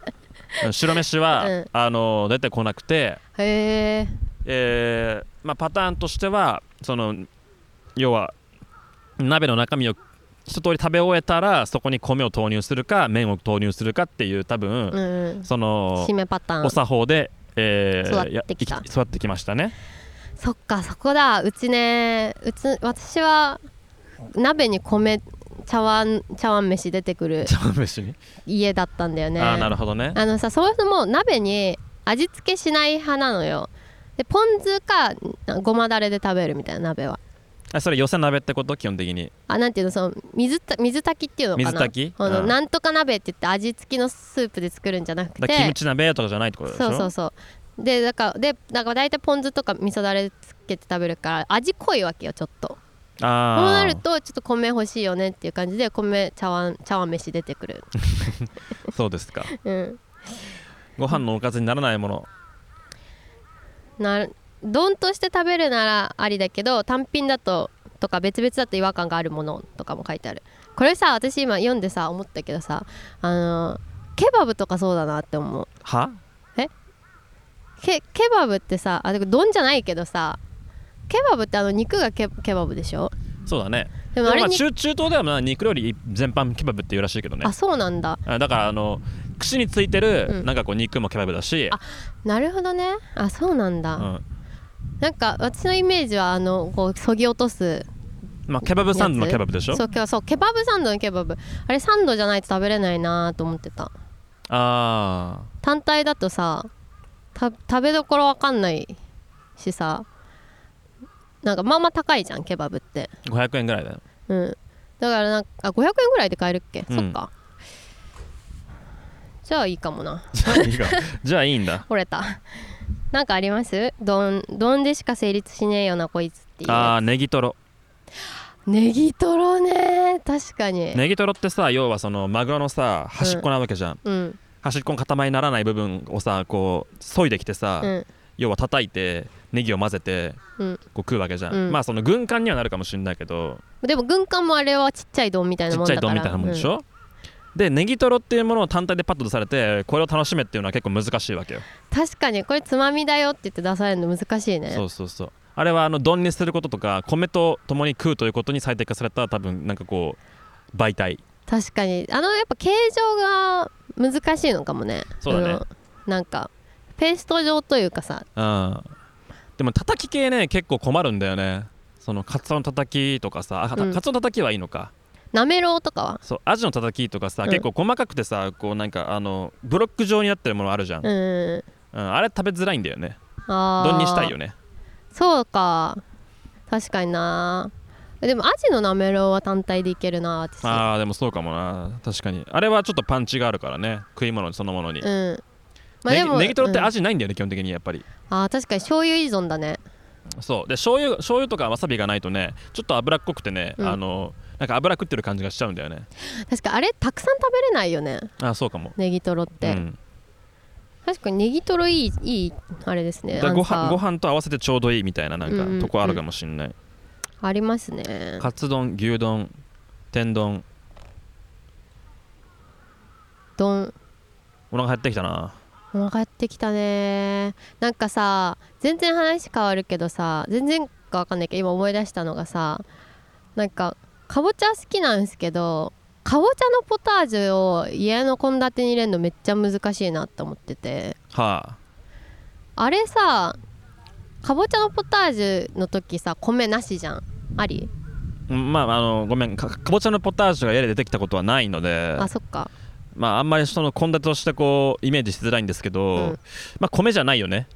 うん白飯は、うんあの出てこなくて、へええーまあ、パターンとしてはその要は鍋の中身を一通り食べ終えたらそこに米を投入するか麺を投入するかっていう多分、うんうんその締めパターンお作法で、えー育ってきたや育ってきました ねそっかそこだうちねうち私は鍋に米茶碗茶碗飯出て くる茶碗飯に、家だったんだよねああなるほどねあのさそもそも鍋に味付けしない派なのよでポン酢かごまだれで食べるみたいな鍋はあそれ寄せ鍋ってこと基本的にあなんていうのその水た水炊きっていうのかな水炊きあのうんなんとか鍋って言って味付きのスープで作るんじゃなくだからキムてチ鍋とかじゃないってことでしょそうそうそうでだからでだから大体ポン酢とか味噌だれつけて食べるから味濃いわけよちょっとあこうーなるとちょっと米欲しいよねっていう感じで米茶碗茶碗飯出てくる、そうですかうん、ご飯のおかずにならないものな丼として食べるならありだけど単品だととか別々だと違和感があるものとかも書いてあるこれさ私今読んでさ思ったけどさあのケバブとかそうだなって思うはケケバブってさあでも丼じゃないけどさケバブってあの肉がケケバブでしょそうだねでもあでれもまあに中中東ではまあ肉料理全般ケバブっていうらしいけどねあそうなんだあだからあの串についてうるんなんかこう肉もケバブだし、なるほどねあそうなんだ、うんなんか私のイメージはあのこうそぎ落とすまあ、ケバブサンドのケバブでしょそうけそうケバブサンドのケバブあれサンドじゃないと食べれないなと思ってたあ単体だとさた食べどころわかんないしさなんかまあまあ高いじゃんケバブってあ500円ぐらいだようんだからなんかあ500円ぐらいで買えるっけ、うんそっかじゃあいいかもなじゃあいいかじゃあいいんだ折れた なんかありますどんどんでしか成立しねえよなこいつっていうあーネギトロネギトロね確かに、ネギトロってさ要はそのマグロのさ端っこなわけじゃん、うん端っこの塊にならない部分をさこう削いできてさ、うん要は叩いてネギを混ぜてうんこう食うわけじゃん、うんまあその軍艦にはなるかもしれないけどでも軍艦もあれはちっちゃい丼みたいちなっもんちゃだいか丼らみたいなもんでしょ、でネギトロっていうものを単体でパッと出されてこれを楽しめっていうのは結構難しいわけよ、うん確かにこれつまみだよって言って出されるの難しいねそうそうそうあれはあの丼にすることとか米と共に食うということに最適化された多分なんかこう媒体確かにあのやっぱ形状が難しいのかもねそうだねあのなんかペースト状というかさうんでも叩き系ね結構困るんだよねそのカツオのたたきとかさあカツオうんのたたきはいいのか、なめろうとかはそうアジのたたきとかさ、うん結構細かくてさこうなんかあのブロック状になってるものあるじゃん、ううんんあれ食べづらいんだよねあー丼にしたいよねそうか確かになでもアジのなめろうは単体でいけるな私あーでもそうかもな確かにあれはちょっとパンチがあるからね食い物そのものに、うんネギネギトロってうん味ないんだよね、基本的にやっぱりあー確かに醤油依存だねそうで醤油醤油とかわさびがないとねちょっと脂っこくてね、うんあのなんか脂食ってる感じがしちゃうんだよね確かあれたくさん食べれないよねあそうかもネギトロって、うん、確かにネギトロいいいいあれですねだからごアンサ飯ーご飯と合わせてちょうどいいみたいななんうんうんうんかとこあるかもしんない、ありますねカツ丼牛丼天丼丼お腹減ってきたなお腹減ってきたねなんかさ全然話変わるけどさ全然かわかんないけど今思い出したのがさなんかかぼちゃ好きなんですけどかぼちゃのポタージュを家の献立に入れるのめっちゃ難しいなって思っててはあれさかぼちゃのポタージュの時さ米なしじゃんありあうんまああのごめんかかぼちゃのポタージュが家で出てきたことはないのであそっかまああんまりその献立としてこうイメージしづらいんですけど、うんまあ米じゃないよね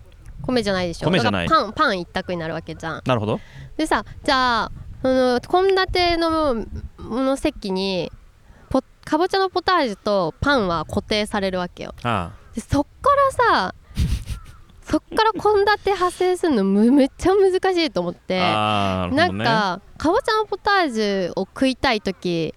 米じゃないでしょ米じゃないだからパンパン一択になるわけじゃんなるほどでさじゃあその献立のもの席にポかぼちゃのポタージュとパンは固定されるわけよあでそっから さそっから献立派生するのむめっちゃ難しいと思っあてああなるなほんどねかかぼちゃのポタージュを食いたい時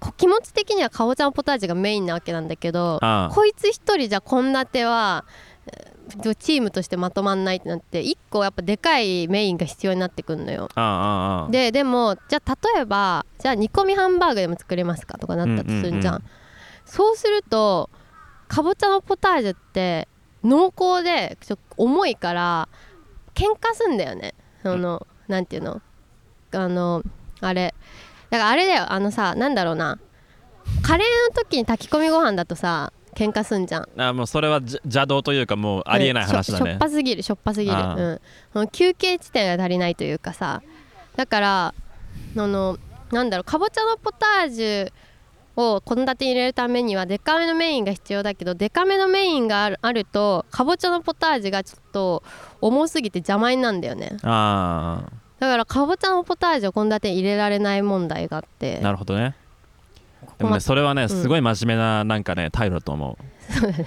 こ気持ち的にはかぼちゃのポタージュがメインなわけなんだけどあこいつ一人じゃ献立はえーチームとしてまとまんないってなって一個やっぱでかいメインが必要になってくるのよあああああででもじゃあ例えばじゃあ煮込みハンバーグでも作れますかとかなったとするじゃん,、うんうんうんそうするとかぼちゃのポタージュって濃厚でちょっと重いから喧嘩すんだよねその、なんていうのあのあれだからあれだよあのさなんだろうなカレーの時に炊き込みご飯だとさ喧嘩すんじゃんあもうそれはじゃ邪道というかもうありえない話だうんしょしょねっぱすぎるしょっぱすぎる、うああん、その休憩地点が足りないというかさだからあのなんだろうかぼちゃのポタージュを献立に入れるためにはデカめのメインが必要だけどデカめのメインがあるあるとかぼちゃのポタージュがちょっと重すぎて邪魔になるんだよねあだからかぼちゃのポタージュを献立に入れられない問題があっあてなるほどねでこもまねそれはね、んすごい真面目ななんかね態度だと思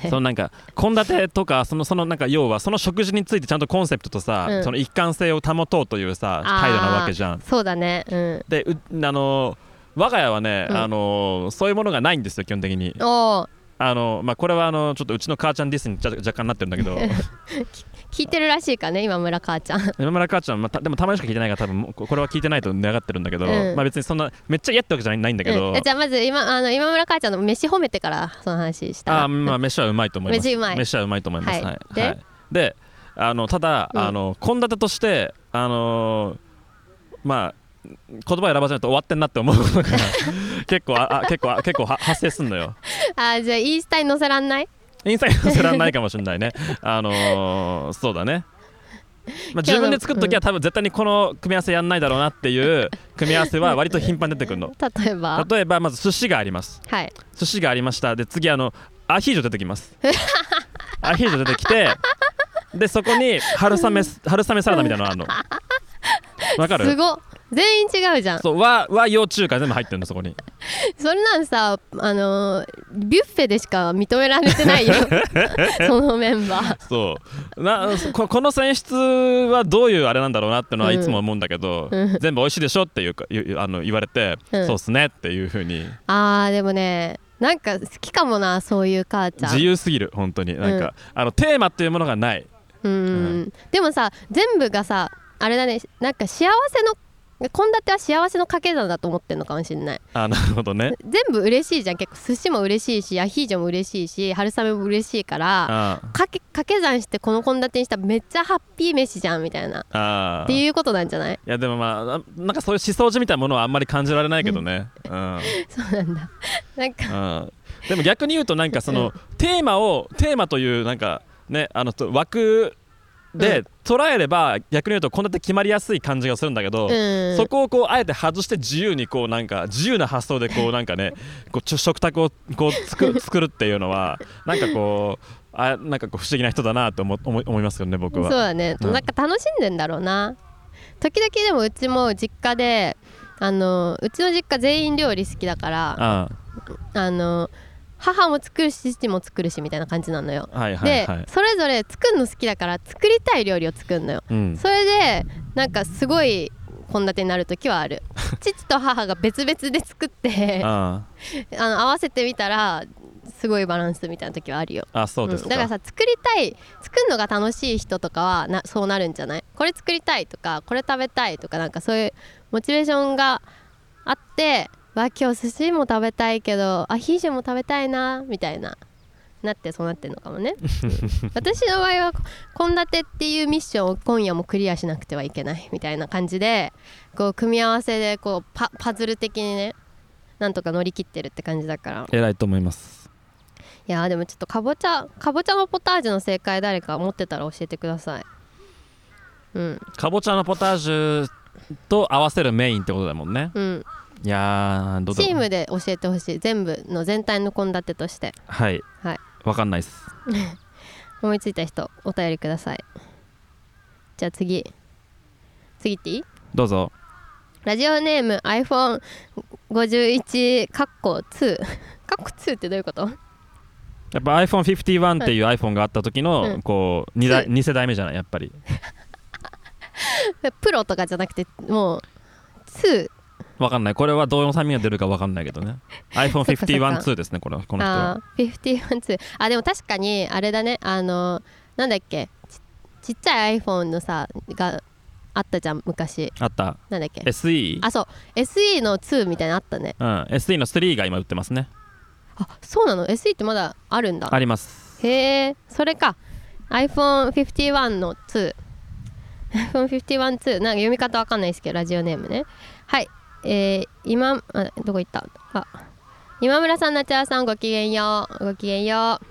うそのなんか献立とかそのそのなんか要はその食事についてちゃんとコンセプトとさ、うんその一貫性を保とうというさあー態度なわけじゃんそうだねうんでうあの我が家はね、うんあのそういうものがないんですよ基本的におーあの、まあ、これはあのちょっとうちの母ちゃんディスに若若干なってるんだけ ど聞いてるらしいかね今村母ちゃん今村母ちゃん、まあたでもたまにしか聞いてないから多分もうここれは聞いてないと願ってるんだけど、うんまあ、別にそんなめっちゃ嫌ってわけじゃないないんだけど、うんえじゃあまず今あの今村母ちゃんの飯褒めてからその話したらあーまあ飯はうまいと思います飯うまいはうまいと思いますはいはいではいであのただうんあの献立としてあのーまあ言葉選ばせないと終わってんなって思う ことが結構ああ結構あ結構は発生すんのよあーじゃあインスタに載せらんないインサイドすらないかもしれないねあのーそうだねまあ、自分で作るときは多分絶対にこの組み合わせやんないだろうなっていう組み合わせは割と頻繁に出てくるの例えば例えばまず寿司がありますはい寿司がありましたで次あのアヒージョ出てきます アヒージョ出てきてでそこに春雨す春雨サラダみたいなのあるのわかするごっ全員違うじゃんそそう和和洋中華全部入ってるのそこにれなんさあのービュッフェでしか認められ てないよそのメンバーそうなそここの選出はどういうあれなんだろうなってのはうんいつも思うんだけど、うん全部美味しいでしょっていうかゆあの言われて、うんそうっすねっていうふうにあーでもねなんか好きかもなそういう母ちゃん自由すぎる本当になんか、あのテーマっていうものがないうん、でもさ全部がさあれだねなんか幸せの献立は幸せの掛け算だと思ってるのかもしれないあなるほどね全部嬉しいじゃん結構寿司も嬉しいしアヒージョも嬉しいし春雨も嬉しいからあかけ掛け算してこの献立にしたらめっちゃハッピー飯じゃんみたいなあっていうことなんじゃない いやでもまあななんかそういう思想地みたいなものはあんまり感じられないけどね、うんうん、そうなんだなんかでも逆に言うとなんかそのテーマをテーマというなんかねあのと枠うで捉えれば逆に言うとこんなって決まりやすい感じがするんだけど、うんそこをこうあえて外して自由にこうなんか自由な発想でこうなんかねこうちょ食卓をこう作 作るっていうのはなんかこうあなんかこう不思議な人だなと思思い思いますよね僕そうは。だね、うんなんか楽しんでんだろうな時々でもうちも実家であのうちの実家全員料理好きだからああの母も作るし父も作るしみたいな感じなのよ、あはいはいはでい。それぞれ作るの好きだから作りたい料理を作るのようん、それでなんかすごい献立になる時は ある父と母が別々で作ってああの合わせてみたらすごいバランスみたいな時はあるよああそうですんか。だからさ作りたい作るのが楽しい人とかはなそうなるんじゃないこれ作りたいとかこれ食べたいとかなんかそういうモチベーションがあってわ今日寿司も食べたいけどアヒージョも食べたいなみたいななってそうなってんのか もねうん私の場合は献立っていうミッションを今夜もクリアしなくてはいけないみたいな感じでこう組み合わせでこうパパズル的にねなんとか乗り切ってるって感じだから偉いと思います。いやーでもちょっとかぼちゃかぼちゃのポタージュの正解誰か持ってたら教えてくださいうんかぼちゃのポタージュと合わせるメインってことだもんね。うんいやー、どうだチろうームで教えてほしい全部の全体の献立としてはい。はいわかんないっす。思いついた人お便りくださいじゃあ次次っていいどうぞ。ラジオネーム iPhone51 カッコ2カ ッコ2ってどういうこと やっぱ iPhone51 っていう iPhone があった時の、うんこう 2, 代うん2世代目じゃないやっぱりプロとかじゃなくてもう2わかんないこれはどうの酸味が出るかわかんないけど ね iPhone512 ですねこれはこの人あはあー512あでも確かにあれだねあのなんだっけちちっちゃい iPhone のさがあったじゃん昔あったなんだっけ SE あそう SE の2みたいなのあったねうん、SE の3が今売ってますねあそうなの SE ってまだあるんだありますへえそれか iPhone51 の 2iPhone51 2なんか読み方わかんないですけどラジオネームねはいえー、今あどこ行ったあ今村さんなちゃさんごきげんようごきげんよう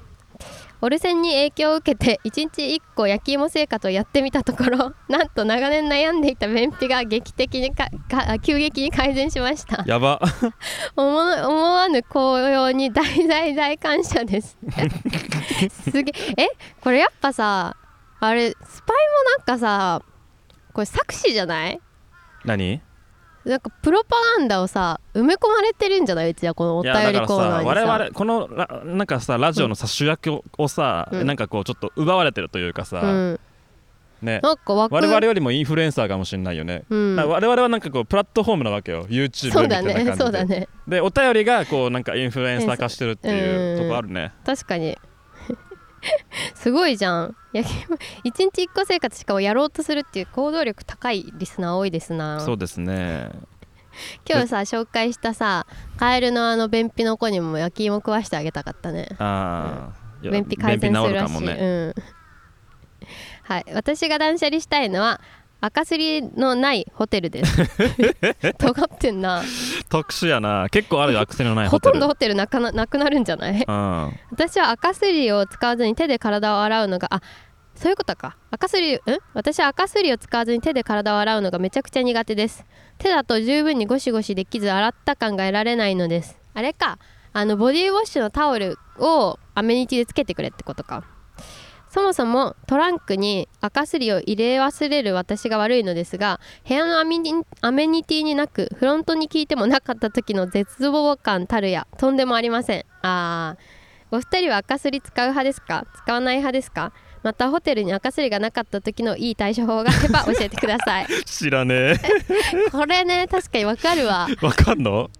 オルセンに影響を受けて1日1個焼き芋生活をやってみたところなんと長年悩んでいた便秘が劇的にかか急激に改善しましたやば 思わ思わぬ紅葉に大大大感 謝です。すげええこれやっぱさあれスパイもなんかさこれ作詞じゃない何なんかプロパガンダをさ埋め込まれてるんじゃないうちはこのおい便やだりからさコーナーにさ我々このラなんかさラジオのさ、主役ををさ、うんなんかこうちょっと奪われてるというかさ、うん、ねなんか枠我々よりもインフルエンサーかもしれないよね、うんだから我々はなんかこうプラットフォームなわけよ YouTube みたそういな感だじでねそうだねでお便りがこうなんかインフルエンサー化してるっていううんとこあるね確かに すごいじゃん焼き芋 一日一個生活しかもやろうとするっていう行動力高いリスナー多いですなそうですね今日さ紹介したさカエルのあの便秘の子にも焼き芋食わしてあげたかったねああいや便秘改善する便秘治らかしもい、ねうんはい私が断捨離したいのは赤すりのないホテルです 尖ってんな特殊やな結構あるよアクセルのないほホテとルんどホテルなくななくなるんじゃないうん私は赤すりを使わずに手で体を洗うのがあそういうことか赤すりん私は赤すりを使わずに手で体を洗うのがめちゃくちゃ苦手です手だと十分にゴシゴシできず洗った感が得られないのですあれかあのボディウォッシュのタオルをアメニティでつけてくれってことかそもそもトランクに赤すりを入れ忘れる私が悪いのですが部屋のアメニアメニティになくフロントに聞いてもなかった時の絶望感たるやとんでもありませんあーお二人は赤すり使う派ですか使わない派ですかまたホテルに赤すりがなかった時のいい対処法があれば教えてく ださい知らねこれね確かにわかるわえわかんの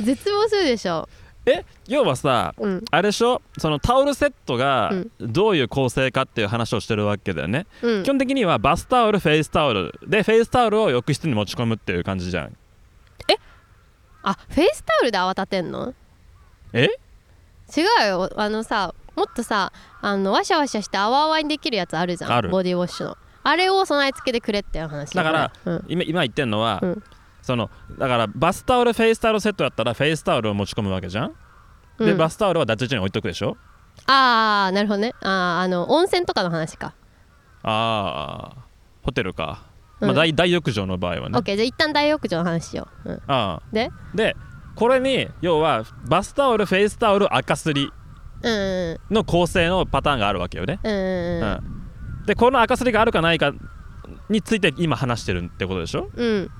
絶望するでしょえ要はさうんあれでしょそのタオルセットがうんどういう構成かっていう話をしてるわけだよね、うん基本的にはバスタオルフェイスタオルでフェイスタオルを浴室に持ち込むっていう感じじゃんあフェイスタオルで泡立てんのえ違うよあのさもっとさあのワシャワシャして泡々にできるやつあるじゃあんるボディウォッシュのあれを備え付けてくれっていう話だからうん今今言ってんのは、うんそのだからバスタオルフェイスタオルセットだったらフェイスタオルを持ち込むわけじゃん、でうんバスタオルは脱衣所に置いとくでしょああなるほどねあーあの温泉とかの話か、ああホテルか、うんまあ、大大浴場の場合はオねッケーじゃあ一旦大浴場の話しよう、うん、ああででこれに要はバスタオルフェイスタオル赤すりうんうんの構成のパターンがあるわけよね、うんうんうんうんでこの赤すりがあるかないかについて今話してるってことでしょうん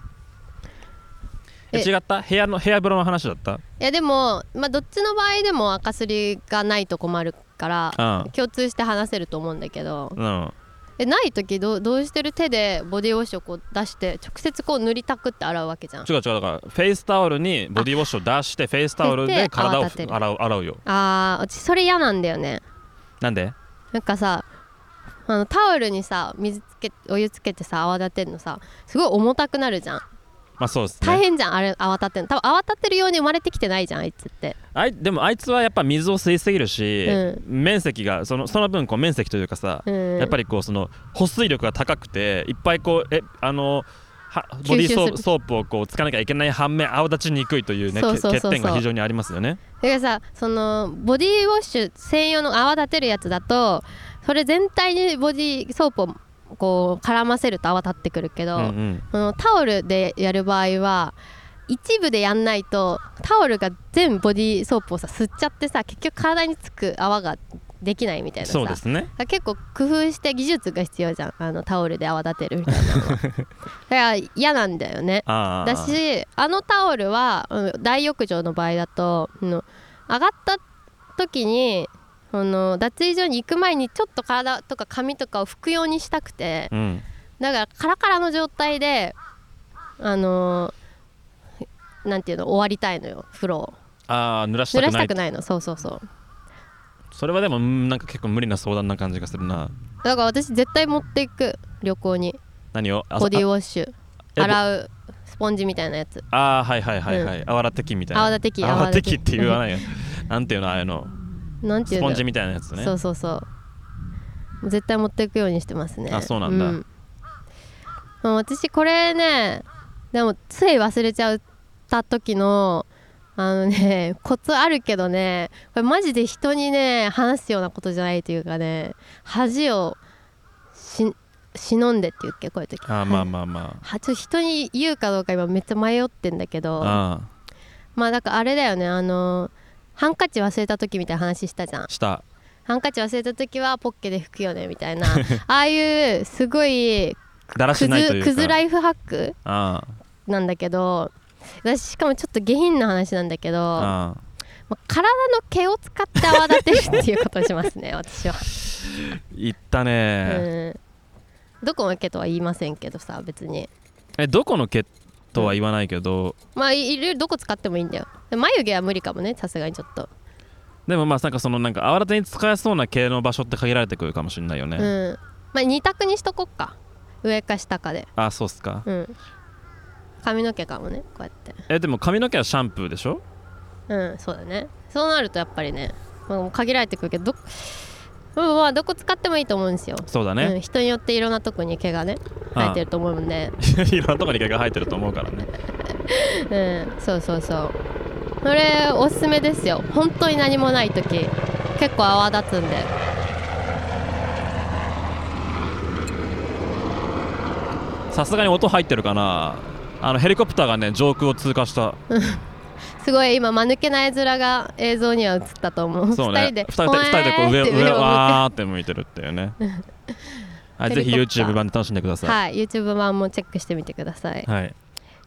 ええ違った部屋の部屋風呂の話だったいやでも、まあ、どっちの場合でも赤すりがないと困るからう共通して話せると思うんだけどんうんえない時どうどうしてる手でボディウォッシュをこう出して直接こう塗りたくって洗うわけじゃん違う違うだからフェイスタオルにボディウォッシュを出してフェイスタオルで体を拭いて泡立てる洗う洗うよあーうちそれ嫌なんだよねなんでなんかさあのタオルにさ水つけお湯つけてさ泡立てるのさすごい重たくなるじゃんまあそうです大ね変じゃん、あれ泡立てるの多分泡立てるように生まれてきてないじゃんあいつってあいでもあいつはやっぱ水を吸いすぎるし、う面積がそのその分こう面積というかさ、うんやっぱりこうその保水力が高くていっぱいこうえあのはボディーソ吸ー収するソープをこうつかなきゃいけない反面泡立ちにくいというねそうそうそうけそう欠点が非常にありますよねだからさそのボディウォッシュ専用の泡立てるやつだとそれ全体にボディソープをこう絡ませると泡立ってくるけど、うんうんそのタオルでやる場合は一部でやんないとタオルが全ボディーソープをさ吸っちゃってさ結局体につく泡ができないみたいなさそうですねだから結構工夫して技術が必要じゃんあのタオルで泡立てるみたいな のはだから嫌なんだよねああだしあのタオルは、うん大浴場の場合だと、うん上がった時にその脱衣所に行く前にちょっと体とか髪とかを拭くようにしたくてうんだからカラカラの状態であのーなんていうの終わりたいのよ風呂をああ濡らし濡たらくしなたいくないのそうそうそうそれはでもうんなんか結構無理な相談な感じがするなだから私絶対持っていく旅行に何をあボディあウォッシュえ洗うスポンジみたいなやつああはいはいはいはい、泡立て器みたいな泡立て器泡立て器泡立てっ器て言わないよ なんていうのああいうのなんていスうんポだろンうジみたいなやつねそうそうそう絶対持っていくようにしてますねあそうなんだもう私これねでもつい忘れちゃった時のあのね コツあるけどねこれマジで人にね話すようなことじゃないというかね恥をし忍んでって言うっけこういう時あーまあまあまはちょっと人に言うかどうか今めっちゃ迷ってんだけどああまあだからあれだよねあのハンカチ忘れた時みたいな話したじゃんあしたハンカチ忘れた時はポッケで拭くよね みたいなああいうすごいだらクしないというズかクズライフハックあなんだけど私しかもちょっと下品な話なんだけどあああまあ体の毛を使って泡立てるっていうことをしま すね私は、行ったね、うん、どこの毛とは言いませんけどさ別にえどこの毛とは言わないけど、まあいいろいろどこ使ってもいいんだよで眉毛は無理かもねさすがにちょっと、でもまあなんかそのなんか泡立てに使えそうな系の場所って限られてくるかもしれないよね、うんまあ二択にしとこっか上か下かでああそうっすか、うん髪の毛かもねこうやってえでも髪の毛はシャンプーでしょうんそうだねそうなるとやっぱりね、まあ、もう限られてくるけどど,、うんまあ、どこ使ってもいいと思うんですよ、そうだうん、ね、人によっていろんなとこに毛がねああ生えてると思うんで いろんなとこに毛が生えてると思うからねうんそうそうそうそれおすすめですよ本当に何もない時結構泡立つんでさすがに音入ってるかなあのヘリコプターがね上空を通過したすごい今間抜けな絵面が映像には映ったと思うそうね二人で二人で二人でこう上ほえー上ってを向けわーって向いてるっていう ねはいぜひヘリコプター YouTube 版で楽しんでくださいはい YouTube 版もチェックしてみてくださいはい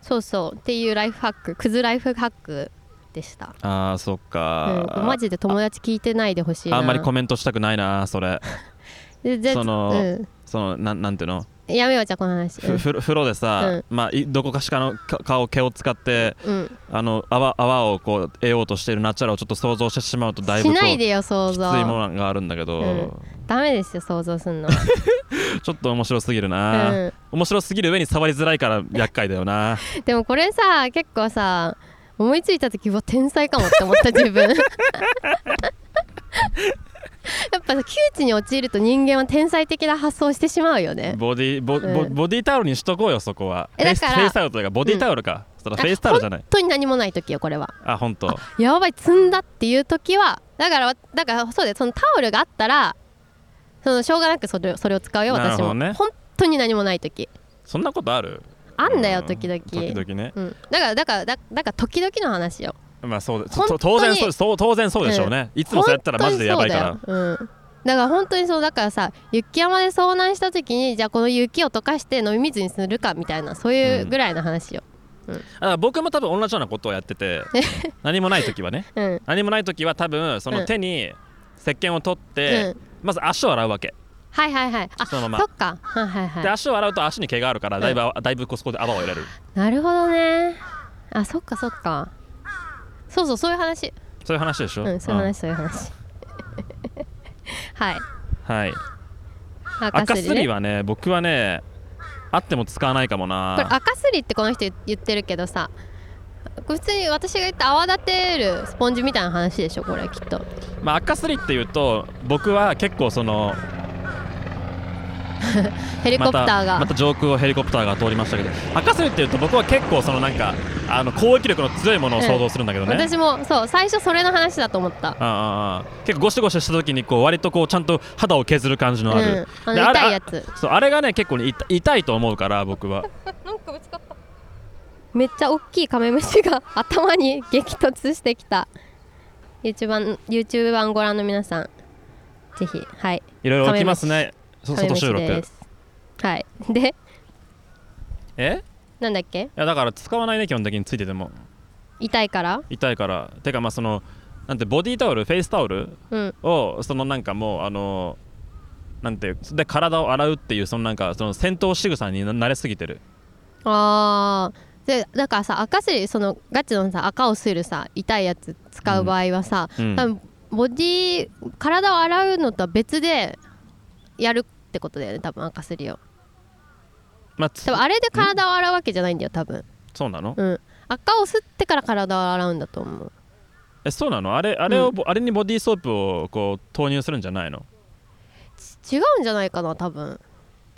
そうそうっていうライフハッククズライフハックでしたあーそっうかん、マジで友達聞いてないでほしいなあんまりコメントしたくないなそれででそのうんそのなんなんていうのやめようじゃあこの話ふふ風呂でさ、まあ、いどこかしかのか顔毛を使ってうんうんあの泡泡をこう得ようとしているナチュラルをちょっと想像してしまうとだいぶしこうないでよ想きつい像ものがあるんだけど、うんダメですよ想像すんのちょっと面白すぎるな、うん面白すぎる上に触りづらいから厄介だよな でもこれさ結構さ思いついた時うわ天才かもって思った自分 やっぱさ窮地に陥ると人間は天才的な発想をしてしまうよねボディボ,ボ、うんボディタオルにしとこうよそこはえだからフェイスフェイスタオルというかボディタオルか、そのフェイスタオルじゃない本当に何もない時よこれはあ本当やばい積んだっていう時はだからだからそうでそのタオルがあったらそのしょうがなくそれそれを使うよなるほ私も、どね本当に何もない時そんなことあるあんだよう時々,、時々ねうん、だからだからだだから時々の話よまあそうで本当そに当然そうそう当然そうでしょうね、いつもそうやったらマジでやばいから本当にそうだようんだから本当にそうだからさ雪山で遭難した時にじゃあこの雪を溶かして飲み水にするかみたいなそういうぐらいの話よ、あ僕も多分同じようなことをやってて何もない時はねうん何もない時は多分そうのん手に石鹸を取って、うまず足を洗うわけはいはいはいあそのままそっかはいはいはいで足を洗うと足に毛があるからだいぶ、だいぶこうそこで泡を入れるなるほどねあそっかそっかそうそうそういう話そういう話でしょ、うんそういう話そういう話 はいうんはい赤赤すりすねりはね僕はねあっても使わないかもこれな赤すりってこの人言ってるけどさこれ普通に私が言った泡立てるスポンジみたいな話でしょこれきっとまあ赤すりっていうと僕は結構そのヘリコプターが、またまた上空をヘリコプターが通りましたけど赤すりっていうと僕は結構そのなんかあの攻撃力の強いものを想像するんだけどね、私もそう最初それの話だと思ったああああ結構ゴシゴシした時にこう割とこうちゃんと肌を削る感じのある、うんあのでれ痛いやつあそうあれがね結構ね痛痛いと思うから僕はなんかぶつかっためっちゃ大きいカメムシが 頭に激突してきた YouTube 版 YouTube 版ご覧の皆さんぜひはいいろいろ起きますねそカメ外ムシ収録ですはいでえなんだっけいやだから使わないね基本的についてても痛いから痛いからてかまあそのなんてボディタオルフェイスタオルうんをそのなんかもうあのなんていうで体を洗うっていうそのなんかその戦闘仕草にな慣れすぎてるあーでだからさ赤すりそのガチのさ赤をするさ痛いやつ使う場合はさ、うんうん多分ボディ体を洗うのとは別でやるってことだよね多分赤すりをまあつ多分あれで体を洗うわけじゃないんだよ多分そうなのうん赤をすってから体を洗うんだと思うえそうなのあれあれを、あれにボディーソープをこう投入するんじゃないのち違うんじゃないかな多分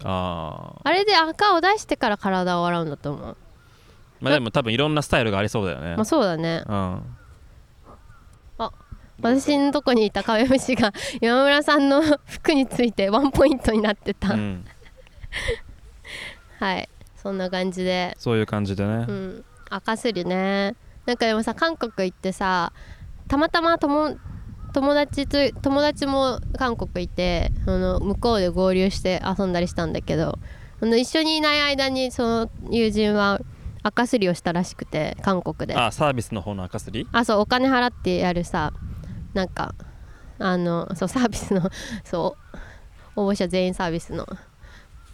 あああれで赤を出してから体を洗うんだと思うまあでも多分いろんなスタイルがありそうだよねまあ。そうだねうん。私のとこにいたカメムシが今村さんの服についてワンポイントになってた、うんはいそんな感じでそういう感じでねう。ん赤すりねなんかでもさ韓国行ってさたまたま友友達と友達も韓国いてその向こうで合流して遊んだりしたんだけどその一緒にいない間にその友人は赤すりをしたらしくて韓国であ、サービスの方の赤すり？あそうお金払ってやるさなんかあのそうサービスの そう応募者全員サービスの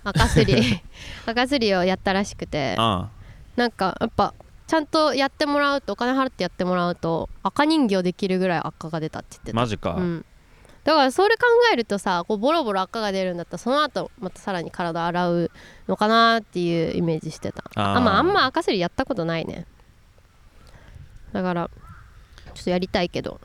赤すり赤すりをやったらしくてあなんかやっぱちゃんとやってもらうとお金払ってやってもらうと赤人形できるぐらい赤が出たって言ってあ、た、マジかう。ん、だからそれ考えるとさこうボロボロ赤が出るんだったらその後またさらに体洗うのかなっていうイメージしてたあーあまああんま赤すりやったことないねだからちょっとやりたいけど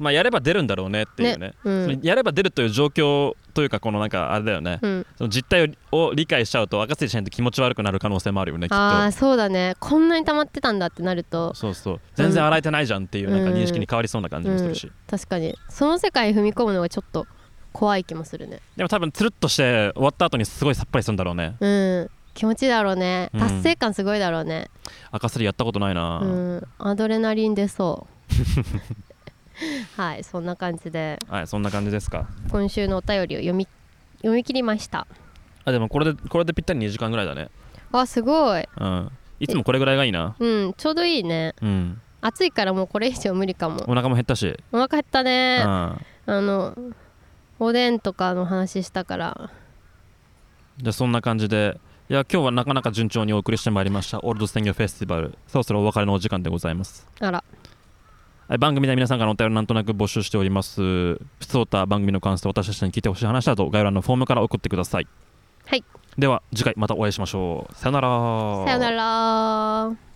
まあやれば出るんだろうねっていうねね。うんそれやれば出るという状況というかこのなんかあれだよね。うんその実態をを理解しちゃうと赤すりしないと気持ち悪くなる可能性もあるよね。きっああと。そうだねこんなに溜まってたんだってなるとそうそう。全然洗えてないじゃんっていうなんか認識に変わりそうな感じもするし。確かにその世界に踏み込むのがちょっと怖い気もするねでも多分つるっとして終わった後にすごいさっぱりするんだろうね。うん気持ちいいだろうねうん達成感すごいだろうね赤すりやったことないうな、ん、アドレナリン出そう はいそんな感じではいそんな感じですか今週のお便りを読み読み切りましたあでもこれでこれでぴったり2時間ぐらいだねあすごいうんいつもこれぐらいがいいなうんちょうどいいねうん暑いからもうこれ以上無理かもお腹も減ったし、お腹減ったうねんあのおでんとかの話したからじゃあそんな感じでいや今日はなかなか順調にお送りしてまいりましたオールド鮮魚フェスティバルそろそろお別れのお時間でございますあらはい番組では皆さんからのお便りをなんとなく募集しております普通歌番組の感想私たちに聞いてほしい話など概要欄のフォームから送ってくださいはいでは次回またお会いしましょうさよならさよなら